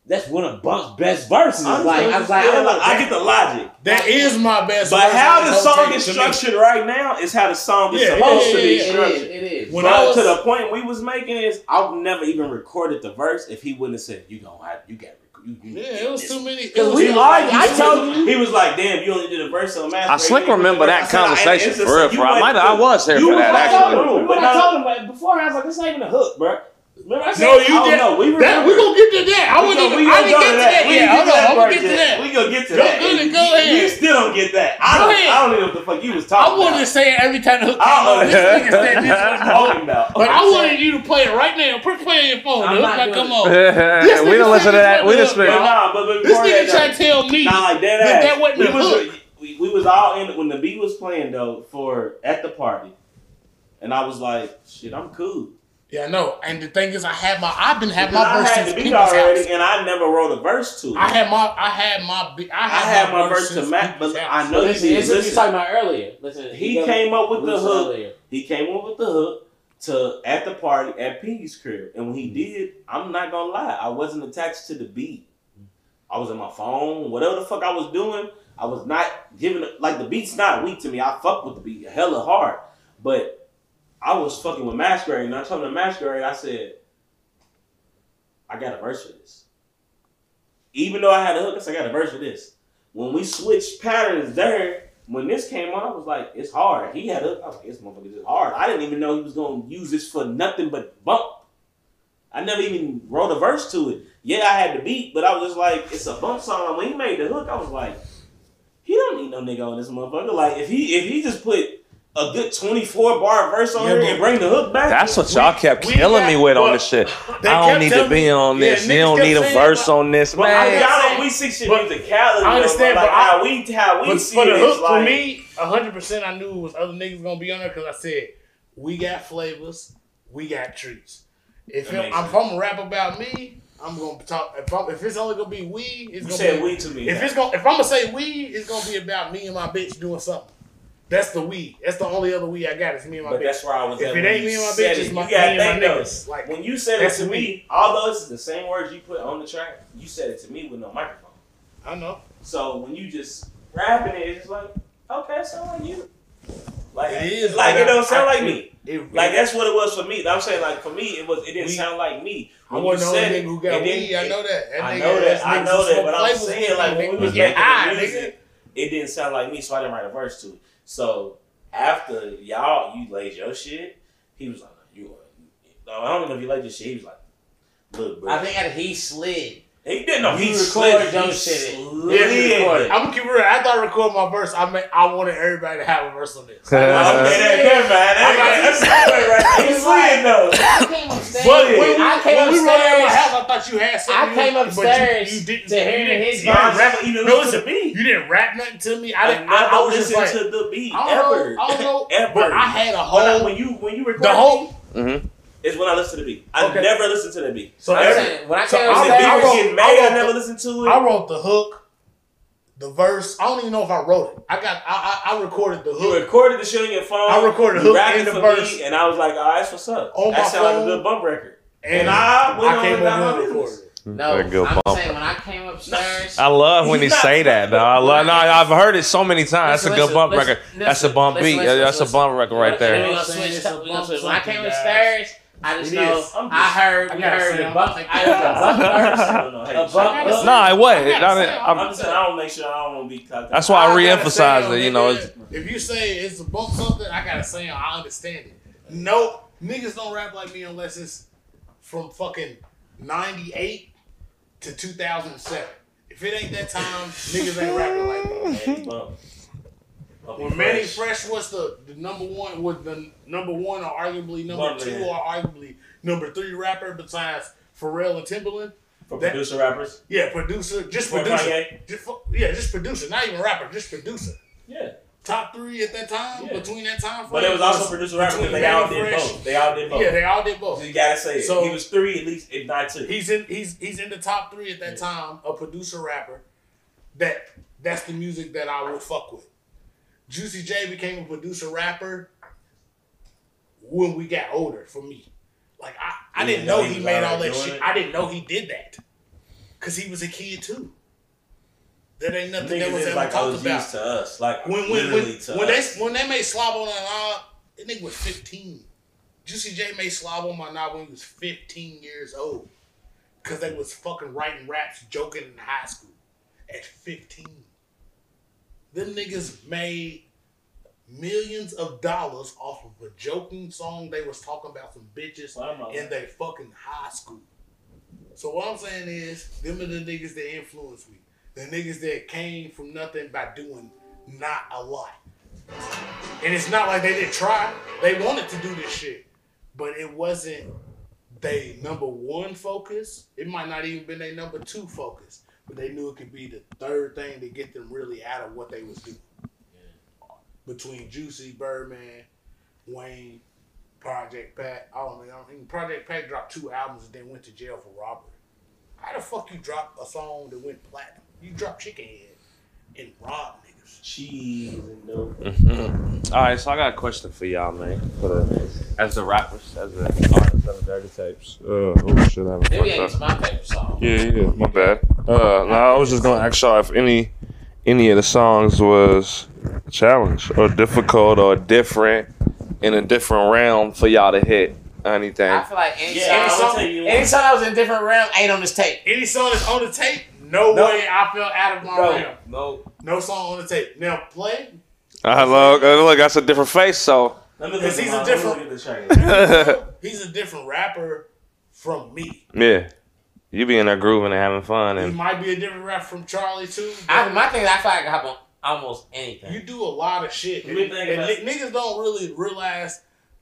A: that's one of Bump's best verses.
K: I
A: Like I was
K: understand.
A: like, I was like,
D: I get the logic.
B: That is my best.
D: But
B: verse
D: how
B: on
D: the
B: whole
D: song
B: tape
D: is
B: to me.
D: structured right now is how the song is
B: Yeah,
D: supposed
B: yeah,
D: to be
B: yeah, yeah,
D: structured.
A: it is.
B: When I
D: but
B: was
D: to the point we was making is I've never even recorded the verse if he wouldn't have said you gonna have you got you, you
B: yeah, it was too many. it
A: Because
B: was-
A: we
B: it was-
A: argued. I
B: it was-
A: told you.
D: He was like, "Damn, you only did a verse on Master."
C: I slick remember that conversation for real. For I might, I was here
D: You
C: for
D: was
C: that
D: like,
C: actually.
D: "Oh,
A: But
D: but
A: I
D: now-
A: told him like, before, I was like, this ain't even a hook, bro. Remember I said,
B: No, you
D: Oh,
B: did.
D: no, we
B: That,
D: remember.
B: we gonna get to that. I
D: We
B: wouldn't
D: gonna- we
B: even. I
D: gonna
B: didn't
D: go
B: get
D: to
B: to
D: that.
B: that.
D: We
B: Yeah,
D: gonna
B: hold
D: get
B: on. I'm gonna
D: part
B: get to
D: yet.
B: that.
D: We gonna get to
B: Go
D: that.
B: ahead,
D: You-
B: go ahead.
D: You still don't get that. I
B: Go
D: don't.
B: ahead.
D: I don't even know what the fuck you was talking
B: I
D: about.
B: wanted to say it every time the hook came
D: I
B: on.
D: don't
B: This nigga said this
D: know
B: was-
D: what talking about.
B: But I wanted you to play it right now. Put play it on your phone.
A: I'm
B: the
A: not
B: hook
A: doing
B: might come
A: it.
B: on.
C: we
B: This nigga
C: didn't listen
B: said
C: to that.
B: this
C: We just
B: wasn't
D: But
B: Bro,
C: spent.
D: nah, but but
B: This
D: before
B: nigga
D: that,
B: trying to tell me.
D: Nah, like that
B: But
D: ass.
B: that wasn't
D: we
B: a
D: was,
B: hook.
D: We, we was all in when the beat was playing though for at the party, and I was like, "Shit, I'm cool."
B: Yeah, I know. And the thing is, I had my. I've been having
D: Because
B: my
D: I
B: verse
D: had
B: since
D: the beat
B: people's
D: already,
B: house.
D: and I never wrote a verse to it.
B: I had my. I had my. be- I
D: I
B: had,
D: had my verse to
B: since
D: Matt, but
B: people's house.
D: I know you
A: Listen,
D: did.
A: this is what you
D: Listen,
A: talking about earlier. Listen,
D: he
A: goes-
D: came up with the
A: listen
D: hook.
A: earlier.
D: He came up with the hook to at the party at Piggy's crib, and when he did, I'm not gonna lie, I wasn't attached to the beat. I was on my phone, whatever the fuck I was doing. I was not giving a- like the beat's not weak to me. I fuck with the beat hella hard, but I was fucking with Masquerade, and I told him to Masquerade, I said, I got a verse for this. Even though I had a hook, I said, I got a verse for this. When we switched patterns there, when this came on, I was like, it's hard. He had a hook. I was like, this motherfucker is hard. I didn't even know he was going to use this for nothing but bump. I never even wrote a verse to it. Yeah, I had the beat, but I was just like, it's a bump song. When he made the hook, I was like, he don't need no nigga on this motherfucker. Like, if he if he just put a good 24 bar verse on
B: Yeah,
D: here
B: but-
D: and bring the hook back,
C: That's what y'all kept
B: we
C: killing
B: got-
C: me with on
B: well,
C: this shit.
B: they
C: I don't
B: kept
C: need to
B: telling
C: be
B: me-
C: on
B: yeah,
C: this.
B: niggas
C: you don't
B: kept
C: need a
B: saying,
C: verse
B: but-
C: on this,
D: But I
C: man.
D: got on we six shit
B: But-
D: musicality.
B: I understand,
D: though, like,
B: but I-
D: how we how we
B: But
D: see
B: for the
D: it
B: hook,
D: is like,
B: for me, hundred percent, I knew it was other niggas gonna be on there because I said we got flavors, we got treats. If,
D: That
B: I'm,
D: makes
B: if
D: sense.
B: I'm gonna rap about me, I'm gonna talk. If, I'm, if it's only gonna be weed, it's
D: You
B: gonna
D: said
B: be
D: we to me.
B: If it's gonna, if I'm gonna say weed, it's gonna be about me and my bitch doing something. That's the weed. That's the only other weed I got. Is me and my
D: but
B: bitch.
D: that's where I was.
B: If it
D: at when
B: ain't
D: you
B: me and my
D: said
B: bitch,
D: it.
B: it's my-
D: You gotta
B: me and my
D: think, though,
B: niggas. Like,
D: when you said it
B: that's
D: to
B: me.
D: me, although it's the same words you put on the track, you said it to me with no microphone.
B: I know.
D: So when you just rapping it, it's just like okay, it sound like you. Like
B: It is,
D: like
B: but
D: it don't
B: I-
D: sound
B: I-
D: like me.
B: It,
D: Like that's what it was for me. I'm saying like for me, it was it didn't
B: We-
D: sound like me.
B: I
D: When
B: wasn't
D: you
B: the
D: said
B: only
D: it,
B: nigga who got
D: and then-
B: weed. I know that.
D: I know that. I know that. But I'm saying, like, when we was
C: Yeah.
D: making the
B: Ah,
D: music, it didn't sound like me, so I didn't write a verse to it. So
G: after y'all you laid your shit, he was like, "You, you no, I don't even know if you laid your shit." He was like, "Look, bro,
A: I think that he slid.
G: he didn't know he
A: you
G: slid.
A: recorded your
G: He
A: shit.
G: slid.
A: Yeah, you recorded.
B: I'm gonna keep it real. After I record my verse, I may, I wanted everybody to have a verse on this.
G: I'm
C: Uh,
G: dead ass, man. That's- that's right, right. He
A: It's like-
G: slid though.
A: I came upstairs.
B: But when, we-
A: I came
B: when we rolled out of my
A: upstairs.
B: house, I thought you had
A: I
B: something.
A: came
B: but you-
A: upstairs
B: You, didn't.
A: to
B: you
A: hear
B: didn't,
A: his
B: you didn't
A: verse.
B: rap,
G: even
B: no,
G: listen
B: listen,
G: to me.
B: you didn't rap nothing to me. I
G: I,
B: didn't. I, I, was just
G: listen
B: like,
G: to the beat
B: I don't
G: ever.
B: know. I don't know.
G: Ever.
B: But I had a
G: When I-
B: whole.
G: when you when you record
B: The whole.
C: mhm.
G: is when I listen to the beat. I
B: Okay.
G: never listen to the beat.
B: So
A: I'm
B: every,
A: saying, when I
B: So
A: came
B: I
G: If the
B: wrote-
G: beat
A: upstairs,
B: I
G: was
B: wrote-
G: getting
B: I
G: made,
B: wrote
G: I never
B: the-
G: listen to it.
B: I wrote the hook, the verse. I don't even know if I wrote it. I got. I I, I recorded the
G: You
B: hook.
G: recorded the shit on your phone.
B: I recorded
G: you
B: hook
G: rapped
B: and
G: it
B: the
G: for
B: verse.
G: Me, and I was like, all right, that's what's up.
B: On
G: that
B: my
G: sound like a
B: phone.
G: good bump record.
B: And
G: I went on
B: I came
G: and got
B: over
G: my
B: and
G: business.
B: recorded. it.
C: That
A: no,
C: good
A: I'm
C: bump.
A: saying when I came upstairs,
C: I love when he
G: He's not-
C: say that though. I love. No, I've heard it so many times. That's a
A: Listen,
C: good
A: listen,
C: bump
A: listen,
C: record.
A: listen,
C: That's a bump
A: listen,
C: beat.
A: listen,
C: That's a
A: listen.
C: bump record right
A: And
C: there.
A: we gonna
B: Saying
A: switch
B: it's
A: up-
B: a
A: we gonna
B: bump
A: switch. When I came
B: something,
A: upstairs, I just
B: It
A: know
B: is.
G: I'm just-
A: I heard
B: I
A: we
B: gotta
A: heard
B: say,
A: the
B: I'm
A: bump.
B: like-
A: I heard the bump verse.
G: I don't know, hey,
A: A bump-
G: shit.
A: listen.
C: No, it wasn't.
A: I gotta
C: I didn't-
A: say,
C: I'm-
G: I'm just saying, I don't make sure I don't want to be cocked.
C: That's why I
B: gotta
C: re-emphasize
B: say,
C: it. You know,
B: nigga,
C: it's,
B: if you say it's a bump something, I gotta say I understand it. Nope, niggas don't rap like me unless it's from fucking '98 to 2007. If it ain't that time, niggas ain't rapping like me.
G: Manny Bump. Bump
B: When
G: is
B: Manny
G: fresh.
B: Fresh was the, the number one, was the number one or arguably number
G: Bump
B: two
G: man.
B: or arguably number three rapper besides Pharrell and Timbaland.
G: for
B: that-
G: producer rappers,
B: Yeah, producer, just
G: for
B: producer,
G: Kanye,
B: just, fu- yeah, just producer, not even rapper, just producer.
G: yeah.
B: Top three at that time,
G: Yeah.
B: between that time frame.
G: But it was also producer rappers because
B: between
G: they all
B: Manny
G: did
B: Fresh-
G: both. They all did both.
B: Yeah, they all did both.
G: You gotta say it.
B: So-
G: he was three at least, if not two.
B: He's in he's he's in the top three at that
G: Yeah.
B: time, a producer rapper. That that's the music that I would fuck with. Juicy J became a producer rapper when we got older for me. Like I, I
G: You didn't
B: didn't
G: know
B: know
G: he
B: he
G: was
B: made all
G: already
B: that
G: doing
B: shit.
G: it?
B: I didn't know he did that. Cause he was a kid too. That ain't nothing that
G: Niggas
B: was
G: is
B: ever
G: like
B: talked
G: OGs
B: about.
G: to us, like
B: when when when,
G: literally to
B: when they
G: us.
B: when they made slob on my knob, that nigga was fifteen. Juicy J made slob on my knob when he was fifteen years old, cause they was fucking writing raps, joking in high school at fifteen. Them niggas made millions of dollars off of a joking song they was talking about some bitches
G: Well, I'm not-
B: in their fucking high school. So what I'm saying is, them are the niggas that influenced me. The niggas that came from nothing by doing not a lot. And it's not like they didn't try. They wanted to do this shit. But it wasn't they number one focus. It might not even been their number two focus. But they knew it could be the third thing to get them really out of what they was doing. Between Juicy, Birdman, Wayne, Project Pat. I don't know. I mean, Project Pat dropped two albums and then went to jail for robbery. How the fuck you drop a song that went platinum? You drop Chicken Head and rob niggas.
G: cheese and dope.
C: All right, so I got a question for y'all, man. For the, as the rappers, as the artists of the dirty tapes. Uh, oh shit, I haven't
A: Maybe I used my favorite song.
C: Yeah, yeah, my bad. Uh, no, I was just gonna ask y'all if any any of the songs was a challenge or difficult or different in a different realm for y'all to hit or anything.
A: I feel like any
G: Yeah,
A: song,
G: I'm gonna tell you one.
A: any song that was in a different realm ain't on this tape.
B: Any song that's on the tape, no,
G: No.
B: way I fell out of my
G: No.
B: realm.
A: No,
B: No song on the tape. Now play.
C: I look, uh, look, that's a different face. So
G: Let me
B: Cause
G: look at
B: he's a
G: my-
B: different-
G: let me look at the track.
B: He's a different rapper from me.
C: yeah, you be in there grooving and having fun,
B: He
C: and
B: might be a different rapper from Charlie too. but
A: I, my thing is I feel like I can hop on almost anything.
B: you do a lot of shit.
G: Let me
B: And-
G: think
B: and
G: about-
B: ni- niggas don't really realize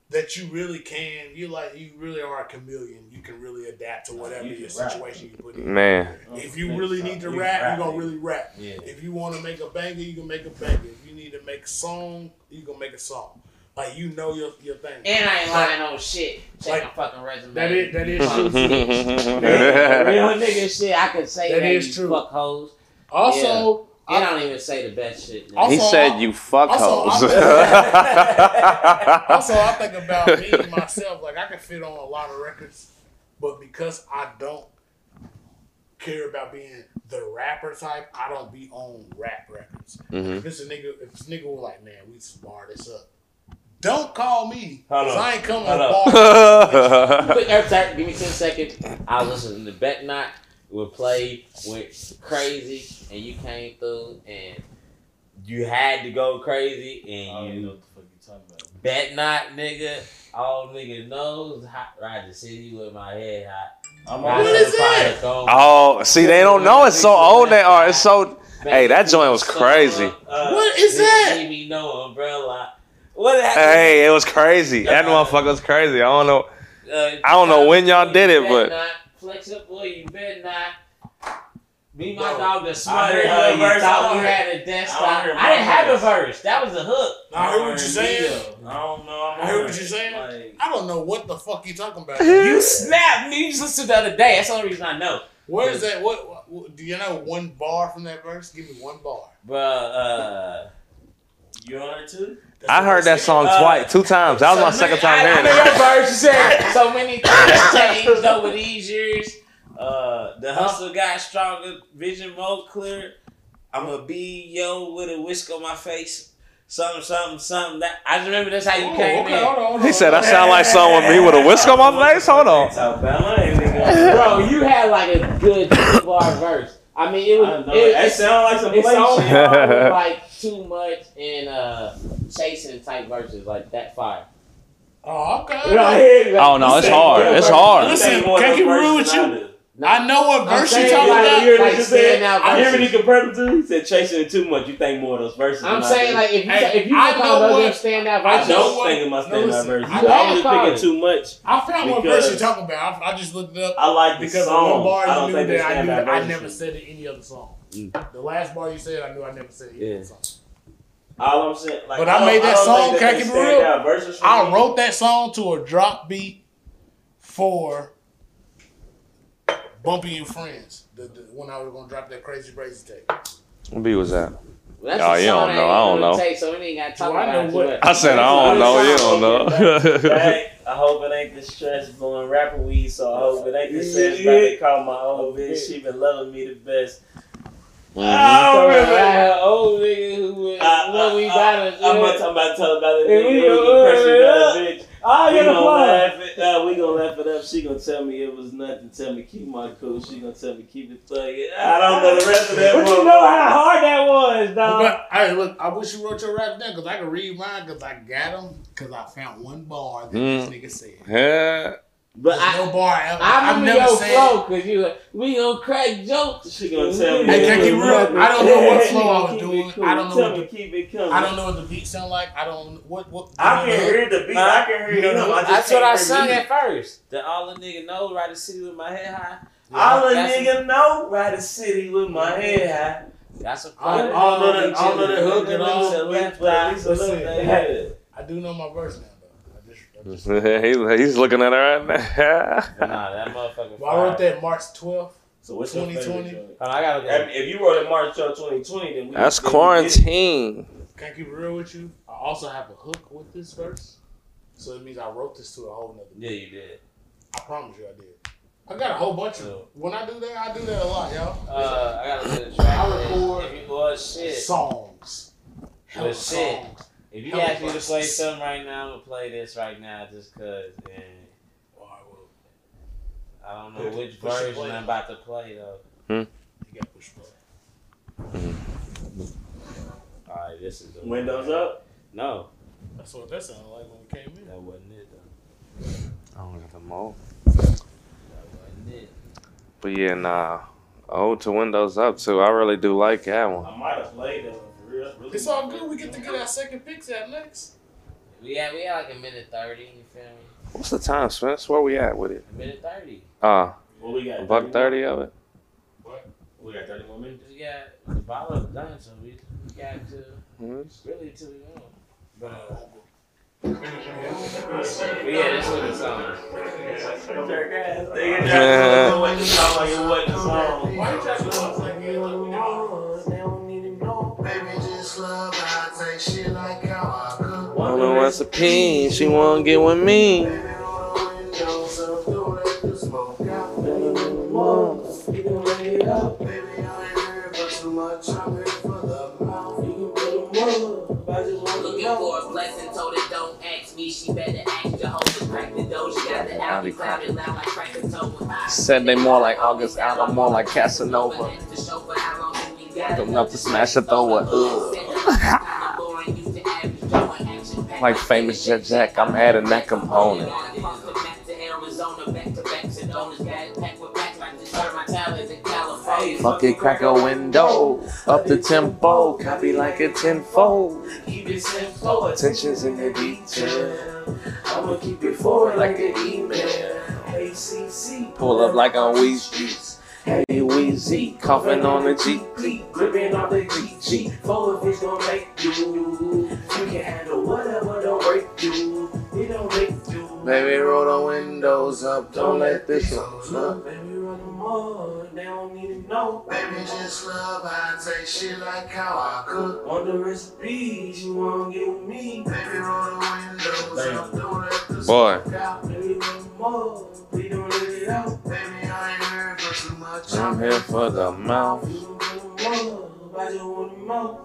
B: that you really can. You like you really are a chameleon. You can really adapt to whatever
G: you
B: your
G: can rap.
B: situation you put in.
C: man,
B: If you really need to rap, you're gonna really rap.
G: Yeah.
B: If you wanna make a banger, you can make a banger. If you need to make a song, you gonna make a song. Like you know your your thing.
A: And I ain't lying on shit. Check my
B: Like,
A: fucking resume.
B: that is that is
A: Fuck
B: true.
A: bitch.
C: yeah,
A: Real nigga shit. I could say
B: That
A: that,
B: is
A: you
B: true.
A: fuck hoes.
B: Also,
A: They don't even say the best shit. nigga.
B: Also-
C: he said you fuck
B: also,
C: hoes.
B: also I think about me myself. Like I can fit on a lot of records, but because I don't care about being the rapper type, I don't be on rap records.
C: Mhm.
B: If this a nigga, if this nigga was like, man, we just bar this up. Don't call me.
G: Hold
B: 'cause
G: on.
B: I ain't coming
G: Hold
B: to
G: on.
B: bar.
A: Quick air tap, give me 10 seconds. I was listening to Beck Knot. We played with Crazy, and you came through, and you had to go crazy,
G: I don't
A: and
G: even know
A: you
B: Oh,
G: what the fuck you
L: talking about?
A: Bet not, nigga. All nigga knows hot Roger City with my head hot.
L: I'm
A: Roger
L: always,
A: City fire cold.
C: Oh, see, they don't know it's so old. They are. It's so. Hey, that joint was crazy.
A: Uh,
B: What is
A: nigga,
B: that?
A: give me no umbrella. What happened?
C: Hey, it was crazy. That motherfucker was crazy. I don't know.
A: Uh,
C: I don't know when y'all
A: you
C: did it,
A: bet
C: but-
A: not. flex up, boy. You bet not. Me, my
B: Bro,
A: dog, the
D: I
A: smarter
D: heard
A: hoe.
D: her
A: You
D: verse. I
A: thought
D: don't
A: you
D: hear-
A: had a death
D: I don't
A: stop.
D: hear
A: I didn't
D: my
A: have a
D: verse.
A: verse. That was a hook.
B: I heard what you're saying.
D: I don't know. I'm
B: I heard what
D: alright.
B: you're saying.
D: Like,
B: I don't know what the fuck you talking about.
A: You snapped me. You just listened to the other day. That's the only reason I know.
B: Where is that? What, what, what- do you know? One bar from that verse. Give me one bar.
A: Bruh, uh,
D: you on it too?
B: That's
C: I
B: what
C: heard that
B: said.
C: song
A: Uh,
C: twice, two times. That was my second time
A: I, I
C: hearing
A: know
C: it.
A: your verse. You said so many things changed over these years. Uh, the hustle got stronger, vision more clear. I'm a B yo with a whisk on my face. Something, something, something. That I just remember that's how you
B: Oh,
A: came
B: okay,
A: in.
B: hold on, hold on.
C: He said, "I sound like someone with me with a whisk on my face." Hold on.
D: South Carolina, nigga.
A: Bro, you had like a good two bar verse. I mean, it
D: I
A: was.
D: don't know.
A: It,
D: that
A: it's,
D: sounds like some
A: it's
D: play
A: on
D: shit.
A: par with, like too much and uh, chasing type verses like that fire.
B: Oh, okay.
C: Oh no, it's hard. It's hard.
B: Listen, can I keep real with you? I know what
A: I'm
B: verse you
A: saying,
B: talking
A: like,
B: about.
A: you're- like, saying now
D: I hear what he
A: verses.
D: compared him to. He said chasing it too much. You think more of those verses.
A: I'm
D: than I
A: saying
D: do.
A: like if you
B: Hey,
A: if you
B: I
A: look
B: know
A: on
B: what-
A: other standout
D: I
A: verses,
B: know
D: don't
B: what-
D: think of my
B: no,
D: standout
B: listen,
D: verses.
B: I
D: I always
A: know-
D: picking too much.
B: I found one verse you
D: Because-
B: talking about. I, I just looked it up.
D: I like the
B: Because the
D: song.
B: one bar
D: I
B: you
D: don't
B: knew
D: think
B: that
D: it's
B: I knew
D: standout
B: I
D: verses.
B: never said it any other song. The last bar you said, I knew I never said it any
A: Mm. Yeah.
B: other song.
D: All I'm saying, like,
B: But I
D: don't-
B: made that
D: don't
B: song,
D: think
B: can I
D: they
B: keep it
D: stand
B: real?
D: out verses for
B: I
D: me.
B: wrote that song to a drop beat for Bumpy and Friends. The, the when I was gonna drop that crazy crazy tape.
C: What beat was that?
A: Well, that's
C: Y'all,
A: a
C: Oh, you
A: song
C: don't
A: that
C: know.
A: ain't
C: I don't
A: gonna
C: know.
A: Take, so we ain't got to talk
B: Do I
A: about
B: know
A: it too
B: what-
A: much.
C: I said I don't know. You don't know.
D: Hey, I hope it ain't the stress blowing rapper weed, so I hope it ain't the stress
A: Yeah.
D: that they call my old bitch. She been loving me the best.
A: Mm-hmm.
C: Mhm.
A: So,
D: I don't remember.
A: uh, old nigga who was
D: I-
A: what we
D: I-
A: got
D: I- Uh, I'm about to- I'm about to tell about it.
A: Yeah,
D: Nigga,
A: we
D: it was
A: gonna-
D: depression, that bitch.
A: I
D: We
A: get a
D: gonna
A: Oh, plug.
D: laugh it. Uh, we gonna laugh it up. She gonna tell me it was nothing. Tell me keep my cool. She gonna tell me keep it thugging. I don't know the rest of that.
A: But you know how hard that was, dog.
B: but hey, look, I wish you wrote your rap down because I can read mine because I got them because I found one bar that
C: Mm.
B: this nigga said.
C: Yeah.
A: But
B: There's
A: I,
B: no bar ever.
A: I
B: I've
A: remember
B: never
A: your
B: said.
A: flow because you were, we gonna crack jokes.
D: She gonna tell me.
B: Hey,
D: it
B: can I keep
D: was
B: real?
D: nothing.
B: I don't know what
D: She
B: flow I
D: gonna
B: was
D: keep it
B: doing.
D: cool.
B: I don't know
D: Tell
B: what
D: me
B: the-
D: keep it coming.
B: I don't know what the beat sound like. I don't what what.
D: I can hear the beat. I can hear him. I just
A: That's
D: can't
A: what I
D: hear
A: sung
D: you.
A: at first. The all a nigga know, right? The city with my head high.
D: All a
A: That's-
D: nigga know, ride the city with my head high.
A: That's a
B: All-
A: problem.
B: all of the- all of the hook and all.
A: To the left
D: But at
A: eye.
D: least a little
B: Listen.
D: bit. Yeah.
B: I do know my verse now though. I just, I just
C: He- he's looking at her right
A: But
C: now.
A: nah, that motherfucker.
B: Well, I wrote
A: fire.
B: that March twelfth.
D: So what's your
B: 2020?
D: favorite joint?
A: Hold on, I gotta
D: I mean, If you wrote in March of 2020, then we
C: That's
D: then we get it.
C: quarantine.
B: Can I keep it real with you? I also have a hook with this verse, so it means I wrote this to a whole nother.
A: Yeah, you did.
B: I promise you, I did. I got a whole bunch of them. When I do that, I do that a lot, y'all.
A: Uh, I gotta look at the track.
B: I
A: list.
B: record
A: If you, well, shit.
B: Songs. Hell,
A: Well, shit.
B: songs.
A: If you
B: Hell
A: ask me to
B: yes.
A: play something right now, I'm gonna play this right now just cause. And
B: All right, well,
A: I don't know
B: Push-
A: which
B: push the
A: version
B: play.
A: I'm about to play though.
B: you got push play.
A: Alright, this is the one.
D: Windows up.
A: No,
B: That's what that sounded like when we came in.
A: that wasn't it though.
C: I don't got the mo.
A: That wasn't it.
C: But yeah, nah. Ode to Windows Up too. I really do like that one.
D: I might have played that one for real. That's really
B: It's all good. We get to get our second picks out next.
A: We had we had like a minute thirty. You feel me?
C: What's the time, Spence? Where we at with it?
A: A minute thirty.
C: Uh,
D: What we
C: a
D: got?
C: buck thirty of it.
D: We got 30 more minutes.
A: We got the ball up done, so we, we got to
C: Mhm.
A: really to the end. But uh, but yeah, this was the song.
B: Why you trying to look like you look down?
C: Wanna what's a pin? She wanna get with me.
F: Looking for a blessing, told her don't ask me. She better ask Jehovah. Crack the door, she got the
C: I'll be
F: alley
C: cracking.
F: clouded loud like crack a toe with eyes.
C: Said they more like August Allen, more like Casanova.
F: That's the show for how long do we got?
C: Enough to smash a thrower, ugh.
F: Said the last time the Lauren used to average, Joe in action,
C: like famous Jet Jack, I'm adding that component. Fuck it, crack a window, up the tempo, copy like a tenfold.
M: Keep it simple,
C: Attention's in the detail.
M: I'ma keep it forward like an email.
D: ACC.
C: Pull up like on Wee Streets. Hey Weezy, coughing on the G.
M: Keep gripping on the GG. Four of it's gonna make you. You can handle whatever, don't break you. It don't make you.
C: Baby, roll the windows up, don't let this on.
M: Baby, run them up. They don't need to know.
N: Baby, just love I take shit like how I cook.
M: On the recipes, you wanna get with me.
N: Baby, roll the windows up, don't let the
C: Boy.
N: smoke out.
M: Baby, run them up. We don't let it out.
N: Baby, I ain't heard but too much.
C: I'm here for the mouth.
M: We don't run them up. I just want them out.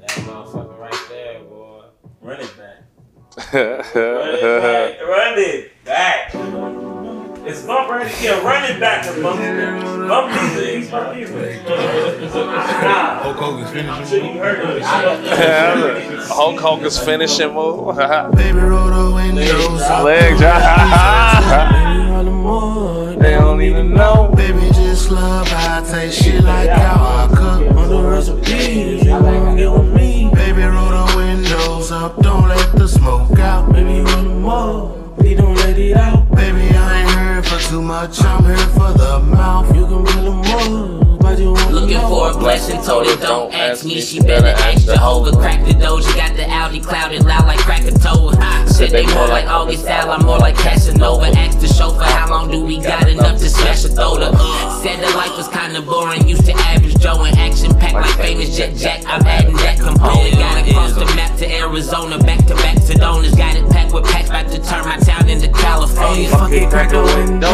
A: That motherfucker right there, boy.
D: Run it back. Run it
C: That's
D: back. Run it back. It's bump right here. Run it back. Bump, bump music. It's bump music. Nah,
N: Hulk Hogan
D: I'm sure you heard it.
C: it. Hulk Hogan's finishing move.
N: Baby, roll the windows up.
C: Leg drop.
M: Baby, run them up.
C: they don't even know.
N: Baby, just love I take shit like how I cook.
M: On the recipes, you wanna get with me.
N: Baby, roll the windows up, don't let the smoke out.
M: Baby, run them up. We don't let it out.
N: Baby, I ain't here for too much, I'm here for the mouth.
M: You can run them up. I just want
F: Looking for a blessing, told her don't ask me. She better ask Jehovah. Crack the doja, got the Audi clouded loud like crack a toe. Ha! Said they more like August Al, I'm more like Casanova. Asked the chauffeur, how long do we got enough to smash a soda? Said the life was kinda boring, used to average Joe in action packed like famous Jet Jack. I'm adding that component. Got across the map to Arizona, back to back to donors. Got it packed with packs, about to turn my town into
M: Hey,
F: California.
M: fuck it, crack a window.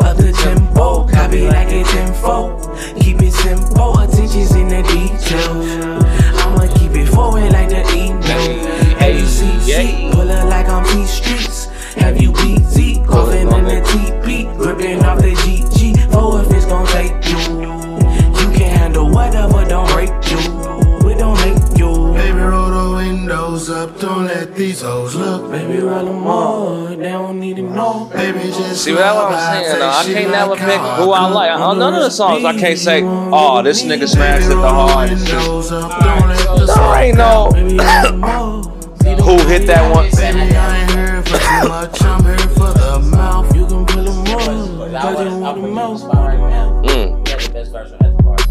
M: Up the tempo, copy like a tenfold. Keep it simple, attention's in the details. I'ma keep it forward like the email. ACC, pull up like on P streets. Have you BZ, coughing in the TP, gripping off the GG. Four if it's gon' take you. You can handle whatever, don't break you. We don't make you.
N: Baby, roll the windows up, don't let these hoes look.
M: Baby, run them up, they don't need to know.
N: Baby, just
C: See, that's what
N: love
C: I'm saying.
N: take
C: Though. I
N: shit
C: can't
N: like
C: never
N: how
C: pick
N: I
C: who
N: cook.
C: I like. On none of the songs, I can't say, oh, this nigga smashed it the hardest.
N: Windows up, don't let the smoke
C: There ain't no who hit that one.
N: Baby, I ain't here for too much, I'm here for the mouth.
M: You can pull them up,
A: I
M: cause you
A: would, I'll
M: want them
A: put you in the
M: out.
A: spot right now.
C: Mm.
A: You had the best version at the party.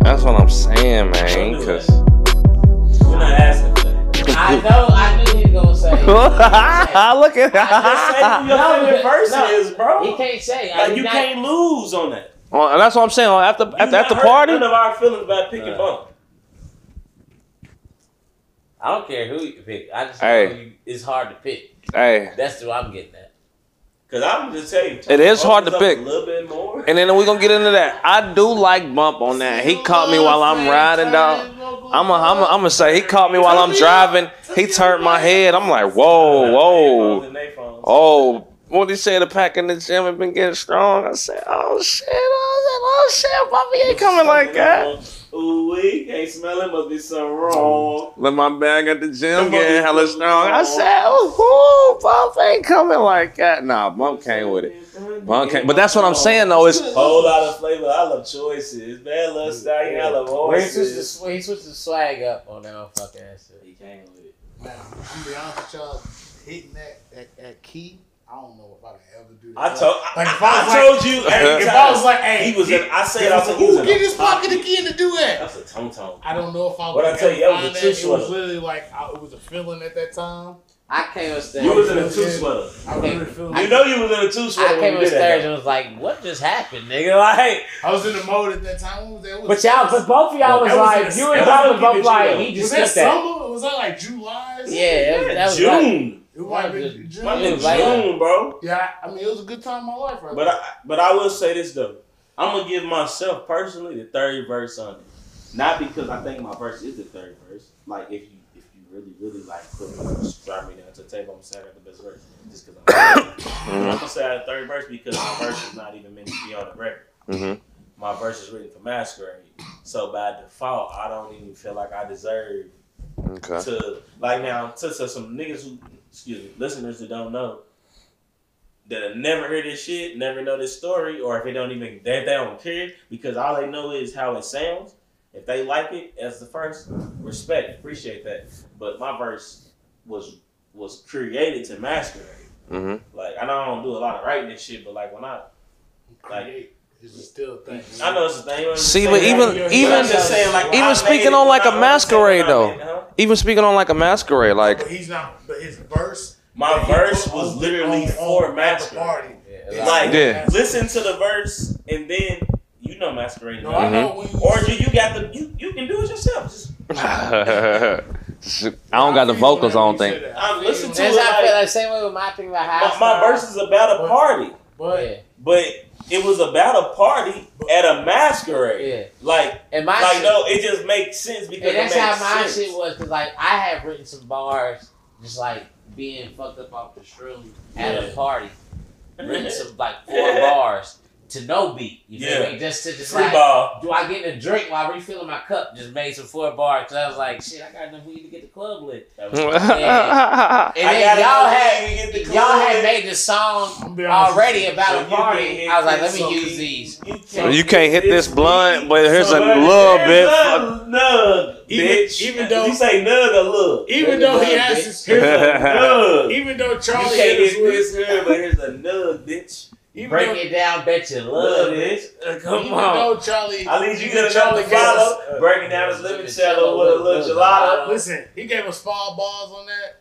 C: That's what I'm saying, man. Cause
D: We're not asking for that.
A: I know, I knew he was gonna say. it.
C: look at
D: Just say who your
A: No, but-
D: favorite person
A: no.
D: is, bro.
A: He can't say. I
D: Like
A: did
D: you
A: not-
D: can't lose on that.
C: Well, and that's what I'm saying. Well, After
D: You
C: after,
D: not
C: after
D: hurt
C: party,
D: none of our feelings by picking bump.
A: I don't care who you pick. I just
C: Hey.
A: know you, it's hard to pick.
C: hey,
A: That's what I'm getting at.
D: Cause I'm just tell you,
C: It is hard to
D: opens up
C: pick.
D: A little bit more.
C: and then we gonna get into that. I do like Bump on that. He caught me while I'm riding down. I'm a, I'm a, I'm gonna say he caught me while I'm driving. He turned my head. I'm like, whoa, whoa,
D: Oh.
C: oh. What he said, a pack in the gym and been getting strong. I said, oh shit, oh shit, oh shit, Bobby ain't coming like that.
D: Ooh, we can't smell it. Must be something wrong.
C: Let my bag at the gym getting hella strong. I said, ooh, Bump ain't coming like that. Nah, Bump came Mm, with it. Bump came. But that's what I'm saying though. It's
D: Whole lot of flavor. I love choices. Man, love stallion. I love
A: When he switched the,
D: horses.
A: sw- when he switched the swag up on that motherfucking ass shit.
D: He came with it.
B: Now, I'm gonna be honest with y'all, hitting that, that, that key, I don't know if I can ever do that.
D: I told.
B: Like, if
D: I,
B: I was like-
D: told you. every
C: if
B: If
D: time.
B: I was like, hey,
D: he was in. I said, I was like, he was
B: who
D: in
B: get
D: a
B: his pocket
D: pocket.
B: the key to do that?
D: That's a tum tum.
B: I don't know if I
D: What I tell you, that was
B: find
D: a two
B: It was
D: sweater.
B: literally like, I, it was a feeling at that time.
A: I came upstairs.
D: You was in a two sweater.
B: I
A: Okay.
B: really feel
D: You know you was in a two
A: I
D: sweater. when
A: came
D: you did that.
A: upstairs and was like, "What just happened, nigga?" Like,
B: I was in the mode at that time. What was that? What
A: but
B: was
A: y'all, but both of y'all was,
B: That was
A: like,
B: in-
A: you and
D: that
A: Bob
D: was
A: was both
D: in
A: like,
D: June.
A: he
B: was
A: just
B: that
A: skipped that.
B: summer? Was that like July?
A: Yeah, that, that was like-
D: June.
B: It might have
A: That
B: been
A: was
B: June.
D: My nigga
A: was like-
D: June, bro.
B: Yeah, I mean, it was a good time in my life, right?
D: But I but I will say this though. I'm gonna give myself personally the third verse on it. Not because I think my verse is the third verse. Like if you if you really, really like put me drive me down to the table, I'm gonna say I got the best verse. Just because I'm, I'm gonna say I got the third verse because my verse is not even meant to be on the record.
C: Mhm.
D: my verse is written for masquerade. So by default, I don't even feel like I deserve
C: Okay.
D: to like now to, to some niggas who excuse me listeners who don't know that never heard this shit, never know this story, or if they don't even they, they don't care because all they know is how it sounds. If they like it as the first, respect, appreciate that. But my verse was was created to masquerade.
C: Mm-hmm.
D: Like I know I don't do a lot of writing and shit, but like when I
B: Create. It's just still a thing.
D: I know it's the thing. you know what I'm
C: See,
D: saying?
C: but even-
D: Like,
C: even-
D: I'm just saying, like,
C: even
D: I made
C: speaking
D: it
C: on, like,
D: my
C: a
D: own,
C: masquerade,
D: saying what I
C: though.
D: made, huh?
C: Even speaking on like a masquerade, like
B: But he's not. But his verse.
D: My
B: that he
D: verse
B: put
D: was
B: on-
D: literally
B: on-
D: for
B: on
D: Masquerade.
B: the party. It's
D: Like,
C: Yeah.
D: listen to the verse and then you know masquerade.
B: No,
D: now.
B: I
C: Mm-hmm.
B: know when you
D: Or you, you got the you, you can do it yourself. Just
C: I don't got the vocals on thing.
D: I'm listening to
A: That's
D: it.
A: how I feel.
D: Like,
A: Like, same way with my thing about
D: my,
A: house.
D: my verse is about a party,
A: But
D: but it was about a party at a masquerade.
A: yeah,
D: Like,
A: and my
D: like
A: shit,
D: no, it just makes sense because
A: and that's
D: it
A: how
D: makes
A: my
D: sense.
A: shit was. Cause like I have written some bars, just like being fucked up off the shroom at
D: Yeah.
A: a party. Written some like four bars to no beat. You feel
D: Yeah.
A: me? Just to just
D: Free
A: like.
D: ball.
A: Do I get in a drink while refilling my cup? Just made some four bars. Cause I was like, shit, I got enough weed to get the club lit. And
D: I
A: then
D: gotta
A: y'all
D: know
A: had
D: when we get the
A: y'all
D: club.
A: had made the song already about a party. I was like, let me use these.
C: So you can't hit this blunt, but here's a little bit. Fuck.
D: Nug,
B: Even-
D: bitch.
B: even though-
D: you say nug a little,
B: Even though he has his,
D: here's a nug. You
B: even though
D: can't
B: Charlie hit
D: hit
B: us with,
D: this nug, but here's a nug, bitch.
B: even
A: Break
B: though,
A: it down, bet you
D: Love
A: love it.
D: bitch. Uh,
B: even
D: come on.
B: though Charlie,
D: I need you
B: even
D: to know the
B: gave us-
D: follow. Breaking down his limoncello with a little gelato.
B: Listen, he gave us five balls on that.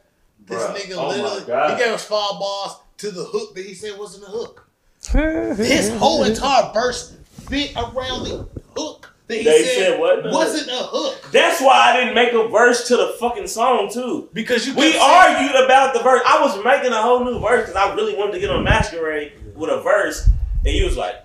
B: This
D: Bruh,
B: nigga
D: oh my
B: literally,
D: God.
B: he gave us five balls to the hook that he said wasn't a hook. His whole entire verse fit around the hook that he
D: They
B: said,
D: said wasn't a hook.
B: wasn't a hook
D: That's why I didn't make a verse to the fucking song too.
B: because you
D: We
B: kept saying-
D: argued about the verse. I was making a whole new verse because I really wanted to get on Masquerade with a verse, and you was like,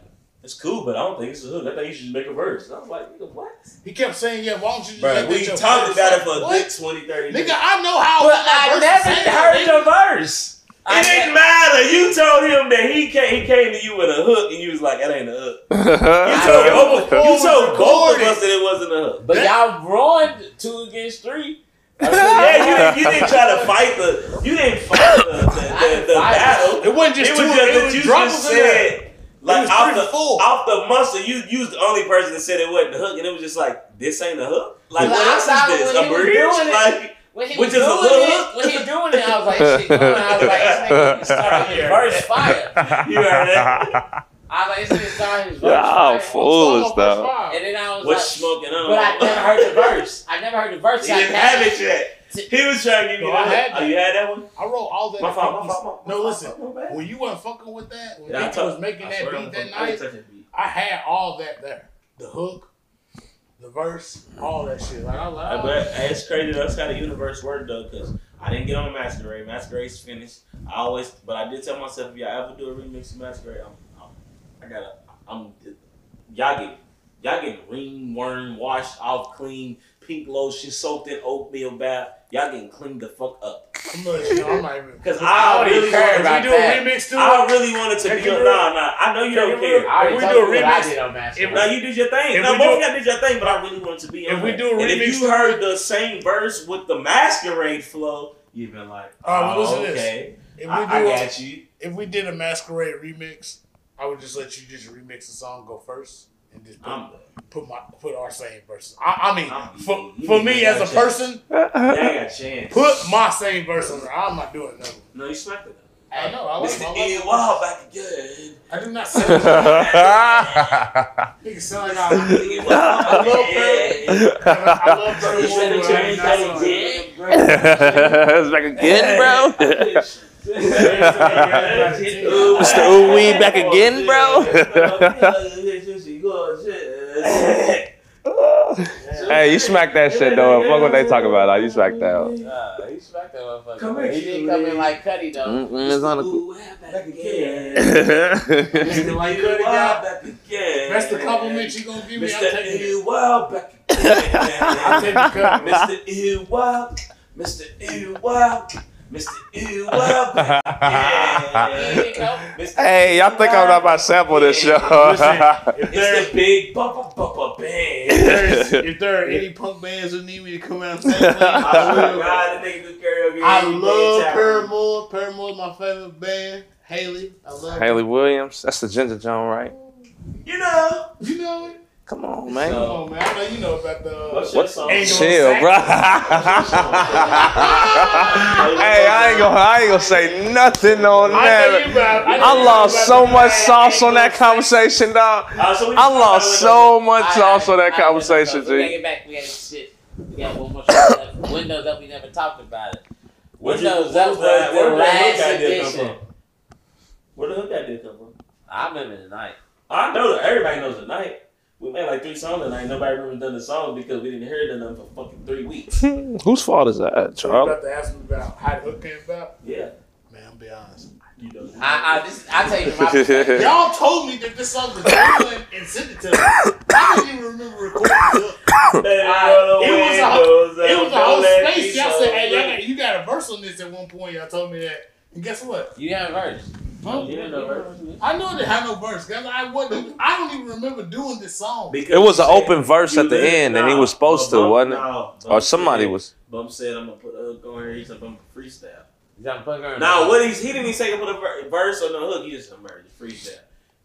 D: "It's cool, but I don't think it's a hook. I think you should just make a verse." And I was like, "Nigga, what?"
B: He kept saying, "Yeah, why don't you just
D: Bro,
B: let
D: we
B: that your
D: talked
B: verse
D: about it
B: say-
D: for a
B: What?
D: good 20, 30
B: Nigga,
D: minutes.
B: I know how.
A: But
B: that
A: I
B: verse
A: never
B: is
A: heard
B: saying.
A: your verse. I
D: It didn't matter. You told him that he came, he came to you with a hook, and you was like, "That ain't a hook." You told,
B: know.
D: both, you
B: Before
D: told
B: we
D: both of
B: recorded.
D: us that it wasn't a hook.
A: But y'all ruined two against three.
D: Yeah, you didn't, you didn't try to fight the. You didn't fight the, the, the, the
A: I-
D: battle.
B: It wasn't
D: It
B: just
D: was just
B: two. it
D: that
B: was
D: you
B: drums
D: just
B: in there.
D: said, like
B: was
D: off
B: three
D: the
B: to four.
D: off the muscle. You you was the only person that said it wasn't a hook, and it was just like this ain't a hook. Like
A: Well,
D: what
A: I
D: else
A: thought
D: is this?
A: when
D: A
A: he was
D: bridge?
A: doing it-
D: Like
A: When he
D: Which
A: was
D: is a
A: doing
D: little-
A: it, when he was doing it, I was like, shit, going. I was like, this nigga can start his verse fire.
D: you heard that?
A: I was like, this nigga start his verse
C: Y'all
A: fire.
C: fools though.
A: And then I was
D: What's
A: like,
D: smoking on?
A: but I never heard the verse. I never heard the verse. so I
D: He didn't have it yet. He was trying to give you
B: No, I
D: that. one.
B: had
D: Oh, you had that one?
B: I wrote all that.
D: My fault, my fault, my
B: no,
D: fault,
B: listen.
D: my fault.
B: When you weren't fucking with that, when
D: Yeah, I
B: Nick
D: told-
B: was making
D: I
B: that
D: swear
B: beat
D: I'm
B: that
D: fucking- I
B: night,
D: didn't touch that beat.
B: I had all that there. The hook, the verse, all that shit. Like I was
D: Uh,
B: like, oh.
D: But it's crazy. That's how the universe worked, though, because I didn't get on Masquerade. Masquerade's finished. I always, but I did tell myself, if y'all ever do a remix of Masquerade, I'm, I'm, I gotta, I'm, y'all get, y'all getting ringworm washed off clean, pink lotion soaked in oatmeal bath. Y'all getting cleaned the fuck up.
B: I'm not even- I'm not even.
D: Cause I,
A: don't
D: really,
A: even care
D: wanted,
A: about
B: If we do a
A: that.
B: remix too,
D: I really wanted to
B: Can
D: be
B: you
D: on.
B: real?
D: Nah, nah. I know you
B: Can
D: don't
B: you real?
D: care.
A: I already
B: If we
A: told
B: do a
A: you what I
B: remix-
A: did on Master.
B: if
D: Now you did your thing.
B: If
D: Now
B: we
D: both
B: do-
D: y'all did your thing, but I really wanted to be.
B: If
D: on
B: we
D: that.
B: do a
D: and
B: remix
D: if you
B: to-
D: heard the same verse with the masquerade flow, you've been like,
B: All right, well,
D: oh,
B: listen to this.
D: okay,
B: if we
D: I,
B: do,
D: I
B: a-
D: got you.
B: if we did a masquerade remix, I would just let you just remix the song, go first, and just put,
D: I'm
B: put my put our same verses. I, I mean,
D: I'm-
B: for,
D: you
B: for
D: need
B: me
D: to
B: as
D: watch
B: a
D: it.
B: person,
D: y'all got a chance.
B: put my same verse on there. I'm not doing nothing.
D: No, you smacked it.
B: I know. I like
D: Mr.
B: Oh, my
D: Ed Wild back again.
B: I do not sound like nigga sound like I,
D: Ed Wild back
B: love
D: again.
B: I love
D: You
B: Third
D: said
B: World
D: it changed
B: War.
D: how
B: I
D: you
B: ain't
D: did.
C: it's back again, bro. Mr. Ooh Wee back again, bro? hey, you smack that shit though. Fuck what they talk about. I you smack that. out.
A: Nah, he smacked that motherfucker.
D: Come
A: Come
D: here,
A: he didn't
D: you
A: come
D: man.
A: in like Cuddy though.
C: Mm-mm, it's on a-
D: Ooh, back again.
C: That's
D: Mr.
B: Like
D: Lil
B: Cuddy
D: Wild
B: got-
D: back again.
B: That's the compliment you gonna give me. I'm
D: Mr.
B: taking it.
D: Ew Wild back
B: I'm taking
D: again.
B: the compliment.
D: Mr. Ew Wild. Mr. Ew Wild. Mr. Ew Up. Yeah. Mr.
C: Hey, y'all think I'm not about to sample this show?
D: It's the big bumpa bumpa band.
B: There's- if there are any punk bands who need me to come out and sing, I
D: Oh,
B: will.
D: God, the nigga do karaoke.
B: I
D: every day,
B: love
D: child.
B: Paramore. Paramore is my favorite band. Haley, I love.
C: Haley Williams, that's the Ginger Joan, right?
D: You know.
B: You know it.
C: Come on, man.
B: Come on, man. I know you know about the. Uh,
D: What's your
C: What?
D: song?
C: Chill, bro. hey, I ain't gonna, I ain't gonna say nothing on
B: I, know you
C: that.
B: about, know
C: I
B: you
C: lost
B: about
C: so
B: the
C: much
B: band
C: sauce on that
B: Anglo-
C: conversation, dog.
D: Uh, so we-
C: I lost so much sauce on that conversation,
A: We gotta
C: G.
A: get back. We gotta shit. We got one more show left. Windows up. We never talked about it.
D: Where'd you-
A: Windows
D: where
A: up
D: was
A: was
D: that- where
A: the
D: did
A: last
D: that hook idea come
A: edition.
D: from? Where the hook idea come from?
A: I remember the night.
D: I know that everybody knows the night. We made like three songs tonight. Nobody remembers done the song because we didn't hear it in for fucking three weeks.
C: Whose fault is that,
B: You was
C: Charlie?
B: about to ask me about how the hook came about.
D: Yeah.
B: Man, I'll be honest.
D: You know.
A: I, I just, I tell you from my perspective.
B: Y'all told me that this song was done and sent it to me. I didn't even remember recording it.
D: Let it
B: I- it was a-
D: windows up,
B: It was a
D: don't
B: whole
D: let
B: space.
D: me
B: Y'all said, hey, y'all
D: show
B: got, you got a verse on this at one point. Y'all told me that. And guess what?
A: You have a verse.
B: Huh?
D: you didn't know her.
B: I know they had no verse. Guys, I wasn't. Even, I don't even remember doing this song.
D: Because
C: It was
D: you
C: an
D: said
C: open verse
D: you
C: at the
D: lit-
C: end, and he
D: nah,
C: was supposed to,
D: Bump-
C: wasn't it?
D: nah, Bump
C: Or somebody
D: said-
C: was.
D: Bump said, "I'm gonna put uh, a hook on here." He said, "Bump freestyle."
A: Is that fucker?
D: Now, what he's he didn't even say he put a ver- verse or no hook. He just emerged freestyle,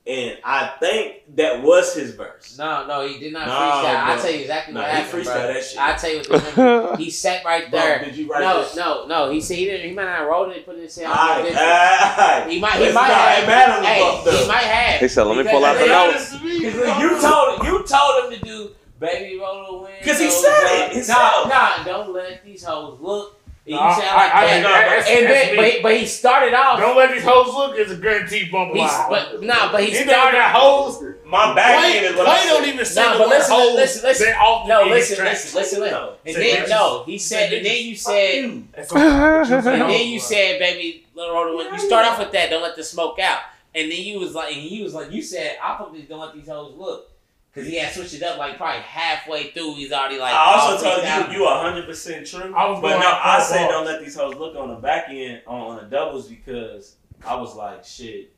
D: and I think that was his verse.
A: No, no, he did not
D: No,
A: freestyle. I
D: bro.
A: tell you exactly
D: No,
A: what
D: he
A: happened, bro.
D: freestyled that shit.
A: I tell you what the nigga- he sat right there.
D: Bump, did you write
A: No,
D: this?
A: no, no. He said he didn't. He might not wrote it and put it in. Say,
D: All
A: I
D: right,
A: did
D: all
A: this.
D: right.
A: He might. He
D: It's
A: might
D: not- it matters
A: have.
D: about
A: Hey,
D: the-
A: he might have.
C: He said, "Let me
A: Because-
C: pull out the
A: Yeah,
C: note."
D: You
A: You
D: told
A: told you told him to do baby roll the window.
D: Because he said it himself.
A: Nah, nah, don't let these hoes look. You
B: Nah,
A: sound
B: I-
A: like
B: I-
A: that.
B: I- that's-
A: and
B: that's
A: then,
B: me.
A: but, he- but he started off.
B: Don't let these hoes look. It's a guaranteed bump
A: he's,
B: line.
A: but, nah, but he
B: He
A: started.
B: got hoes.
D: my back end
B: Clay,
D: is what
B: Clay
D: I
B: don't
D: said.
B: even say
A: Nah,
B: the
A: but
B: word
A: listen,
B: hoes.
A: listen, listen.
B: They often
A: No,
B: in his
A: listen,
B: tracks.
A: listen, listen, listen.
D: No.
A: And
B: Say
A: then
B: bitches.
A: no, he said, and then you said,
B: That's all. But you say
A: and
B: hoes.
A: then you said, baby, let her roll the window. You start off with that. Don't let the smoke out. And then you was like, and you was like, you said, I probably don't let these hoes look. Cause he had switched it up like probably halfway through. He's already like.
D: I also
A: all freaked
D: told
A: out.
D: you you are 100 percent true.
B: I was
D: but
B: going
D: no,
B: out
D: I
B: for a
D: said
B: walk.
D: don't let these hoes look on the back end on, on the doubles because I was like shit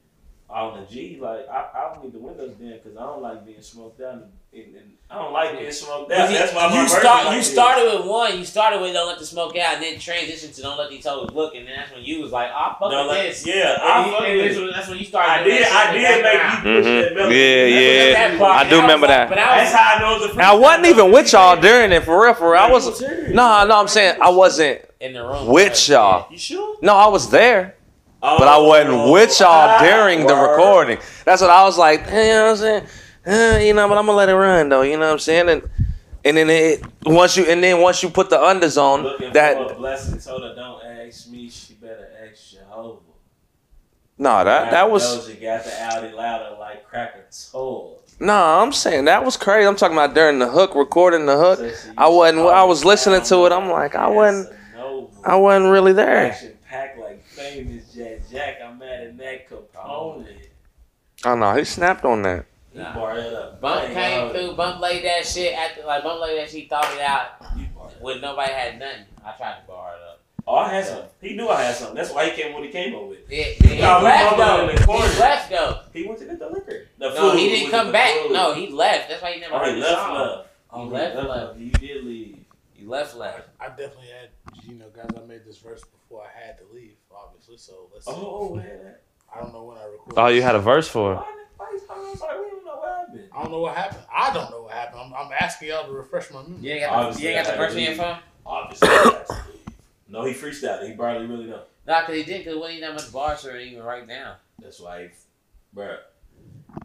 D: on the G. Like I, I don't need the windows down because I don't like being smoked out and, and, and I don't like being smoked out.
A: But you-
D: That's why my
A: you
D: verse
A: start.
D: is like
A: you
D: this.
A: started with one. You started with don't let the smoke out, and then transitioned to don't let these hoes look, and then that's when you was like, I fuck
D: Don't
A: with
D: let-
A: this.
D: Yeah,
A: And
D: I
A: you-
D: fuck
A: and
D: with
A: this
D: it.
A: was- That's when you started.
D: I
A: doing
D: did.
A: that
D: I
A: shit in
D: did
A: the
D: make
A: background.
D: you push that
C: Mhm.
D: melody.
C: Yeah,
D: That's what
A: yeah.
D: that part-
C: I do
A: was
C: remember
A: like-
C: that.
A: But I
D: That's
A: was
D: how I know it was a
C: Now, I wasn't even with y'all during it, for real, for real. I was. Nah, no, I'm saying I wasn't
A: in the room
C: with y'all.
D: You sure?
C: No, I was there. But I
A: Oh,
C: wasn't with
A: ah,
D: Oh,
C: y'all during the recording. That's what I was like, eh, you know what I'm saying? Eh, you know, but I'm gonna let it run though, you know what I'm saying? And and then it once you and then once you put the unders
D: Looking
C: on
D: for a
C: that
D: blessing, told her don't ask me. She better ask Jehovah.
C: no, Ah, that that was
D: Doja got the Audi louder like cracker told.
C: no, I'm saying that was crazy. I'm talking about during the hook, recording the hook.
D: Said she
C: I wasn't
D: used to
C: I was
D: call me
C: listening to it,
D: down
C: I'm like, I
D: like
C: wasn't
D: Casa Nova.
C: I wasn't really there.
D: Action packed like famous Jack Jack. I'm mad at that component.
C: Oh no, he snapped on that.
D: You
A: Nah.
D: bar that up. oh,
A: Bump
D: Bang,
A: came
D: Jehovah.
A: through. Bump laid that shit after like Bump laid that. She thought it out
D: You bar that up.
A: when nobody had nothing. I tried to borrow it up.
D: Oh, I had some. He knew I had some. That's why he came what he came up with.
A: Yeah, yeah, he
D: Nah, we
A: left
D: bumping
A: though.
D: in the corner.
A: He left though.
D: He went to get the liquor. The
A: No,
D: food
A: he
D: was
A: didn't
D: the
A: come back.
D: food.
A: No, he left. That's why he never
D: Oh,
A: heard
D: he
A: the
D: left
A: song.
D: love.
A: He left love.
D: You did leave.
A: He left left.
B: I definitely had, you know, guys, I made this verse before I had to leave, obviously. So let's see.
D: Oh, man.
B: I don't know when I recorded.
C: Oh, you had a verse for it.
D: Why the fuck is Carlos like, we don't know what happened?
B: I don't know what happened. I don't know what happened. I'm, I'm asking y'all to refresh my memory.
A: You ain't got the,
D: Obviously,
A: you ain't got the
D: I
A: verse in
D: believe.
A: your phone.
D: Obviously. that's- no, he freestyled. He probably really don't.
A: Nah, cause he didn't. Cause when he not much bars or even right now.
D: That's why he, bruh.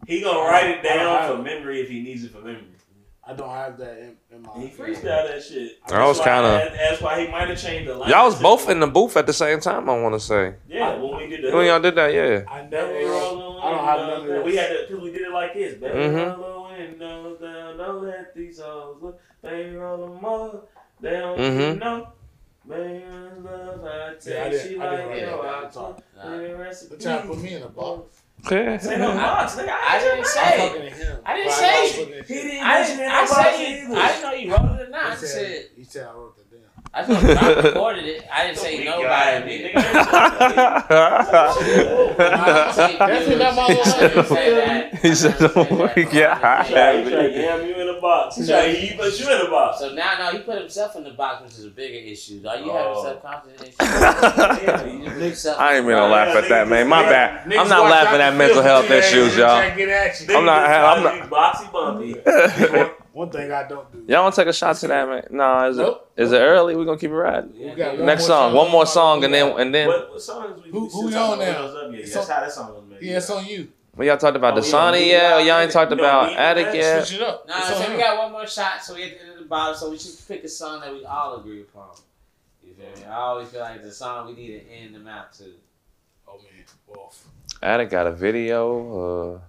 D: He gonna write it
B: I don't
D: down
B: have
D: for memory if he needs it for memory.
B: I don't have that in, in my.
D: He freestyled that shit.
C: That was
D: That's why-
C: kinda-
D: That's why he might have changed the line.
C: Y'all was both in the booth at the same time, I wanna say.
D: Yeah, when we did the.
C: When y'all did that, yeah.
B: I never.
D: Baby, roll
B: I don't have none of
D: the windows
B: this.
D: down. We had to, cause we did it like this. Baby,
C: Mhm.
D: roll the windows down. Don't let these hoes look. Baby, roll them up. They don't
C: Mhm.
D: know. Baby, love, I tell
B: Yeah, I
D: you, she
B: did. I
D: like,
B: didn't write
D: yo,
B: that
D: I
B: down. Sorry.
A: Nah.
D: Baby, recipe.
B: They're trying to put me in a box.
D: Say no
C: Yeah.
D: box, nigga. I,
A: I didn't
D: ain't
A: say
D: say
B: I'm talking to him.
A: I didn't
B: But
A: say
B: know I'm
A: it.
B: looking at
D: He
B: you.
D: didn't
A: I
D: mention
A: didn't.
D: it in
A: I
D: the box
A: said.
D: either.
A: I didn't know you wrote it in nah, I just said
B: He said I wrote that down.
A: I just I recorded it. I didn't say
D: Weak
A: nobody
D: guy,
A: did.
D: nigga.
B: Definitely not my little
A: I didn't
B: honey.
A: say that.
C: He said, oh my
D: He tried, he
C: God.
D: tried to ham you in a box. He tried to he put you in a box.
A: So now, no, he put himself in the box, which is a bigger issue. Are you having
D: Oh.
A: self-confidence issues? Yeah, you put yourself-
C: I ain't mean to laugh at that, man. My bad. I'm not laughing at mental health issues, y'all.
B: Get at you.
C: I'm not. I'm not.
D: boxy bumpy.
B: Oh. One thing I don't do.
C: Y'all want to take a shot to that, man? Nah, is it
B: Nope.
C: is it early? We gonna keep it riding.
B: We got one
C: Next
B: more
C: song, one more song, and then and then
D: What, what songs we
B: Who-
D: we
B: who
D: still
B: we
D: talking
B: on
D: about
B: now?
D: those up yet?
B: It's
D: That's
B: on-
D: how that song was made.
B: Yeah, it's on you.
C: Well, y'all talked about
D: Oh, we don't
C: Dasani
D: need
C: yet.
D: that.
C: or Y'all ain't talked
D: We don't
C: about
D: need
C: Attic
D: that.
C: yet.
B: Switch it up.
A: No,
B: It's
A: so
B: on
A: we
B: you.
A: got one more shot, so we at the end of the bottle, so we should pick a song that we all agree upon. You feel me? I always feel like the song we need to end the map to.
B: Oh man, well,
C: Attic got a video.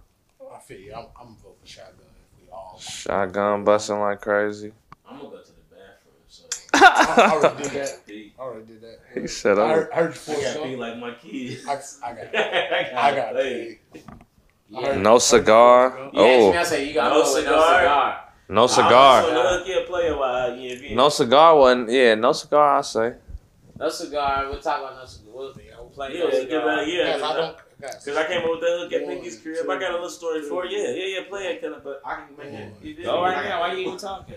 C: Uh,
B: I feel you. I'm, I'm gonna vote for shotgun. If we all.
C: shotgun busting like crazy.
D: I'm gonna go to the bathroom. So
B: I, I already did that.
D: I
B: I already did that.
C: He said,
B: I
C: "I'm."
B: heard, I heard you for
D: gotta be
B: sure.
D: like my kids.
B: I, I got. It.
D: I
B: I got.
D: paid.
B: It. I heard-
C: No cigar.
A: You asked me, I
C: Oh,
A: said, you got
D: No
A: no cigar.
C: no
A: No cigar.
D: cigar. I
C: cigar.
D: also another kid player while I yeah,
C: No cigar one. Yeah, no cigar. I say.
A: No cigar. We'll talk about no cigar. We'll, we'll play
D: yeah,
A: no cigar.
D: yeah, yeah.
B: Guys, I
D: Cause
B: don't. Guys,
D: I came up with that hook at
B: One,
D: Pinky's crib.
B: two,
D: I got a little story for you. Yeah, yeah, yeah. Play it, kinda, but I can make it. You did.
A: Go right now. Why you even talking?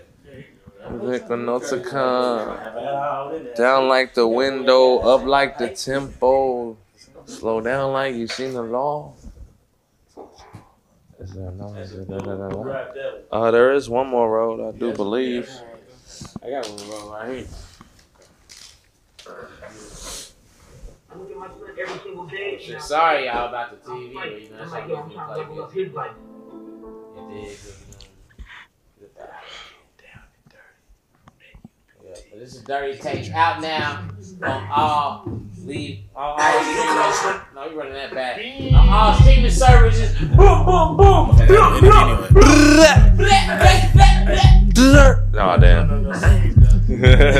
C: Lick the no cigar.
D: Down.
C: Uh, Down like the window, up like the tempo. Slow down like you seen the law. Is there another- is there another-
D: Grab that one.
C: Uh, there is one more road, I do believe.
A: I got one wrong right here. Shit, Sorry, y'all, about the TV, but you know, that's how we usually play music. It is, you know, yeah, but this is Dirty Tape out now on all leave on all streaming. No, you running that back. On all streaming services. Boom, boom, boom. Black, black, black, black.
C: Oh damn.
H: You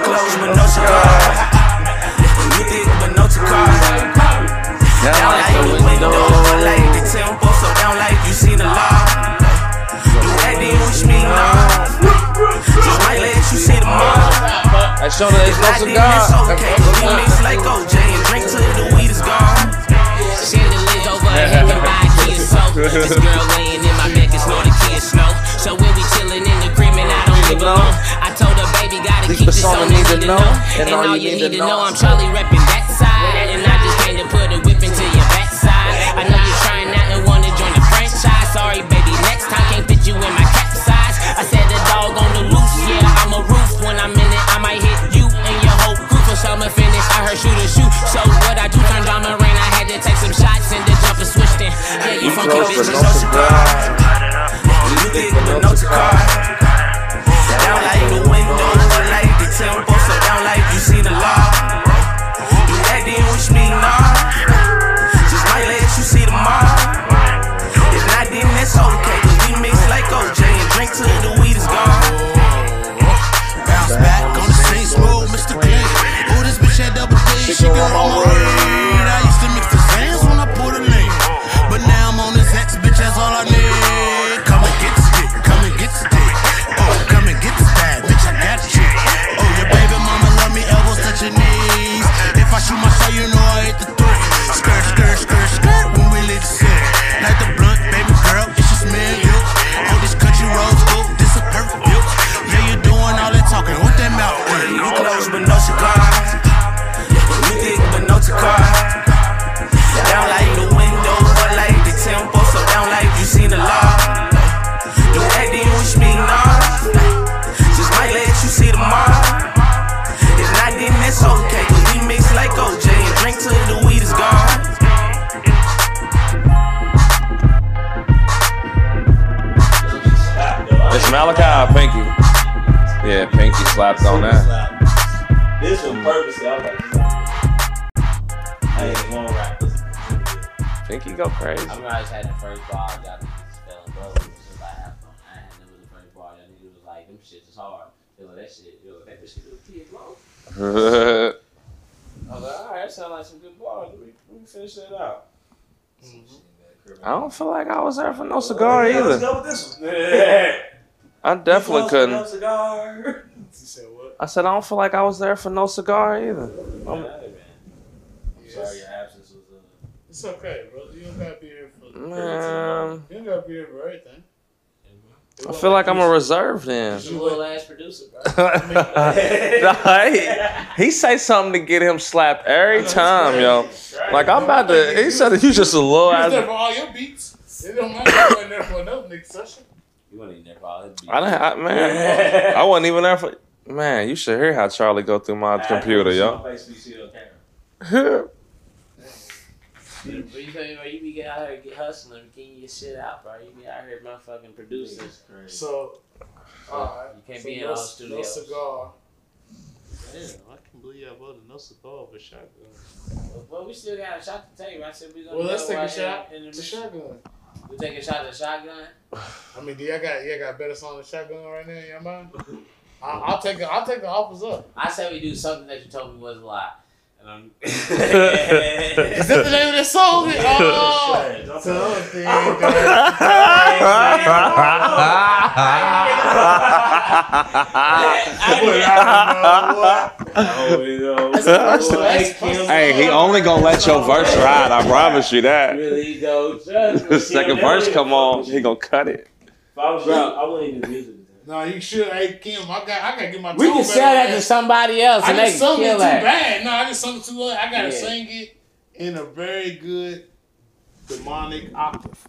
H: close but no cigar. You thick but no cigar. Down like the window, up like the tempo, so down like you seen the law. You acting wish me no. Just might let you see the mall.
C: I showed her there's no
H: I think it's okay. We
C: cigar.
H: mix like OJ and drink till the weed is gone.
F: Chandeliers over her head and buy a key of soap. This girl laying in my bed can snort a key of snow. So when we chillin' in the crib and I don't leave alone. I told her, baby, gotta keep this on the need to know. And all you need to know, I'm Charlie reppin' that side. And I just came to put a whip into your backside. I know you're trying out and wanna join the franchise. Sorry, baby, next time can't fit you in my cap size. I said a dog on the loose, yeah, I'm a roof. When I'm in it, I might hit you and your whole crew from summer finish. I heard shoot and shoot. So what I do turn drama rain, I had to take some shots and the jumper switched in. Yeah, you funky
C: close,
F: bitches.
C: but
H: Bitches no cigar. You thick but no cigar. Down like the window, up like the tempo, so down like you seen the law. You acting wish me no. Just might let you see the mall. If not, then that's okay. 'cause we mix like OJ and drink till the weed is gone. Bounce back on the same smooth, Mr. Clean. Who this bitch had double D? She got on my weed. I used to mix the sands when I put a name. But now I'm on this X, bitch, that's all I need. Come and get the stick, come and get the stick. Oh, come and get the bag, bitch, I got the chick. Oh, your baby mama love me, elbows touch your knees. If I shoot my shot, you know I hit the three. Skirt, skirt, skirt, skirt, when we leave the city. Like the blunt, baby girl, it's just me and you. Oh, this country roads go, this a perfect view. Yeah, you doing all that talking with that mouth. You close but no cigar. You thick but no cigar. Down like the window, but like the tempo, so down like you seen the law. You acting wish me no. Just might let you see the mall. If not, then that's okay. 'cause we mix like OJ and drink till the weed is gone.
C: It's Malachi or Pinky. Yeah, Pinky slapped on that.
D: This was purposely. I was like, I ain't gonna rap this.
C: Pinky go crazy.
A: I remember I just had the first ball, y'all niggas fell in love with me. It was like, I thought I had never the first ball, y'all niggas was like, them shit is hard. They was like, that shit, yo, that bitch could do a kid blow. I was like, alright, that sounds like some good ball. Let me, let me finish that out.
C: I don't feel like I was there for no cigar
D: Let's
C: either.
D: go with this one.
C: I definitely couldn't.
D: Cigar.
B: She said what?
C: I said I don't feel like I was there for no cigar either.
D: I'm sorry, your absence was. Uh,
B: It's okay, bro. You don't gotta be here for
C: Man,
B: You don't gotta be here for everything.
C: I feel like I'm a reserve then.
F: You little ass producer, bro.
C: Right? he say something to get him slapped every time, yo. Like I'm about to. He said you just a little
B: I was there
C: ass.
B: for all your beats. It don't matter. I wasn't there for another nigga session.
D: you weren't even there for all that beef.
C: I didn't. I, man, I wasn't even there for. Man, you should hear how Charlie go through my
D: I- I
C: computer,
D: see
C: yo.
D: my face, you see it on camera.
F: You tell me, bro, you be out here get hustling, getting your shit out, bro. You be out here, motherfucking producers.
B: So, alright.
F: You can't
B: so
F: be in
B: no,
F: all
B: no
F: studios.
B: cigar.
I: I can believe I voted no cigar for shotgun.
F: Well, we still got a shot to take. I said we gonna.
B: Well, let's
F: go
B: take a
F: out
B: shot.
F: in- in the
B: It's a
F: mission.
B: shotgun.
F: We take a shot at shotgun.
B: I mean, do y'all got y'all got a better song than shotgun right now in your mind? I, I'll take the, I'll take the offers up.
F: I said we do something that you told me was a lie. And I'm.
B: Is that the name of this song? Oh, something. that-
C: hey, he only gonna let your verse ride. I promise you that.
D: Really go just
C: The second verse come on, he gonna cut it.
D: If I was you, I wouldn't even use it.
B: No, you should. Hey Kim, I got I gotta get my.
F: we
B: tone
F: can
B: better,
F: sell that
B: man.
F: to somebody else,
B: I
F: and they
B: just
F: can
B: sung it
F: kill
B: too
F: that.
B: bad. No, I just sung it too low. I gotta
F: Yeah.
B: sing it in a very good demonic octave.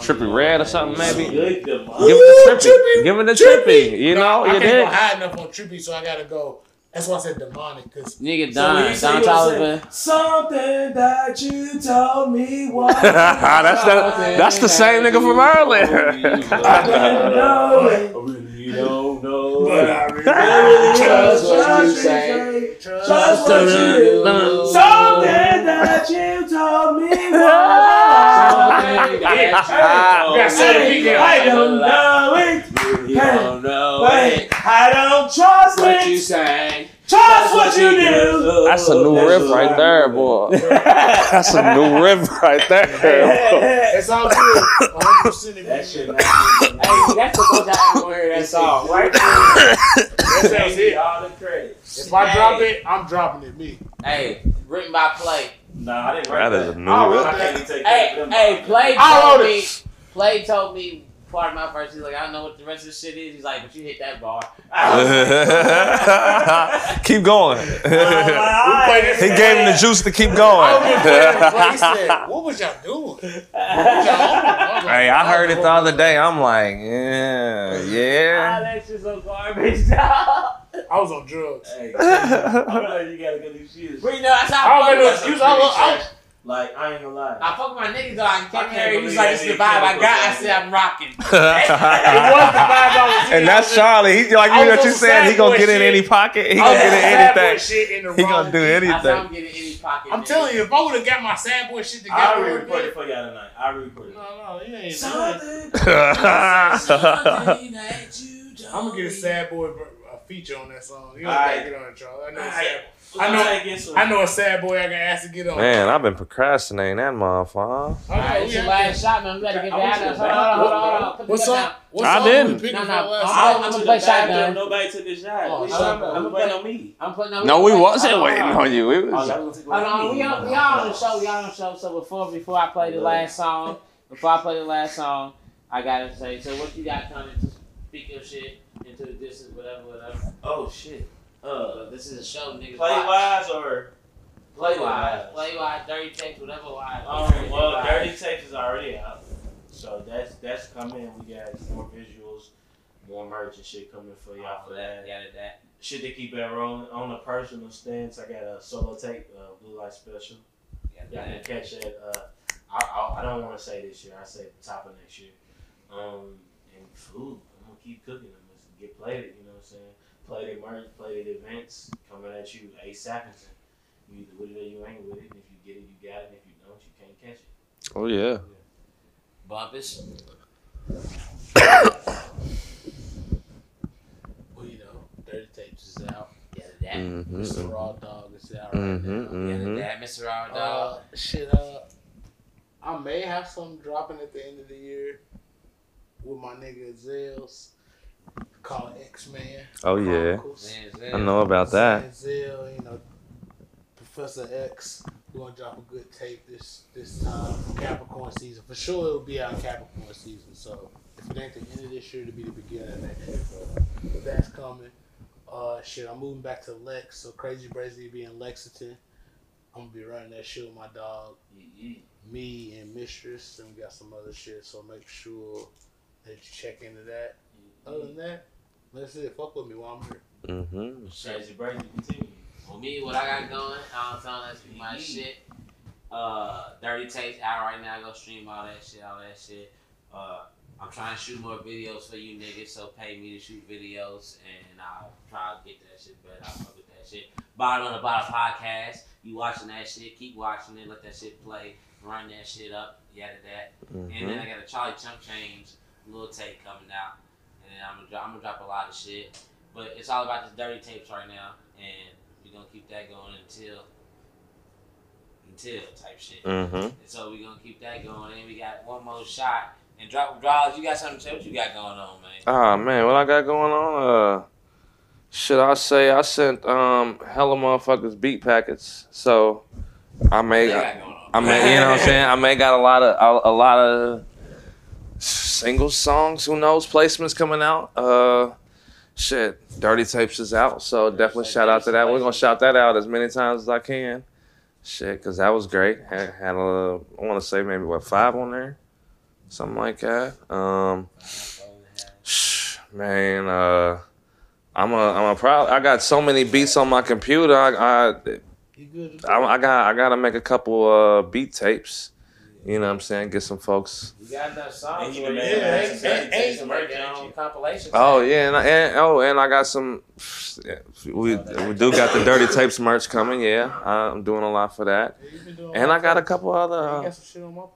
C: Trippy red or something maybe.
D: Good
C: Give
D: demonic.
C: it to trippy. Give it to trippy. You
B: No,
C: know
B: I
C: Oh, you
B: can't
C: did.
B: go high enough on trippy, so I gotta go. That's why I said demonic because
F: Nigga
D: So when
F: Don,
D: you see
F: Don
D: what I'm
F: Tolliver.
D: saying, Something that you told me was.
C: that's the that's the same nigga from
D: I didn't
C: earlier.
D: know it. I really don't know.
B: But
D: it.
B: I
D: I
B: really
D: really
F: Trust
D: trust
F: what you
D: what you
F: say.
D: say.
B: trust
D: Trust what you do. Something that you told me was.
F: Something that
D: I
F: you-
B: Yeah, so we can-
D: I don't know it.
F: You don't know
D: Wait, I don't trust
F: what you
D: it.
F: say.
D: Trust what you do.
C: That's a new riff right there, boy. That's a new riff right there.
B: It's all good. 100 percent
D: That shit not
F: Hey, that's the most I ever heard that song. Right there.
B: That sounds
D: Give me
B: it.
D: all the credit.
B: If I drop it, I'm dropping it. Me.
F: Hey, written by Play.
D: Nah, I didn't write
C: That is a
D: that. Oh,
C: new
D: I
C: riff.
D: can't even take
F: Hey,
D: credit for them.
F: hey, Play
B: I
F: told
B: wrote
F: me.
B: it.
F: Play told me part of my verse. He's like, I don't know what the rest of the shit is. He's like, but you hit that bar.
C: keep going.
B: play this-
C: he gave him the juice to keep
B: Oh, He said,
C: going.
B: "What was y'all doing? What was y'all on? I was like,
C: Hey, I heard it the other day. I'm like, yeah,
F: Ah,
C: yeah.
F: that shit's so garbage. dog.
B: I was on drugs.
D: Hey, I know you gotta get these shoes.
F: but you know, that's how
B: I
F: I
B: don't make no
F: fuck with
B: excuse. I was, I was,
D: Like, I ain't gonna lie.
F: I fuck with my niggas though. I
D: I
F: came
D: can't
F: here. He was
D: believe
F: like,
D: that
F: "It's
D: nigga
F: the vibe I
D: Kendrick
F: got." I
D: was
F: said, "I'm rocking."
C: and that's Charlie. He like you
B: I was
C: know what you
B: on
C: said. He gonna
B: Sad
C: get in
B: Boy
C: any
B: shit.
C: pocket. He
B: I
C: gonna
B: was on
C: get
B: sad
C: in
B: boy
C: anything.
B: shit in the
C: He
B: wrong
C: gonna do
B: key.
F: I said,
C: anything.
F: "I'm getting any pocket."
B: I'm
F: nigga."
B: telling you, if I would have got my sad boy shit together,
D: I already
B: I would've
D: recorded for y'all tonight. I already recorded.
B: been- no, no, you ain't.
D: Something.
C: That's
B: I'm gonna get a sad boy ver- a feature on that song. You don't
D: Alright.
B: gotta get on it, Charles. I know, a sad,
D: Alright.
B: I know-
D: I get some.
B: I know a sad boy I can ask to get on.
C: Man, I've been procrastinating that motherfucker.
B: I
F: All
B: know,
F: right,
B: we
F: it's your
B: had
F: last shot, man. We gotta get
D: I want
F: that.
D: you
F: Hold
D: to
F: on, hold on, hold on,
B: back
F: hold on.
B: What song? What
C: I
B: song
C: didn't.
B: We picking
F: No,
B: for
F: no,
B: last
F: I-
B: song?
F: I'm gonna
D: to
F: play
D: the bathroom.
F: shotgun.
D: Nobody took a shot.
F: Oh,
D: What you
F: shotgun.
D: talking about?
F: I'm
D: I'm
F: gonna
D: waiting on me.
F: I'm putting on.
C: No, we wasn't
F: Hold
C: waiting on you. We
D: Oh,
C: was.
D: y'all was
F: Hold on, we
D: waiting
F: on,
D: on
F: we
D: me.
F: on the show, we on the show. So before before I play the last song, before I play the last song, I gotta say, so what you got coming? Just speak your shit into the distance, whatever, whatever.
D: Oh shit. Uh,
F: But this is a show, nigga.
D: play wise or
F: play wise, play wise, dirty text, whatever wise.
D: um, well, Dirty Tapes is already out, so that's that's coming. We got more visuals, more merch and shit coming for y'all for that.
F: Yeah, that.
D: Shit to keep it rolling. On a personal stance, I got a solo tape, uh, Blue Light Special.
F: Yeah,
D: Y'all
F: that.
D: can catch it. Uh, I, I, I don't want to say this year. I say the top of next year. Um, and food. I'm gonna keep cooking them. Let's get plated. You know what I'm saying? Plated merch, plated events coming at you ASAP. You either with it or you ain't with it. And if you get it, you got it. And if you don't, you can't catch it.
C: Oh yeah.
F: Bumpus.
B: Well, you know, Dirty Tapes is out.
F: Yeah, that.
B: Mr.
C: Mm-hmm.
B: Raw Dog is out right
C: Mm-hmm.
B: now.
C: Mm-hmm.
F: Yeah, that. Mr. Raw Dog.
B: Uh, shit, uh, I may have some dropping at the end of the year with my nigga Zales. Call X Man.
C: Oh yeah, I know about that.
B: Zanzil, you know, Professor X. We're gonna drop a good tape this this time for Capricorn season. For sure, it'll be out Capricorn season. So if it ain't the end of this year, it'll be the beginning of next year. So that's coming. Uh, shit, I'm moving back to Lex. So Crazy Brazy be in Lexington. I'm gonna be running that shit with my dog, me and Mistress, and we got some other shit. So make sure that you check into that. Other than that, that's it. Fuck with me while I'm here.
C: Mm-hmm.
D: Crazy Brady continue.
F: For me, what I got going, I'm telling us my shit. Uh, Dirty Tapes out right now. Go stream all that shit, all that shit. Uh, I'm trying to shoot more videos for you niggas, so pay me to shoot videos, and I'll try to get that shit better. I'll fuck with that shit. Bottle on the Bottle podcast. You watching that shit? Keep watching it. Let that shit play. Run that shit up. Yada that. And
C: mm-hmm.
F: then I got a Charlie Chunk Change little tape coming out, and then I'm gonna drop, I'm gonna drop a lot of shit. But it's all about the dirty tapes right now, and we're gonna keep that going until until type shit.
C: Mm-hmm.
F: And so we're gonna keep that going. And we got one more shot. And drop draws. You got something to say? What you got going on, man?
C: Ah man, what I got going on? Uh, should I say I sent um hella motherfuckers beat packets, so I
F: What
C: may
F: you got going on?
C: I may you know what I'm saying I may got a lot of a, a lot of single songs. Who knows? Placements coming out. Uh, shit, Dirty Tapes is out, so definitely shout out to that. We're gonna shout that out as many times as I can. Shit, cause that was great. Had, had a I want to say maybe what five on there, something like that. Um. Man, uh, I'm a, I'm a proud. I got so many beats on my computer. I, I, I, I got, I gotta make a couple uh beat tapes. You know what I'm saying? Get some folks.
F: You got enough songs?
D: And he
F: for
D: the
F: you.
D: man.
F: Yeah, they- they-
D: Yeah.
F: they some working on compilation.
C: Oh yeah, and, I, and oh, and I got some. We we do got the dirty tapes merch coming. Yeah, I'm doing a lot for that. And I got a couple other. Uh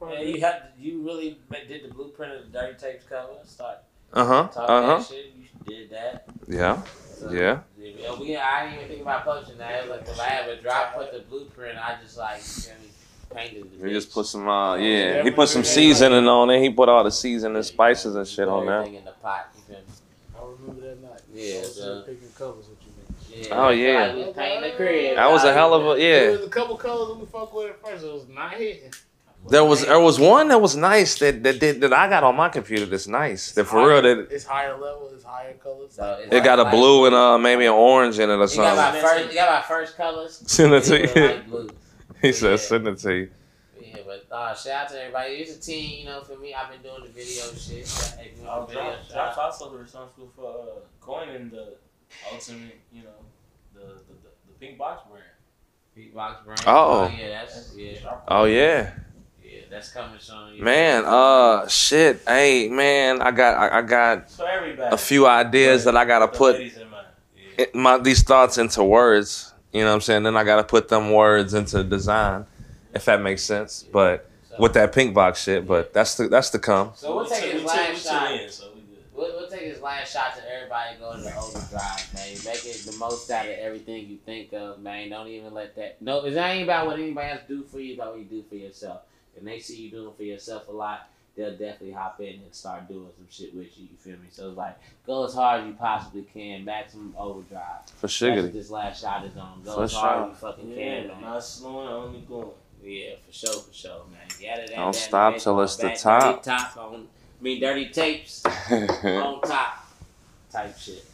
F: Yeah, you had you really ma- did the blueprint of the Dirty Tapes cover. Start
C: huh.
F: talking
C: Uh huh.
F: that shit. You did that.
C: Yeah.
F: So,
C: Yeah.
F: yeah, we, I didn't even think about publishing that. Like, if I have a drop, put the blueprint. I just like you know, painted the.
C: He just
F: bitch.
C: put some. Uh, yeah. He put some seasoning on it. He put all the seasoning, spices, and shit on there.
F: Everything in the pot. You feel me?
B: I remember that night.
F: Yeah,
B: I was
F: so-
B: there picking covers with you, man.
F: Yeah,
C: Oh, yeah.
F: Like, we painting the crib.
C: That was a hell of a
B: There
C: yeah.
B: was a couple colors that we fucked with at first. It was not hitting.
C: There was there was one that was nice that that did that I got on my computer that's nice. That for real that
B: It's higher level. It's higher colors.
F: So it's
C: it got a
F: like-
C: blue and uh maybe an orange in it or
F: You got
C: something.
F: my first. You got my first colors.
C: Send it to
F: They were
C: you.
F: light blue.
C: He said send it to you.
F: Yeah, but uh, shout out to everybody. It's a team, you know. For me, I've been doing the video shit. So if you
D: Oh,
F: want the video,
D: Josh,
F: shout
D: Josh
F: out.
D: also responsible for uh, coining the ultimate, you know, the the, the, the pink box brand.
F: Beatbox Brand.
C: Oh.
F: yeah, that's yeah,
C: Oh yeah.
F: yeah, that's coming soon. yeah.
C: Man, uh shit. Hey man, I got I, I got
D: So everybody.
C: a few ideas that I gotta
D: The
C: put
D: ladies in mind. Yeah.
C: it- my these thoughts into words. You know what I'm saying? Then I gotta put them words into design, if that makes sense. But
F: So,
C: with that pink box shit, but that's the that's to come.
F: so we'll
D: We
F: take
D: took-
F: his
D: we took- we
F: last
D: took
F: shot.
D: in, so we good.
F: We'll, we'll take his last shot to everybody going to overdrive, man. Make it the most out of everything you think of, man. Don't even let that. No, it ain't about what anybody else do for you, but what you do for yourself. And they see you doing for yourself a lot, they'll definitely hop in and start doing some shit with you. You feel me? So it's like go as hard as you possibly can, maximum overdrive.
C: For
F: That's what
C: sugar.
F: this last shot is on. Go
C: For
F: as hard
C: sure.
F: as you fucking
D: Yeah,
F: can, man.
D: not slowing, only going.
F: Yeah, for sure, for sure, man. Yeah, that, that,
C: Don't
F: that,
C: stop
F: that,
C: till
F: that,
C: it's the
F: that
C: top.
F: Dirty top on, I mean, dirty tapes on top type shit.